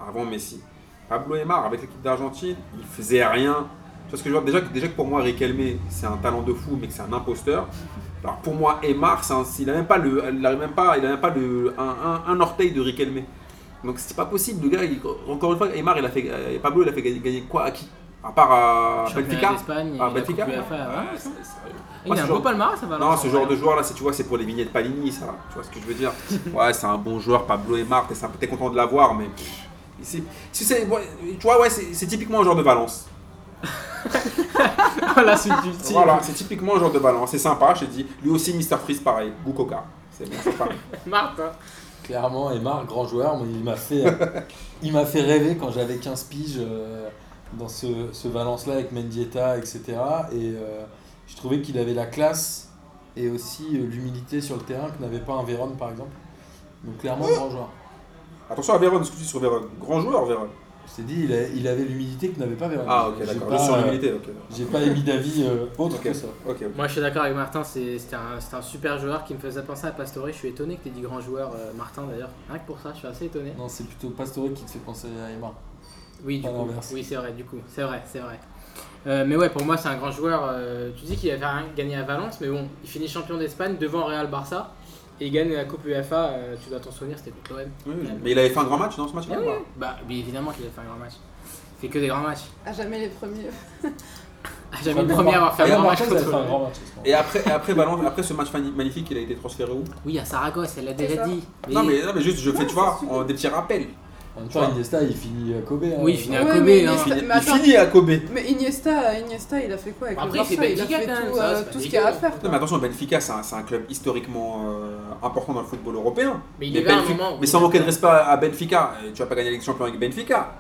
B: Avant Messi. Pablo Aymar, avec l'équipe d'Argentine, il faisait rien. Parce que je vois déjà, que- déjà que pour moi, Riquelme, c'est un talent de fou, mais que c'est un imposteur. Alors pour moi, Emar, c'est un- il n'a même pas, le, il a même pas, il a même pas le, un, un- un orteil de Riquelme. Donc c'est pas possible. Le gars, il- encore une fois, Emar, il a fait, euh, Pablo, il a fait gagner, gagner quoi à qui À part à
A: Championnat
B: Benfica
A: d'Espagne et
B: Ah,
A: la
B: Benfica,
A: Coupe
B: ouais.
A: UEFA, ouais.
B: Ouais, c'est- c'est-
A: hein. Il
B: ce
A: a un beau
B: genre-
A: palmarès, ça va. hein.
B: non, ce genre de joueur là, c'est- tu vois, c'est pour les vignettes Palini, ça. Tu vois ce que je veux dire Ouais, c'est un bon joueur, Pablo et Marc, t'es t'es content de l'avoir, mais. pff, c'est- Si c'est, ouais, tu vois, ouais, c'est c'est typiquement un genre de balance.
A: Voilà, c'est du type.
B: Voilà, c'est typiquement un genre de balance. C'est sympa, je te dis. Lui aussi, Mister Freeze, pareil. Ou Coca. C'est bon, c'est pas.
A: Martin.
C: Clairement, Emar, grand joueur, mais il m'a fait, il m'a fait rêver quand j'avais 15 piges euh, dans ce, ce Valence-là avec Mendieta, etc. Et euh, je trouvais qu'il avait la classe et aussi euh, l'humilité sur le terrain que n'avait pas un Véron, par exemple. Donc clairement,
B: Oh
C: grand joueur.
B: Attention à Véron, ce que tu dis sur Véron. Grand joueur, Véron.
C: Je t'ai dit, il, a- il avait l'humilité que n'avait pas Véron.
B: Ah, ok,
C: J'ai
B: d'accord.
C: pas,
B: Juste sur
C: euh,
B: l'humilité, ok.
C: J'ai pas émis d'avis euh, autre
B: Ok.
C: que ça.
B: Ok, ok.
A: Moi, je suis d'accord avec Martin, c'est- c'était un, c'était un super joueur qui me faisait penser à Pastore. Je suis étonné que tu aies dit grand joueur, euh, Martin d'ailleurs. Rien que pour ça, je suis assez étonné.
C: Non, c'est plutôt Pastore qui te fait penser à Emar.
A: Oui, du
C: Pas
A: coup.
C: l'inverse.
A: Oui, c'est vrai, du coup. C'est vrai, c'est vrai. Euh, mais ouais, pour moi, c'est un grand joueur. euh, tu dis qu'il avait rien gagné à Valence, mais bon, il finit champion d'Espagne devant Real Barça et il gagne la Coupe UEFA. euh, tu dois t'en souvenir, c'était contre l'OM.
B: Oui, oui. mais il avait fait un grand match dans ce match-là
A: Ah
B: ou
A: oui.
B: pas
A: Bah, bien évidemment qu'il a fait un grand match. Il fait que des grands matchs.
D: À jamais les premiers.
A: Ah, Jamais le premier à avoir fait un
C: Real
A: grand match
C: Barça, ils avaient
A: contre
C: fait un
A: l'OM.
C: grand match. je pense.
B: Et après, et après, Valence- après ce match fani- magnifique, il a été transféré où
A: Oui, à Saragosse, elle l'a déjà
D: ça.
A: dit.
B: non mais, non, mais juste, je fais, tu vois, en- des petits rappels.
C: En même temps, Iniesta, il finit à Kobe. hein.
A: Oui, il finit à
D: Ouais,
A: Kobe.
D: mais il
A: hein.
D: est-
B: Il,
D: Mais
B: il
D: attends.
B: finit à Kobe.
D: Mais Iniesta, Iniesta, il a fait quoi avec
A: Après,
D: le
A: il fait
D: Barça Il a
A: Benfica,
D: fait
A: quand même,
D: tout,
A: ça,
D: euh,
A: c'est pas
D: tout ce
A: dégueu.
D: qu'il y a à faire.
B: Non mais attention, Benfica c'est un, c'est un club historiquement euh, important dans le football européen.
A: Mais il est là à un
B: Benfica-
A: moment où-
B: mais sans manquer de respect à Benfica, euh, tu vas pas gagner la Ligue des Champions avec Benfica.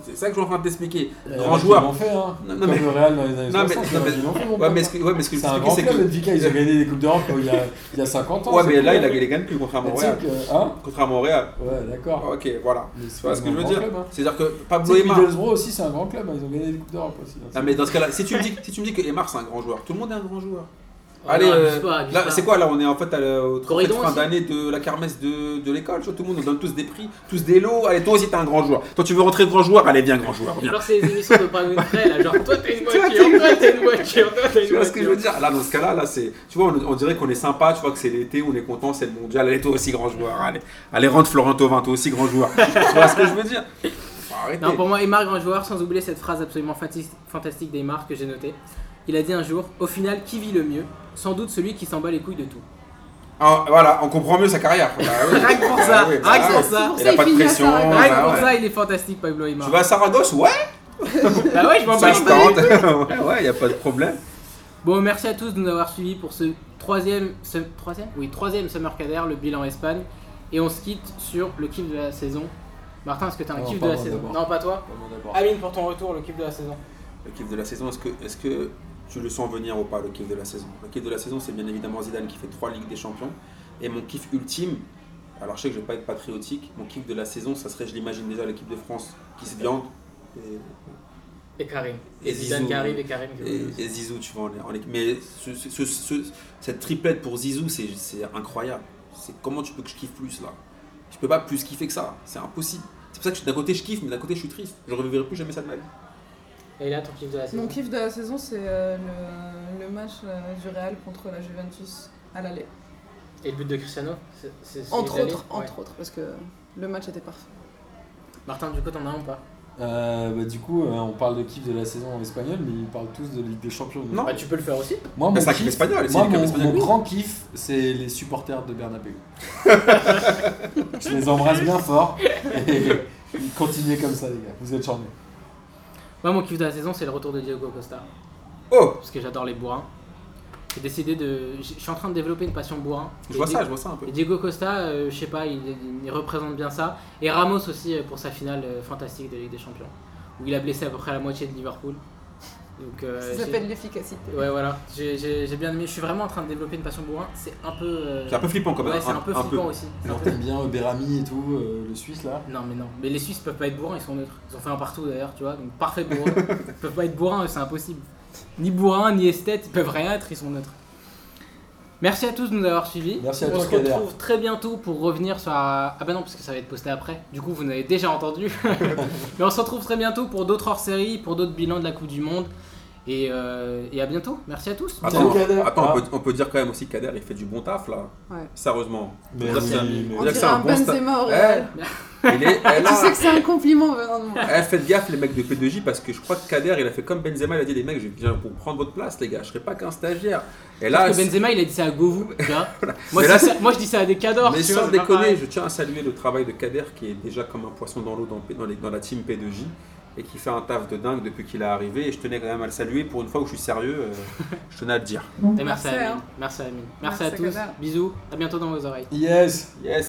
B: C'est ça que je suis en train de t'expliquer.
C: Il y en a
B: Euh, Grand
C: qui
B: joueur.
C: l'ont fait, hein.
B: Non, non,
C: Comme
B: mais-
C: le Real dans les années
B: Non, mais-
C: 60.
B: non,
C: il y en a
B: mais-
C: qui l'ont fait, mon
B: Ouais
C: pote.
B: mais ce que, ouais, mais ce que je
C: C'est un
B: t'explique,
C: grand
B: c'est que.
C: club, le Benfica, ils ont gagné des Coupes d'Europe euh, il, y a- il y a 50 ans.
B: Ouais
C: c'est
B: mais là
C: cool.
B: il a il gagne plus contre à
C: Mais tu sais
B: Montréal.
C: que- hein
B: Contre à Montréal.
C: Ouais, d'accord.
B: Ok voilà.
C: Mais
B: Tu
C: Ah. c'est
B: vois ce que
C: un
B: je veux
C: grand
B: dire
C: club, hein.
B: C'est-à-dire que
C: Tu
B: Pablo
C: sais que
B: Emar.
C: Middlesbrough aussi, c'est un grand club, hein. ils ont gagné des Coupes d'Europe aussi. hein.
B: Non mais dans ce cas-là, si tu me dis, si tu me dis que Emar c'est un grand joueur, tout le monde est un grand joueur.
A: Oh,
B: Allez,
A: non,
B: euh,
A: abuse pas, abuse
B: là,
A: pas.
B: c'est quoi là On est en fait à la- au
A: Corridon
B: fin
A: aussi.
B: d'année de la kermesse de, de l'école. tu vois, Tout le monde nous donne tous des prix, tous des lots. Allez, toi aussi, t'es un grand joueur. Toi, tu veux rentrer grand joueur Allez, viens, grand joueur. Viens.
A: Genre, c'est les émissions de Brian Winfrey, là. Genre, toi, t'as une
B: Toi,
A: voiture,
B: t'es-
A: toi, t'as une voiture, toi, t'as une voiture.
B: Tu vois ce que je veux dire Là, dans ce cas-là, là, c'est, tu vois, on, on dirait qu'on est sympa. Tu vois que c'est l'été, on est content, c'est le mondial. Allez, toi aussi, grand joueur. Allez, allez, rentre Florent Thauvin, toi aussi, grand joueur. tu vois ce que je veux dire Faut arrêter.
A: Non, pour moi, Aymar, grand joueur, sans oublier cette phrase absolument fantis- fantastique d'Aymar que j'ai notée. Il a dit un jour Au final, qui vit le mieux Sans doute celui qui s'en bat les couilles de tout.
B: Ah, voilà, on comprend mieux sa carrière. Bah oui.
A: Rien que pour
B: Bah
A: ça,
B: oui, bah
A: rien que
B: oui.
A: pour ça.
B: Il a pas de
D: finit à
B: pression.
D: Saragosse.
B: bah
A: Rien que pour
B: ouais.
A: ça, il est fantastique, Pablo Aymar.
B: Tu vas à Saragosse Ouais,
A: Bah ouais, je m'en bats
B: ça
A: les
B: se
A: couilles.
B: tente. Ouais, ouais, y a pas de problème.
A: Bon, merci à tous de nous avoir suivis pour ce troisième, ce- troisième oui, troisième Summer Cader, le bilan Espagne. Et on se quitte sur le kiff de la saison. Martin, est-ce que t'as un
C: Non,
A: kiff
C: pas
A: de la
C: moi,
A: saison
C: d'abord.
A: Non, pas toi.
C: Vraiment d'accord.
A: Amine, pour ton retour, le kiff de la saison.
B: Le kiff de la saison, est-ce que, est-ce que tu le sens venir ou pas, le kiff de la saison Le kiff de la saison, c'est bien évidemment Zidane qui fait trois Ligues des Champions. Et mon kiff ultime, alors je sais que je vais pas être patriotique, mon kiff de la saison, ça serait, je l'imagine déjà, l'équipe de France qui se viande. Et,
A: Et Karim.
B: Et
A: Et Zidane
B: Zizou.
A: qui arrive et Karim qui
B: et- et Zizou, tu vois, en, en équipe. Mais ce- ce- ce- ce- cette triplette pour Zizou, c'est, c'est incroyable. C'est, comment tu peux que je kiffe plus là Je peux pas plus kiffer que ça, c'est impossible. C'est pour ça que je- d'un côté je kiffe, mais d'un côté je suis triste. Je ne reverrai plus jamais ça de ma vie.
A: Et là, ton kiff
B: Ah.
A: de la saison.
D: Mon kiff de la saison, c'est euh, le, le match euh, du Real contre la Juventus à l'aller.
A: Et le but de Cristiano c'est- c'est- c'est
D: Entre
A: d'aller
D: autres,
A: Ouais.
D: entre autres, parce que le match était parfait.
A: Martin, du coup, t'en as un ou pas
C: Euh, bah, du coup, euh, on parle de kiff de la saison en espagnol, mais ils parlent tous de Ligue des Champions. donc-
B: Non.
A: Bah, tu peux le faire aussi.
C: Moi,
B: Bah,
C: mon
B: c'est un kiff
C: kiff-
B: espagnol, c'est
C: Moi,
B: une équipe
C: mon,
B: espagnole.
C: mon grand kiff, c'est les supporters de Bernabeu. Je les embrasse bien fort. Et continuez comme ça, les gars. Vous êtes charmés.
A: Moi, mon kiff de la saison, c'est le retour de Diego Costa.
B: Oh
A: Parce que j'adore les bourrins. J'ai décidé de. Je je suis en train de développer une passion bourrin.
B: Je
A: Et
B: vois
A: Diego-
B: ça, je vois ça un peu.
A: Et Diego Costa, euh, je sais pas, il, il représente bien ça. Et Ramos aussi euh, pour sa finale euh, fantastique de Ligue des Champions, où il a blessé à peu près la moitié de Liverpool. Donc, euh,
D: Ça
A: j'ai-
D: s'appelle l'efficacité.
A: ouais, voilà. J'ai j'ai- j'ai bien aimé. Je suis vraiment en train de développer une passion bourrin. C'est un peu. euh,
B: C'est un peu flippant quand même.
A: ouais, c'est un, peu flippant aussi. C'est un
C: Alors,
A: peu-
C: t'aimes bien euh, Berami et tout, euh, le Suisse là
A: Non mais non, mais les Suisses peuvent pas être bourrins, ils sont neutres. Ils ont fait un partout d'ailleurs, tu vois, donc parfait pour eux. Ils peuvent pas être bourrins, c'est impossible. Ni bourrins, ni esthètes, ils peuvent rien être, ils sont neutres. Merci à tous de nous avoir suivis.
C: Merci à
A: on
C: toi,
A: se
C: Kader.
A: retrouve très bientôt pour revenir sur. la- Ah bah non, parce que ça va être posté après. Du coup, vous n'avez déjà entendu. Mais on se retrouve très bientôt pour d'autres hors-séries, pour d'autres bilans de la Coupe du Monde. Et, euh, et à bientôt. Merci à tous.
B: Attends,
C: Kader.
B: attends,
C: Ah.
B: on, peut, on peut dire quand même aussi que Kader, il fait du bon taf là.
D: Ouais.
B: Sérieusement.
C: Mais
B: Là,
C: oui,
B: c'est un-
C: mais-
D: On
B: Là,
D: dirait
B: c'est un
D: un
B: bon sta- Eh,
D: Benzema au
A: Oh,
D: Real.
B: Il est, eh,
D: Tu sais
B: là,
D: que c'est un compliment venant de moi.
B: eh, faites gaffe les mecs de P2J parce que je crois que Kader il a fait comme Benzema, il a dit les mecs je viens pour prendre votre place les gars, je serai pas qu'un stagiaire. Et là,
A: Parce que Benzema, il a dit ça à Govou. tu vois. moi,
B: Mais
A: c'est
B: là,
A: ça- moi, je dis ça à des cadors.
B: mais
A: tu vois,
B: sans
A: c'est pas
B: déconner,
A: pareil.
B: je tiens à saluer le travail de Kader qui est déjà comme un poisson dans l'eau dans, P- dans les- dans la team P2J et qui fait un taf de dingue depuis qu'il est arrivé et je tenais quand même à le saluer pour une fois où je suis sérieux, euh, je tenais à le dire.
A: Et merci,
D: Merci,
A: à Amine.
D: hein.
A: Merci à Amine. Merci,
D: Merci,
A: à tous.
D: Kader.
A: Bisous. À bientôt dans vos oreilles.
C: Yes.
B: Yes